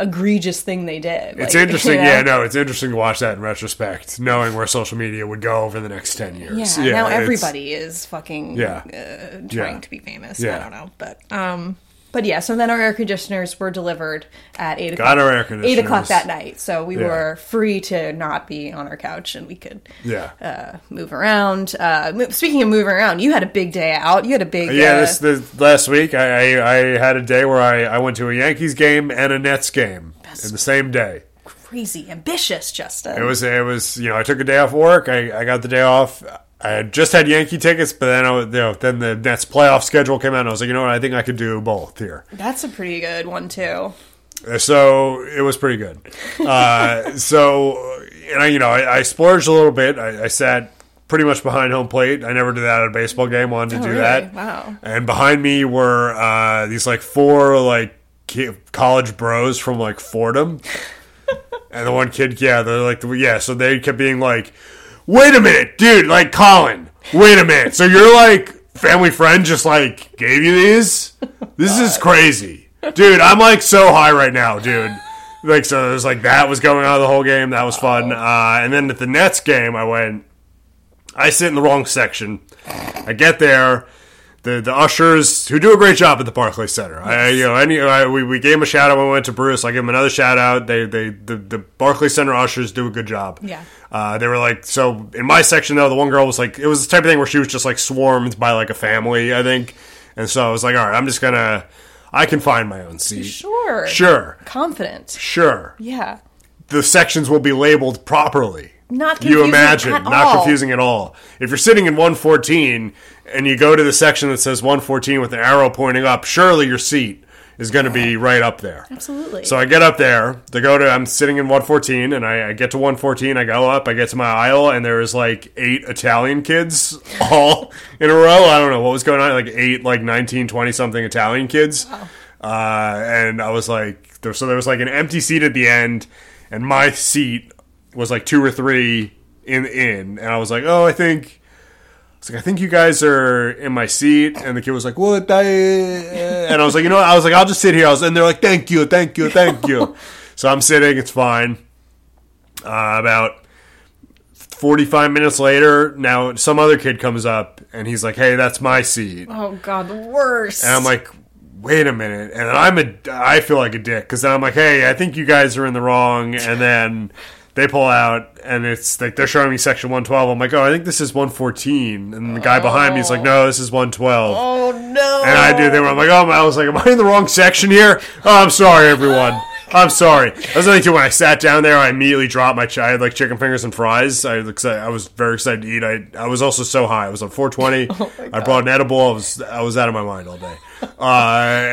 [SPEAKER 2] egregious thing they did.
[SPEAKER 1] It's
[SPEAKER 2] Like,
[SPEAKER 1] interesting,
[SPEAKER 2] you know?
[SPEAKER 1] yeah. No, it's interesting to watch that in retrospect, knowing where social media would go over the next ten years.
[SPEAKER 2] Yeah, now
[SPEAKER 1] it's-
[SPEAKER 2] everybody is fucking
[SPEAKER 1] Yeah.
[SPEAKER 2] uh, trying
[SPEAKER 1] Yeah.
[SPEAKER 2] to be famous.
[SPEAKER 1] Yeah.
[SPEAKER 2] I don't know, but um, but yeah. So then our air conditioners were delivered at eight o'clock.
[SPEAKER 1] Got our air
[SPEAKER 2] Eight o'clock
[SPEAKER 1] conditioners.
[SPEAKER 2] that night, so we
[SPEAKER 1] Yeah.
[SPEAKER 2] were free to not be on our couch and we could
[SPEAKER 1] Yeah,
[SPEAKER 2] uh, move around. Uh, mo- speaking of moving around, you had a big day out. You had a big
[SPEAKER 1] yeah.
[SPEAKER 2] uh,
[SPEAKER 1] This, this last week, I, I I had a day where I, I went to a Yankees game and a Nets game in the same day.
[SPEAKER 2] crazy ambitious Justin.
[SPEAKER 1] It was it was you know I took a day off work. I, I got the day off. I had just had Yankee tickets, but then I, was- you know then the Nets playoff schedule came out, and I was like, you know what, I think I could do both here.
[SPEAKER 2] That's a pretty good one too.
[SPEAKER 1] so it was pretty good. Uh, so and I, you know, I, I splurged a little bit. I, I sat pretty much behind home plate. I never did that at a baseball game. Wanted to do
[SPEAKER 2] Oh, really?
[SPEAKER 1] that.
[SPEAKER 2] Wow.
[SPEAKER 1] And behind me were uh, these like four like ki- college bros from like Fordham. And the one kid, yeah, they're like, yeah. So they kept being like, "Wait a minute, dude! Like, Colin, wait a minute. So your like family friend just like gave you these? This is crazy, dude. I'm like so high right now, dude. Like, so it was like that was going on the whole game. That was fun. Uh, and then at the Nets game, I went. I sit in the wrong section. I get there. The, the ushers who do a great job at the Barclays Center. I you know any I, we, we gave him a shout out when we went to Bruce. I give him another shout out. They they the, the Barclays Center ushers do a good job.
[SPEAKER 2] Yeah.
[SPEAKER 1] Uh, they were like so in my section though the one girl was like it was the type of thing where she was just like swarmed by like a family I think, and so I was like all right I'm just gonna I can find my own seat.
[SPEAKER 2] Sure.
[SPEAKER 1] Sure.
[SPEAKER 2] Confident.
[SPEAKER 1] Sure.
[SPEAKER 2] Yeah.
[SPEAKER 1] The sections will be labeled properly.
[SPEAKER 2] Not
[SPEAKER 1] you
[SPEAKER 2] confusing
[SPEAKER 1] imagine,
[SPEAKER 2] at
[SPEAKER 1] not
[SPEAKER 2] all.
[SPEAKER 1] confusing at all. If you're sitting in 114 and you go to the section that says 114 with an arrow pointing up, surely your seat is going to be right up there.
[SPEAKER 2] Absolutely.
[SPEAKER 1] So I get up there to go to. I'm sitting in 114, and I, I get to 114. I go up. I get to my aisle, and there is like eight Italian kids all in a row. I don't know what was going on. Like eight, like 19, 20 something Italian kids. Uh, and I was like, there, so there was like an empty seat at the end, and my seat was like two or three in in, and I was like, oh, I think. I was like, I think you guys are in my seat. And the kid was like, what? I-" eh." And I was like, you know what? I was like, I'll just sit here. I was, and they're like, thank you, thank you, thank you. so I'm sitting. It's fine. Uh, about 45 minutes later, now some other kid comes up and he's like, hey, that's my seat.
[SPEAKER 2] oh god, the worst.
[SPEAKER 1] And I'm like, wait a minute. And then I'm a, I feel like a dick because then I'm like, hey, I think you guys are in the wrong. And then they pull out and it's like they're showing me section 112. I'm like, oh, I think this is 114. And the guy behind me is like, no, this is 112.
[SPEAKER 2] oh no.
[SPEAKER 1] And I do. They were I'm like, oh, my- I was like, am I in the wrong section here? Oh, I'm sorry, everyone. I'm sorry. That was the thing too. When I sat down there, I immediately dropped my. Ch- I had like chicken fingers and fries. I was exci- I was very excited to eat. I I was also so high. I was on 420. I brought an edible. I was I was out of my mind all day. Uh,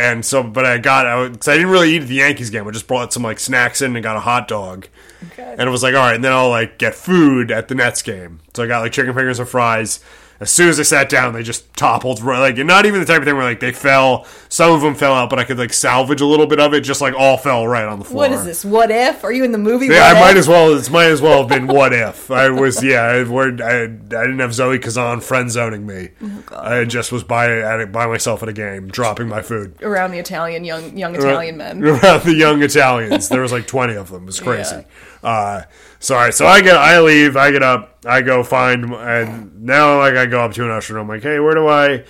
[SPEAKER 1] and so, but I got I, was- cause I didn't really eat at the Yankees game. I just brought some like snacks in and got a hot dog. And it was like, all right, and then I'll like get food at the Nets game. So I got like chicken fingers and fries. As soon as I sat down, they just toppled. right- Like, and not even the type of thing where like they fell. Some of them fell out, but I could like salvage a little bit of it. Just like all fell right on the floor.
[SPEAKER 2] what is this? What if? Are you in the movie?
[SPEAKER 1] Yeah,
[SPEAKER 2] What
[SPEAKER 1] I might
[SPEAKER 2] If?
[SPEAKER 1] as well. It might as well have been what if I was. Yeah, I, were, I, I didn't have Zoe Kazan friend zoning me.
[SPEAKER 2] Oh,
[SPEAKER 1] I just was by at it by myself at a game, dropping my food.
[SPEAKER 2] around the Italian young young Italian men.
[SPEAKER 1] around the young Italians. There was like twenty of them. It was crazy. Uh, sorry. So I get, I leave, I get up, I go find, and now like I go up to an usher and I'm like, hey, where do I?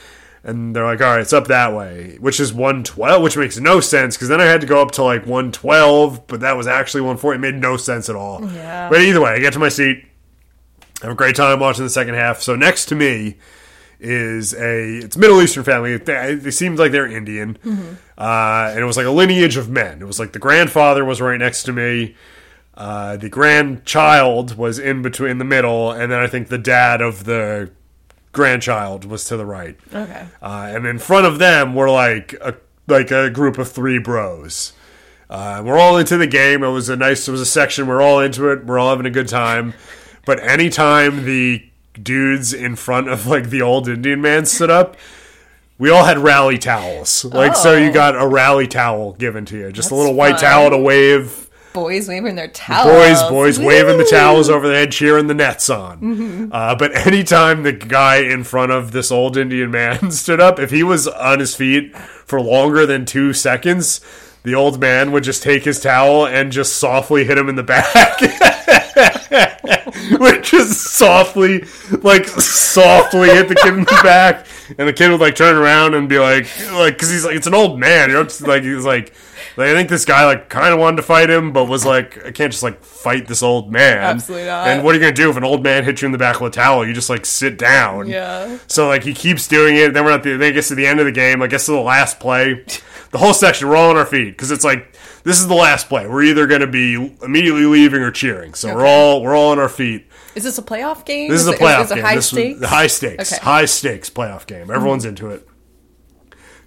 [SPEAKER 1] And they're like, all right, it's up that way, which is one twelve, which makes no sense because then I had to go up to like one twelve, but that was actually one forty. It made no sense at all.
[SPEAKER 2] Yeah.
[SPEAKER 1] But either way, I get to my seat. Have a great time watching the second half. So next to me is a it's Middle Eastern family. They, they seemed like they're Indian, uh, and it was like a lineage of men. It was like the grandfather was right next to me. Uh, the grandchild was in between in the middle, and then I think the dad of the grandchild was to the right.
[SPEAKER 2] Okay.
[SPEAKER 1] Uh, and in front of them were like a like a group of three bros. Uh, we're all into the game. It was a nice. It was a section. We're all into it. We're all having a good time. But anytime the dudes in front of like the old Indian man stood up, we all had rally towels. Like so, you got a rally towel given to you, just a little white
[SPEAKER 2] fun.
[SPEAKER 1] towel to wave
[SPEAKER 2] Boys waving their towels.
[SPEAKER 1] boys, boys waving the towels over their head, cheering the Nets on. Uh, but anytime the guy in front of this old Indian man stood up, if he was on his feet for longer than two seconds, the old man would just take his towel and just softly hit him in the back. would just softly, like softly hit the kid in the back, and the kid would like turn around and be like, like, because he's like, it's an old man, you know, it's like he's like, like I think this guy like kind of wanted to fight him, but was like, I can't just like fight this old man.
[SPEAKER 2] Absolutely not.
[SPEAKER 1] And what are you gonna do if an old man hits you in the back with a towel? You just like sit down.
[SPEAKER 2] Yeah.
[SPEAKER 1] So like he keeps doing it. Then we're at the. Then it gets to the end of the game. I guess to the last play, the whole section we're all on our feet because it's like this is the last play. We're either going to be immediately leaving or cheering. So we're all we're all on our feet.
[SPEAKER 2] Is this a playoff game?
[SPEAKER 1] This is a
[SPEAKER 2] it-
[SPEAKER 1] playoff
[SPEAKER 2] Is it
[SPEAKER 1] game.
[SPEAKER 2] high
[SPEAKER 1] This was-
[SPEAKER 2] stakes?
[SPEAKER 1] high stakes.
[SPEAKER 2] Okay. Mm-hmm.
[SPEAKER 1] High stakes playoff game. Everyone's into it.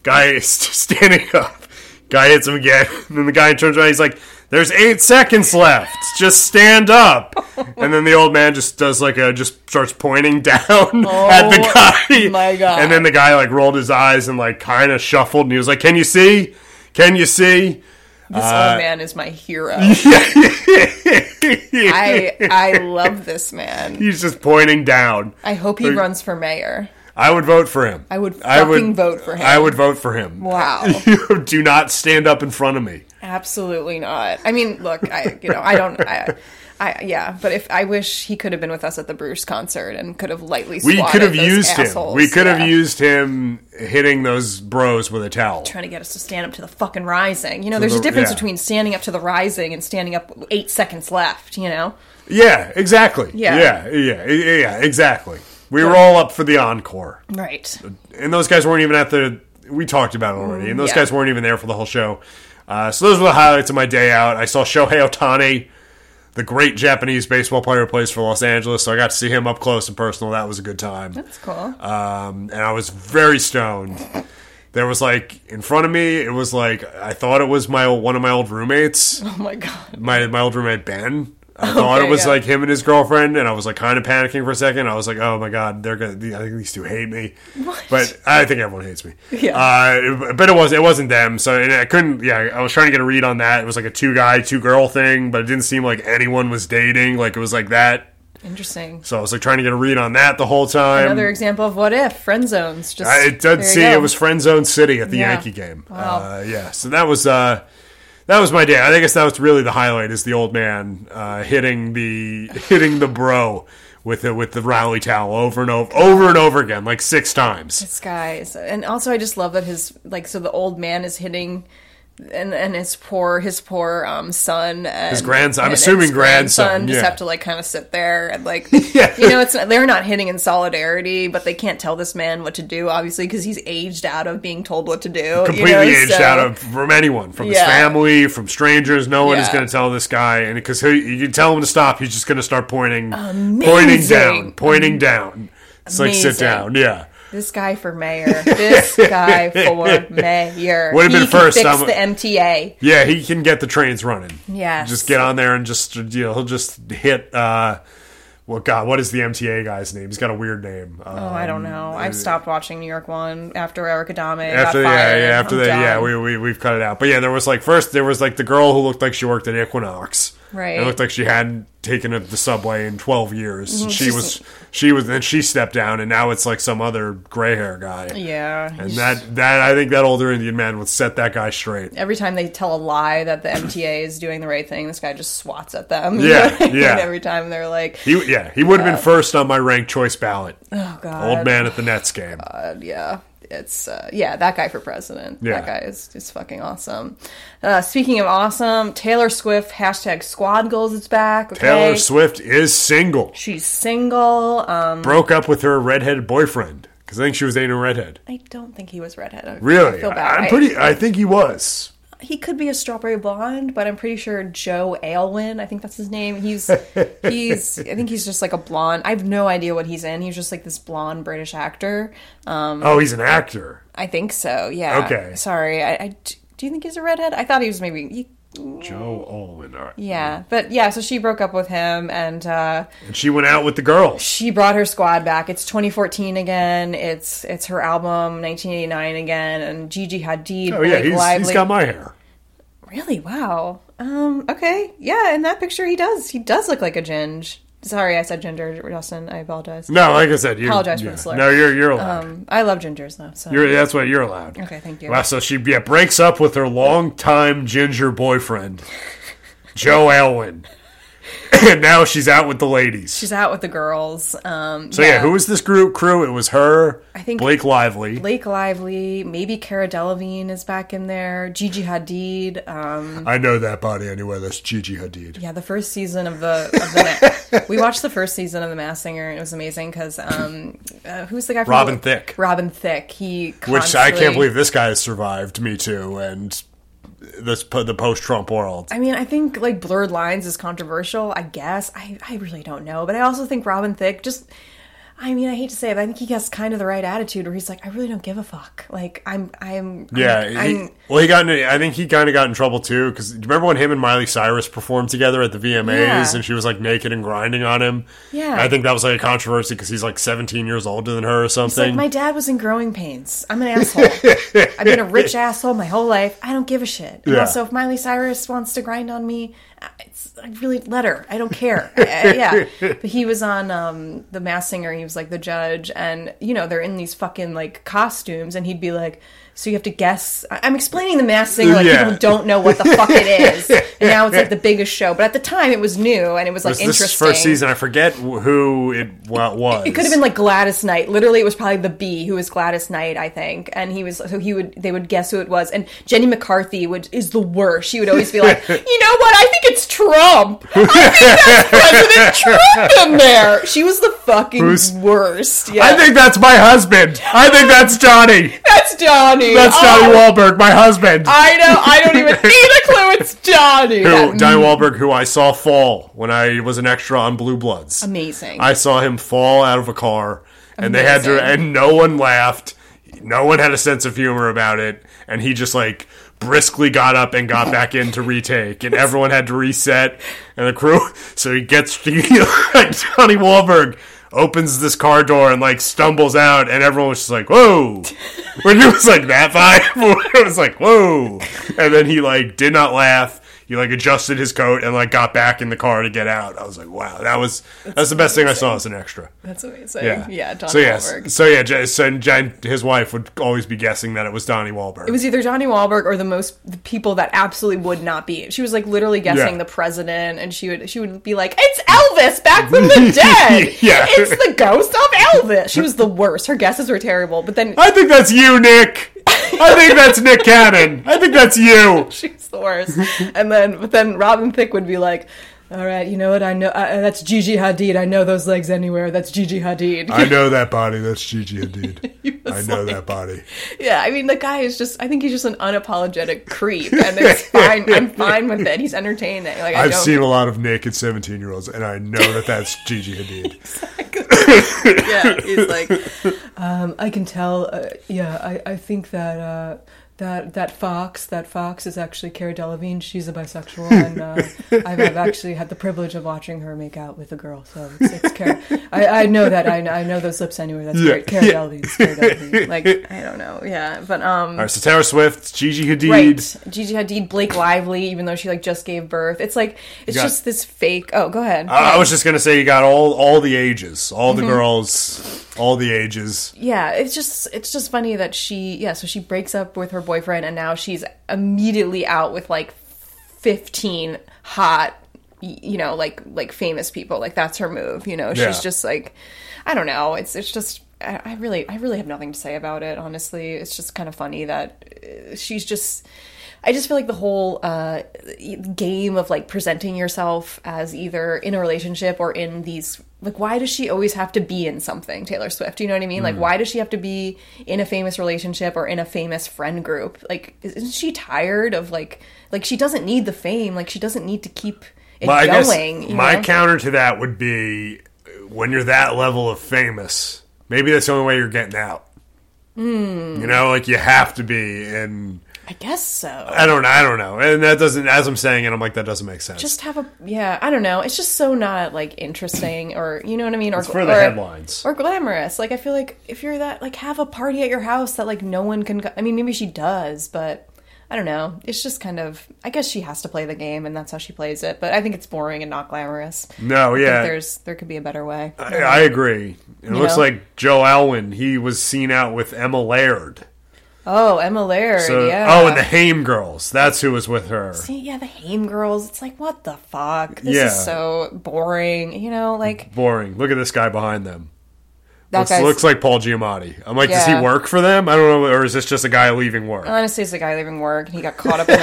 [SPEAKER 1] Guy is standing up. Guy hits him again. And then the guy turns around. He's like, "There's eight seconds left. Just stand up." and then the old man just does like a just starts pointing down at the guy.
[SPEAKER 2] Oh my God.
[SPEAKER 1] And then the guy like rolled his eyes and like kind of shuffled and he was like, "Can you see? Can you see?"
[SPEAKER 2] This old man is my hero. I I love this man.
[SPEAKER 1] He's just pointing down.
[SPEAKER 2] I hope he runs for mayor.
[SPEAKER 1] I would vote for him.
[SPEAKER 2] I would fucking vote for him.
[SPEAKER 1] I would vote for him.
[SPEAKER 2] Wow.
[SPEAKER 1] do not stand up in front of me.
[SPEAKER 2] absolutely not. I mean, look, I you know, I don't I I, yeah, but if I wish he could have been with us at the Bruce concert and could have lightly
[SPEAKER 1] We
[SPEAKER 2] swatted
[SPEAKER 1] could have
[SPEAKER 2] those
[SPEAKER 1] used him.
[SPEAKER 2] assholes.
[SPEAKER 1] We could have
[SPEAKER 2] Yeah.
[SPEAKER 1] used him hitting those bros with a towel.
[SPEAKER 2] trying to get us to stand up to the fucking rising. You know, there's a
[SPEAKER 1] the-
[SPEAKER 2] difference
[SPEAKER 1] yeah.
[SPEAKER 2] between standing up to the rising and standing up with eight seconds left. You know,
[SPEAKER 1] Yeah, exactly.
[SPEAKER 2] Yeah.
[SPEAKER 1] yeah, yeah, yeah, yeah, exactly. We were all up for the encore,
[SPEAKER 2] right?
[SPEAKER 1] and those guys weren't even at the. We talked about it already, and those
[SPEAKER 2] yeah.
[SPEAKER 1] guys weren't even there for the whole show. Uh, so those were the highlights of my day out. I saw Shohei Otani, the great Japanese baseball player who plays for Los Angeles. So I got to see him up close and personal. That was a good time.
[SPEAKER 2] That's cool.
[SPEAKER 1] um, and I was very stoned. There was like in front of me, it was like I thought it was my one of my old roommates,
[SPEAKER 2] oh my god.
[SPEAKER 1] my my old roommate Ben. I thought it
[SPEAKER 2] Okay,
[SPEAKER 1] was
[SPEAKER 2] yeah.
[SPEAKER 1] like him and his girlfriend, and I was like kind of panicking for a second. I was like, "Oh my god, they're gonna! I think these two hate me." But I think everyone hates me.
[SPEAKER 2] Yeah.
[SPEAKER 1] Uh, but it was it wasn't them. So and I couldn't. Yeah, I was trying to get a read on that. It was like a two guy, two girl thing, but it didn't seem like anyone was dating. Like it was like that.
[SPEAKER 2] Interesting.
[SPEAKER 1] So I was like trying to get a read on that the whole time.
[SPEAKER 2] Another example of what if friend zones. Just
[SPEAKER 1] um, I it
[SPEAKER 2] there
[SPEAKER 1] did
[SPEAKER 2] you
[SPEAKER 1] see
[SPEAKER 2] go.
[SPEAKER 1] it was friend zone city at the
[SPEAKER 2] Yeah.
[SPEAKER 1] Yankee game.
[SPEAKER 2] Wow.
[SPEAKER 1] Uh, yeah, so that was uh, that was my day. I guess that was really the highlight is the old man uh, hitting the hitting the bro with the, with the rally towel over and over over and over again like six times.
[SPEAKER 2] This guy is- and also I just love that his like so the old man is hitting. And, and his poor his poor um son and his
[SPEAKER 1] grandson- I'm assuming grandson,
[SPEAKER 2] just
[SPEAKER 1] yeah.
[SPEAKER 2] have to like kind of sit there and like you know it's not, they're not hitting in solidarity but they can't tell this man what to do obviously because he's aged out of being told what to do you
[SPEAKER 1] Completely
[SPEAKER 2] know,
[SPEAKER 1] aged
[SPEAKER 2] so-
[SPEAKER 1] out of from anyone, from his
[SPEAKER 2] Yeah.
[SPEAKER 1] family, from strangers. No one is
[SPEAKER 2] Yeah.
[SPEAKER 1] going to tell this guy, and because you can tell him to stop, he's just going to start pointing, pointing down,
[SPEAKER 2] Amazing.
[SPEAKER 1] pointing down. It's like sit
[SPEAKER 2] Amazing.
[SPEAKER 1] down, yeah.
[SPEAKER 2] This guy for mayor. This guy for mayor.
[SPEAKER 1] Would've been
[SPEAKER 2] He can
[SPEAKER 1] first,
[SPEAKER 2] Fix
[SPEAKER 1] I'm-
[SPEAKER 2] the MTA.
[SPEAKER 1] Yeah, he can get the trains running.
[SPEAKER 2] Yes.
[SPEAKER 1] just get on there and just you know he'll just hit. uh Well, God, what is the MTA guy's name? He's got a weird name.
[SPEAKER 2] Oh,
[SPEAKER 1] Uh,
[SPEAKER 2] I don't know. I've stopped watching New York One after Eric Adame
[SPEAKER 1] after
[SPEAKER 2] got
[SPEAKER 1] yeah,
[SPEAKER 2] fired.
[SPEAKER 1] yeah, after
[SPEAKER 2] I'm
[SPEAKER 1] that, yeah,
[SPEAKER 2] done.
[SPEAKER 1] we we we've cut it out. But yeah, there was like first there was like the girl who looked like she worked at Equinox.
[SPEAKER 2] Right.
[SPEAKER 1] It looked like she hadn't taken a, the subway in twelve years.
[SPEAKER 2] Mm-hmm.
[SPEAKER 1] And she was she was then she stepped down, and now it's like some other gray hair guy.
[SPEAKER 2] yeah.
[SPEAKER 1] And that that I think that older Indian man would set that guy straight.
[SPEAKER 2] Every time they tell a lie that the MTA is doing the right thing, this guy just swats at them.
[SPEAKER 1] Yeah,
[SPEAKER 2] And
[SPEAKER 1] yeah.
[SPEAKER 2] every time they're like,
[SPEAKER 1] He yeah, he would have been first on my ranked choice ballot.
[SPEAKER 2] "Oh God,
[SPEAKER 1] Old man at the Nets game.
[SPEAKER 2] yeah it's uh, yeah that guy for president
[SPEAKER 1] Yeah.
[SPEAKER 2] that guy is, is fucking awesome uh, speaking of awesome taylor swift hashtag squad goals is back okay?
[SPEAKER 1] Taylor Swift is single.
[SPEAKER 2] she's single um,
[SPEAKER 1] Broke up with her redheaded boyfriend because I think she was dating a redhead.
[SPEAKER 2] i don't think he was redhead I-
[SPEAKER 1] Really,
[SPEAKER 2] i feel bad
[SPEAKER 1] I'm
[SPEAKER 2] I-
[SPEAKER 1] pretty. I think he was.
[SPEAKER 2] he could be a strawberry blonde but i'm pretty sure joe aylwin i think that's his name he's he's i think he's just like a blonde i have no idea what he's in he's just like this blonde british actor Um,
[SPEAKER 1] Oh, he's an actor.
[SPEAKER 2] i think so yeah
[SPEAKER 1] Okay.
[SPEAKER 2] sorry i, I do you think he's a redhead i thought he was maybe he,
[SPEAKER 1] Joe Alwyn. All right.
[SPEAKER 2] Yeah, but yeah, so she broke up with him, and uh,
[SPEAKER 1] And she went out with the girls.
[SPEAKER 2] she brought her squad back. It's 2014 again. It's it's her album 1989 again, and Gigi Hadid.
[SPEAKER 1] Oh yeah,
[SPEAKER 2] Blake
[SPEAKER 1] he's,
[SPEAKER 2] Lively.
[SPEAKER 1] he's got my hair.
[SPEAKER 2] really wow. Um, okay, yeah, in that picture he does he does look like a ginge. Sorry, I said ginger, Justin. I apologize.
[SPEAKER 1] No, like I said, you
[SPEAKER 2] Apologize for
[SPEAKER 1] yeah.
[SPEAKER 2] the slur.
[SPEAKER 1] No, you're you're allowed.
[SPEAKER 2] Um, I love gingers though. So
[SPEAKER 1] you're, that's what you're allowed.
[SPEAKER 2] okay, thank you.
[SPEAKER 1] Wow, so she yeah, breaks up with her longtime ginger boyfriend, Joe Alwyn, and now she's out with the ladies.
[SPEAKER 2] She's out with the girls. Um,
[SPEAKER 1] So yeah. who was this group crew? It was her,
[SPEAKER 2] I think-
[SPEAKER 1] Blake Lively.
[SPEAKER 2] Blake Lively, maybe Cara Delevingne is back in there. Gigi Hadid. Um,
[SPEAKER 1] I know that body anyway. That's Gigi Hadid.
[SPEAKER 2] Yeah, the first season of the of the Ma- we watched the first season of the Mass Singer and it was amazing because um, uh, who's the guy? From
[SPEAKER 1] Robin Thicke.
[SPEAKER 2] Robin Thicke. He
[SPEAKER 1] Which I
[SPEAKER 2] constantly-
[SPEAKER 1] can't believe this guy has survived. Me too, and this po- the post Trump world.
[SPEAKER 2] I mean, I think like blurred lines is controversial. I guess I I really don't know, but I also think Robin Thicke just. I mean, I hate to say it, but I think he has kind of the right attitude where he's like, I really don't give a fuck. Like, I'm, I'm,
[SPEAKER 1] Yeah,
[SPEAKER 2] I'm,
[SPEAKER 1] he,
[SPEAKER 2] I'm-
[SPEAKER 1] well, he got. Into, I think he kind of got in trouble too because remember when him and Miley Cyrus performed together at the VMAs
[SPEAKER 2] Yeah.
[SPEAKER 1] and she was like naked and grinding on him.
[SPEAKER 2] Yeah.
[SPEAKER 1] I think that was like a controversy because he's like 17 years older than her or
[SPEAKER 2] It's like
[SPEAKER 1] something.
[SPEAKER 2] my dad was in growing pains. I'm an asshole. I've been a rich asshole my whole life. I don't give a shit. And
[SPEAKER 1] Yeah.
[SPEAKER 2] also, if Miley Cyrus wants to grind on me, I- it's, I really let her. I don't care. I- I- yeah. But he was on um, The Mass Singer. He was like the judge, and you know they're in these fucking like costumes, and he'd be like. So you have to guess. I- I'm explaining the mass singer like
[SPEAKER 1] Yeah.
[SPEAKER 2] people don't know what the fuck it is, and now it's like the biggest show. But at the time, it was new and it was like
[SPEAKER 1] This is
[SPEAKER 2] interesting.
[SPEAKER 1] first season. I forget wh- who it wa- was.
[SPEAKER 2] It could have been like Gladys Knight. Literally, it was probably the B who was Gladys Knight, I think. And he was so he would they would guess who it was. And Jenny McCarthy would is the worst. She would always be like, you know what? I think it's Trump. I think that's President Trump in there. She was the fucking
[SPEAKER 1] Who's-
[SPEAKER 2] worst. Yeah,
[SPEAKER 1] I think that's my husband. I think that's Johnny.
[SPEAKER 2] that's Johnny.
[SPEAKER 1] That's
[SPEAKER 2] Oh,
[SPEAKER 1] Johnny Wahlberg, my husband.
[SPEAKER 2] I know. I don't even need a clue. It's Johnny.
[SPEAKER 1] who
[SPEAKER 2] That-
[SPEAKER 1] Donnie Wahlberg, who I saw fall when I was an extra on Blue Bloods.
[SPEAKER 2] Amazing.
[SPEAKER 1] I saw him fall out of a car, and they had to,
[SPEAKER 2] Amazing.
[SPEAKER 1] and no one laughed. No one had a sense of humor about it, and he just like briskly got up and got back in to retake, and everyone had to reset, and the crew. So he gets Johnny Wahlberg. Opens this car door and like stumbles out, and everyone was just like, "Whoa!" When he was like that vibe, it was like, "Whoa!" And then he like did not laugh. He like adjusted his coat and like got back in the car to get out. I was like, "Wow, that was that's the best thing I saw as an extra."
[SPEAKER 2] that's amazing.
[SPEAKER 1] Yeah.
[SPEAKER 2] Yeah, Donnie
[SPEAKER 1] so yes.
[SPEAKER 2] Wahlberg.
[SPEAKER 1] So yeah, J- so and Jen, his wife would always be guessing that it was Donnie Wahlberg.
[SPEAKER 2] It was either Johnny Wahlberg or the most the people that absolutely would not be. She was like literally guessing
[SPEAKER 1] Yeah.
[SPEAKER 2] the president, and she would she would be like, "It's Elvis back from the dead.
[SPEAKER 1] Yeah.
[SPEAKER 2] It's the ghost of Elvis." She was the worst. Her guesses were terrible. But then
[SPEAKER 1] I think that's you, Nick. I think that's Nick Cannon. I think that's you.
[SPEAKER 2] she was the worst. And then but then Robin Thicke would be like. All right, you know what? I know uh, that's Gigi Hadid. I know those legs anywhere. That's Gigi Hadid.
[SPEAKER 1] I know that body. That's Gigi Hadid.
[SPEAKER 2] He was
[SPEAKER 1] I know
[SPEAKER 2] like-
[SPEAKER 1] that body.
[SPEAKER 2] Yeah, I mean, the guy is just, I think he's just an unapologetic creep, and it's fine. I'm fine with it. He's entertaining. Like, I
[SPEAKER 1] I've
[SPEAKER 2] don't,
[SPEAKER 1] seen a lot of naked 17 year olds, and I know that that's Gigi Hadid.
[SPEAKER 2] yeah, he's like, um, I can tell. Uh, yeah, I, I think that uh, that that fox, that fox is actually Cara Delevingne. She's a bisexual, and uh, I've, I've actually had the privilege of watching her make out with a girl. So it's, it's Cara. I, I know that. I, I know those lips anywhere. That's
[SPEAKER 1] Yeah,
[SPEAKER 2] great. Cara
[SPEAKER 1] yeah.
[SPEAKER 2] Delevingne. it's Cara Delevingne. Like, I don't know. Yeah, but um.
[SPEAKER 1] All right, so Taylor Swift, Gigi Hadid.
[SPEAKER 2] Right, Gigi Hadid, Blake Lively, even though she like just gave birth, it's like it's
[SPEAKER 1] got-
[SPEAKER 2] just this fake. Oh, go ahead.
[SPEAKER 1] I I was just gonna say you got all all the ages, all
[SPEAKER 2] Mm-hmm.
[SPEAKER 1] the girls, all the ages.
[SPEAKER 2] yeah it's just it's just funny that she yeah so she breaks up with her boyfriend and now she's immediately out with like 15 hot y- you know like like famous people like that's her move you know she's
[SPEAKER 1] Yeah.
[SPEAKER 2] just like i don't know it's it's just I I really, I really have nothing to say about it. Honestly, it's just kind of funny that uh, she's just. I just feel like the whole uh, game of like presenting yourself as either in a relationship or in these like why does she always have to be in something taylor swift you know what i mean like
[SPEAKER 1] Mm.
[SPEAKER 2] why does she have to be in a famous relationship or in a famous friend group like is- isn't she tired of like like she doesn't need the fame like she doesn't need to keep it
[SPEAKER 1] Well, I guess
[SPEAKER 2] going you
[SPEAKER 1] my
[SPEAKER 2] know?
[SPEAKER 1] counter to that would be uh, when you're that level of famous, maybe that's the only way you're getting out.
[SPEAKER 2] Hmm.
[SPEAKER 1] You know, like you have to be, and
[SPEAKER 2] i guess so
[SPEAKER 1] I don't, I don't know, and that doesn't. As I'm saying it, I'm like that doesn't make sense.
[SPEAKER 2] just have a yeah i don't know it's just so not like interesting or you know what i mean or
[SPEAKER 1] for the
[SPEAKER 2] or-
[SPEAKER 1] headlines.
[SPEAKER 2] or glamorous like i feel like if you're that like have a party at your house that like no one can go- i mean maybe she does but i don't know it's just kind of i guess she has to play the game and that's how she plays it but i think it's boring and not glamorous
[SPEAKER 1] no,
[SPEAKER 2] I think
[SPEAKER 1] yeah,
[SPEAKER 2] there's there could be a better way
[SPEAKER 1] I, I agree. It looks
[SPEAKER 2] know?
[SPEAKER 1] like Joe Alwyn. He was seen out with Emma Laird.
[SPEAKER 2] oh emma laird
[SPEAKER 1] So,
[SPEAKER 2] yeah
[SPEAKER 1] Oh, and the Haim girls. That's who was with her.
[SPEAKER 2] yeah the haim girls it's like what the fuck this
[SPEAKER 1] Yeah.
[SPEAKER 2] is so boring you know like
[SPEAKER 1] Boring. Look at this guy behind them.
[SPEAKER 2] that
[SPEAKER 1] Looks,
[SPEAKER 2] guy's
[SPEAKER 1] looks like Paul Giamatti. I'm like, does
[SPEAKER 2] Yeah. Uh,
[SPEAKER 1] he work for them? I don't know, or is this just a guy leaving work?
[SPEAKER 2] Honestly, it's a guy leaving work and he got caught up in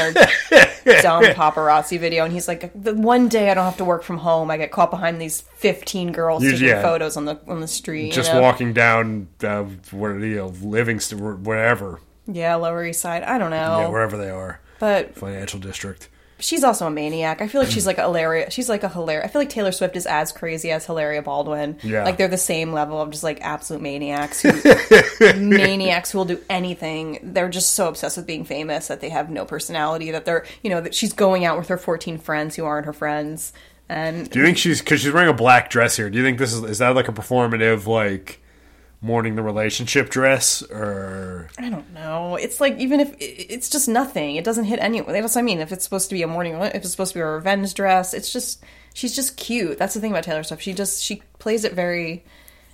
[SPEAKER 2] their dumb paparazzi video. And he's like, "The one day I don't have to work from home. I get caught behind these 15 girls
[SPEAKER 1] You-
[SPEAKER 2] taking
[SPEAKER 1] yeah.
[SPEAKER 2] photos on the on the street.
[SPEAKER 1] just
[SPEAKER 2] you know?
[SPEAKER 1] walking down uh, where you know Livingston, where- wherever,
[SPEAKER 2] Yeah, Lower East Side. I don't
[SPEAKER 1] yeah,
[SPEAKER 2] know.
[SPEAKER 1] wherever they are,
[SPEAKER 2] but
[SPEAKER 1] financial district.
[SPEAKER 2] she's also a maniac. I feel like she's like a hilarious. She's like a hilarious. I feel like Taylor Swift is as crazy as Hilaria Baldwin.
[SPEAKER 1] Yeah.
[SPEAKER 2] Like they're the same level of just like absolute maniacs who maniacs who will do anything. They're just so obsessed with being famous that they have no personality. That they're you know that she's going out with her fourteen friends who aren't her friends. And
[SPEAKER 1] Do you think she's because she's wearing a black dress here? Do you think this is is that like a performative like mourning the relationship dress or
[SPEAKER 2] I don't know. It's like even if it- it's just nothing, it doesn't hit anyone. That's what I mean. If it's supposed to be a morning, if it's supposed to be a revenge dress, it's just she's just cute. That's the thing about Taylor Swift. She just she plays it very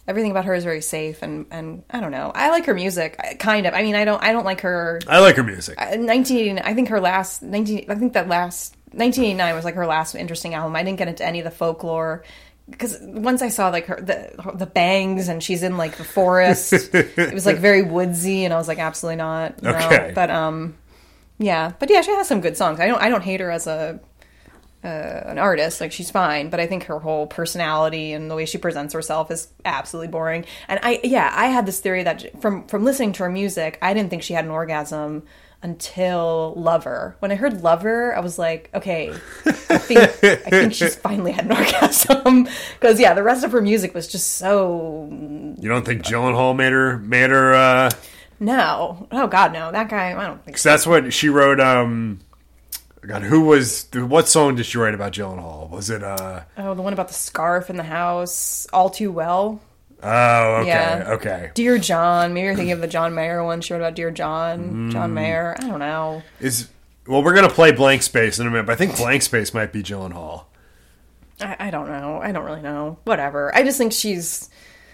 [SPEAKER 2] everything about her is very safe and and I don't know. I like her music, I- kind of. I mean, I don't I don't like her
[SPEAKER 1] I like her music.
[SPEAKER 2] uh, 1989 i think her last 19 i think that last 1989 was like her last interesting album i didn't get into any of the folklore because once i saw like her the, her- the bangs and she's in like the forest it was like very woodsy and i was like absolutely not no.
[SPEAKER 1] Okay.
[SPEAKER 2] but um yeah but yeah she has some good songs i don't i don't hate her as a uh, an artist like she's fine but i think her whole personality and the way she presents herself is absolutely boring and i yeah i had this theory that from from listening to her music i didn't think she had an orgasm until lover when i heard lover i was like okay i think i think she's finally had an orgasm because yeah the rest of her music was just so
[SPEAKER 1] You don't think Gyllenhaal made her made her? Uh,
[SPEAKER 2] no oh god no that guy i don't think
[SPEAKER 1] 'cause that's what she wrote. Um, God, who was what song did she write about Gyllenhaal? Was it? Uh,
[SPEAKER 2] oh the one about the scarf in the house all too well
[SPEAKER 1] oh, okay,
[SPEAKER 2] Yeah.
[SPEAKER 1] okay.
[SPEAKER 2] Dear John. Maybe you're thinking of the John Mayer one. She wrote about Dear John.
[SPEAKER 1] Mm.
[SPEAKER 2] John Mayer. I don't know.
[SPEAKER 1] Is well, we're gonna play Blank Space in a minute. But I think Blank Space might be Gyllenhaal.
[SPEAKER 2] I, I don't know. I don't really know. Whatever. I just think she's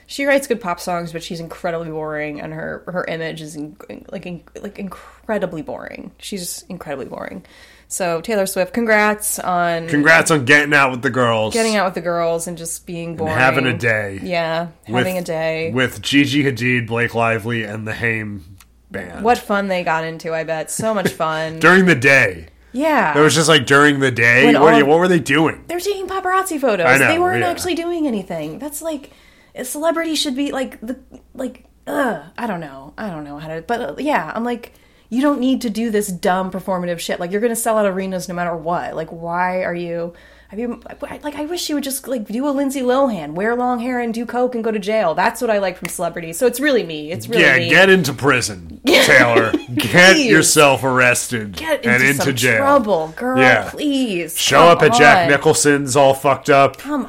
[SPEAKER 2] she writes good pop songs, but she's incredibly boring, and her her image is in, like in, like incredibly boring. She's just incredibly boring. So Taylor Swift, congrats on
[SPEAKER 1] Congrats on getting out with the girls.
[SPEAKER 2] getting out with the girls and just being boring,
[SPEAKER 1] having a day.
[SPEAKER 2] Yeah,
[SPEAKER 1] with-
[SPEAKER 2] having a day.
[SPEAKER 1] with Gigi Hadid, Blake Lively, and the Haim band.
[SPEAKER 2] what fun they got into! I bet so much fun.
[SPEAKER 1] during the day?
[SPEAKER 2] yeah,
[SPEAKER 1] It was just like during the day.
[SPEAKER 2] When
[SPEAKER 1] What,
[SPEAKER 2] all-
[SPEAKER 1] what were they doing?
[SPEAKER 2] they're taking paparazzi photos.
[SPEAKER 1] I know,
[SPEAKER 2] they weren't
[SPEAKER 1] yeah.
[SPEAKER 2] actually doing anything. That's like a celebrity should be like the like ugh, I don't know. I don't know how to but uh, yeah, I'm like you don't need to do this dumb performative shit. Like you're going to sell out arenas no matter what. Like why are you have you like I wish you would just like do a Lindsay Lohan, wear long hair and do coke and go to jail. That's what I like from celebrities. So it's really me. It's really
[SPEAKER 1] yeah,
[SPEAKER 2] me.
[SPEAKER 1] get into prison, Taylor. get
[SPEAKER 2] Please.
[SPEAKER 1] yourself arrested
[SPEAKER 2] Get
[SPEAKER 1] and into
[SPEAKER 2] some
[SPEAKER 1] jail.
[SPEAKER 2] trouble, girl.
[SPEAKER 1] Yeah.
[SPEAKER 2] Please
[SPEAKER 1] Show
[SPEAKER 2] Come
[SPEAKER 1] up at Jack
[SPEAKER 2] on.
[SPEAKER 1] Nicholson's all fucked up.
[SPEAKER 2] Come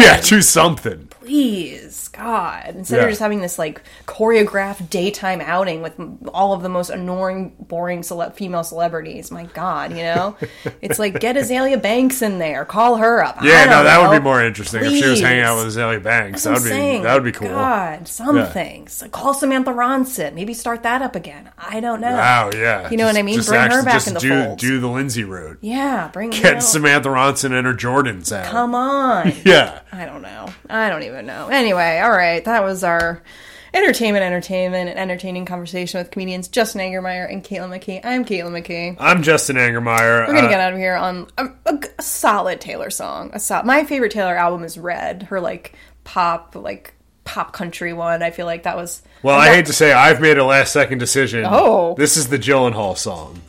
[SPEAKER 1] Yeah, do something.
[SPEAKER 2] please, God. Instead
[SPEAKER 1] Yeah.
[SPEAKER 2] of just having this like choreographed daytime outing with m- all of the most annoying, boring cele- female celebrities, my God, you know, it's like get Azalea Banks in there, call her up. I
[SPEAKER 1] Yeah,
[SPEAKER 2] don't
[SPEAKER 1] no, that would
[SPEAKER 2] know.
[SPEAKER 1] be more interesting if she was hanging out
[SPEAKER 2] Please.
[SPEAKER 1] with Azalea Banks. That would
[SPEAKER 2] That's what
[SPEAKER 1] be
[SPEAKER 2] I'm saying.
[SPEAKER 1] that would be cool.
[SPEAKER 2] God, something. So call Samantha Ronson. Maybe start that up again. I don't know.
[SPEAKER 1] Wow, yeah.
[SPEAKER 2] You know what I mean? Bring her back
[SPEAKER 1] just
[SPEAKER 2] in the
[SPEAKER 1] do,
[SPEAKER 2] fold.
[SPEAKER 1] Do the Lindsay route.
[SPEAKER 2] Yeah, bring it
[SPEAKER 1] Get
[SPEAKER 2] out.
[SPEAKER 1] Samantha Ronson and her Jordans out.
[SPEAKER 2] Come on.
[SPEAKER 1] yeah.
[SPEAKER 2] I don't know. I don't even know. Anyway, all right. That was our entertainment, entertainment, and entertaining conversation with comedians Justin Angermeyer and Caitlin McKee. I'm Caitlin McKee.
[SPEAKER 1] I'm Justin Angermeyer.
[SPEAKER 2] We're gonna
[SPEAKER 1] Uh,
[SPEAKER 2] get out of here on a, a g- a solid Taylor song. A sol- My favorite Taylor album is Red. Her like pop, like pop country one. I feel like that was.
[SPEAKER 1] Well, I
[SPEAKER 2] that-
[SPEAKER 1] hate to say I've made a last second decision.
[SPEAKER 2] Oh.
[SPEAKER 1] This is the Gyllenhaal song.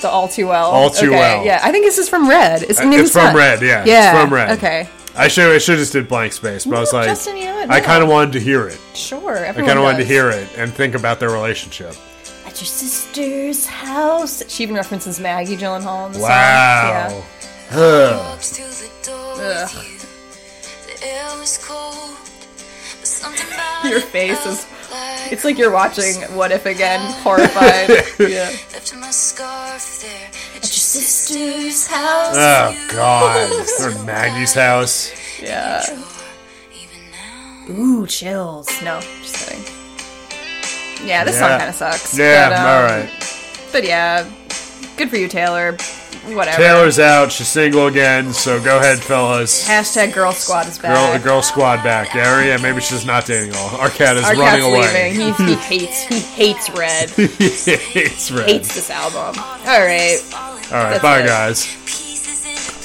[SPEAKER 2] the All Too Well.
[SPEAKER 1] All Too
[SPEAKER 2] Okay,
[SPEAKER 1] Well. Uh,
[SPEAKER 2] Yeah, I think this is from Red. It's, maybe
[SPEAKER 1] it's from
[SPEAKER 2] not.
[SPEAKER 1] Red, yeah. It's
[SPEAKER 2] Yeah.
[SPEAKER 1] from Red.
[SPEAKER 2] Okay.
[SPEAKER 1] I should I should have just did blank space, but I was
[SPEAKER 2] No,
[SPEAKER 1] like,
[SPEAKER 2] Justin, you know what?
[SPEAKER 1] I
[SPEAKER 2] No.
[SPEAKER 1] kind of wanted to hear it.
[SPEAKER 2] Sure.
[SPEAKER 1] I kind of wanted to hear it and think about their relationship.
[SPEAKER 2] At your sister's house. She even references Maggie Gyllenhaal in the song.
[SPEAKER 1] Wow.
[SPEAKER 2] Yeah.
[SPEAKER 1] Ugh.
[SPEAKER 6] walks to the door with you. The air was cold, but something about
[SPEAKER 2] Your
[SPEAKER 6] it
[SPEAKER 2] face
[SPEAKER 6] felt
[SPEAKER 2] is- It's like you're watching What If Again, horrified. yeah.
[SPEAKER 6] left my scarf there at your sister's house.
[SPEAKER 1] Oh God! Or Maggie's house.
[SPEAKER 2] Yeah.
[SPEAKER 6] Even now.
[SPEAKER 2] Ooh, chills. No, just kidding. Yeah, this
[SPEAKER 1] Yeah.
[SPEAKER 2] song kind of sucks.
[SPEAKER 1] Yeah,
[SPEAKER 2] But, um,
[SPEAKER 1] all right.
[SPEAKER 2] But yeah, good for you, Taylor. Whatever.
[SPEAKER 1] Taylor's out. She's single again. So go ahead, fellas.
[SPEAKER 2] Hashtag Girl Squad is
[SPEAKER 1] Girl,
[SPEAKER 2] back.
[SPEAKER 1] girl squad back. Yeah, yeah, maybe she's not dating all. Our cat is
[SPEAKER 2] Our
[SPEAKER 1] running
[SPEAKER 2] cat's
[SPEAKER 1] away.
[SPEAKER 2] leaving. He, he hates. He hates Red.
[SPEAKER 1] it's red.
[SPEAKER 2] hates this album. All right.
[SPEAKER 1] All right,
[SPEAKER 2] That's
[SPEAKER 1] bye
[SPEAKER 2] it.
[SPEAKER 1] guys.
[SPEAKER 6] Peace.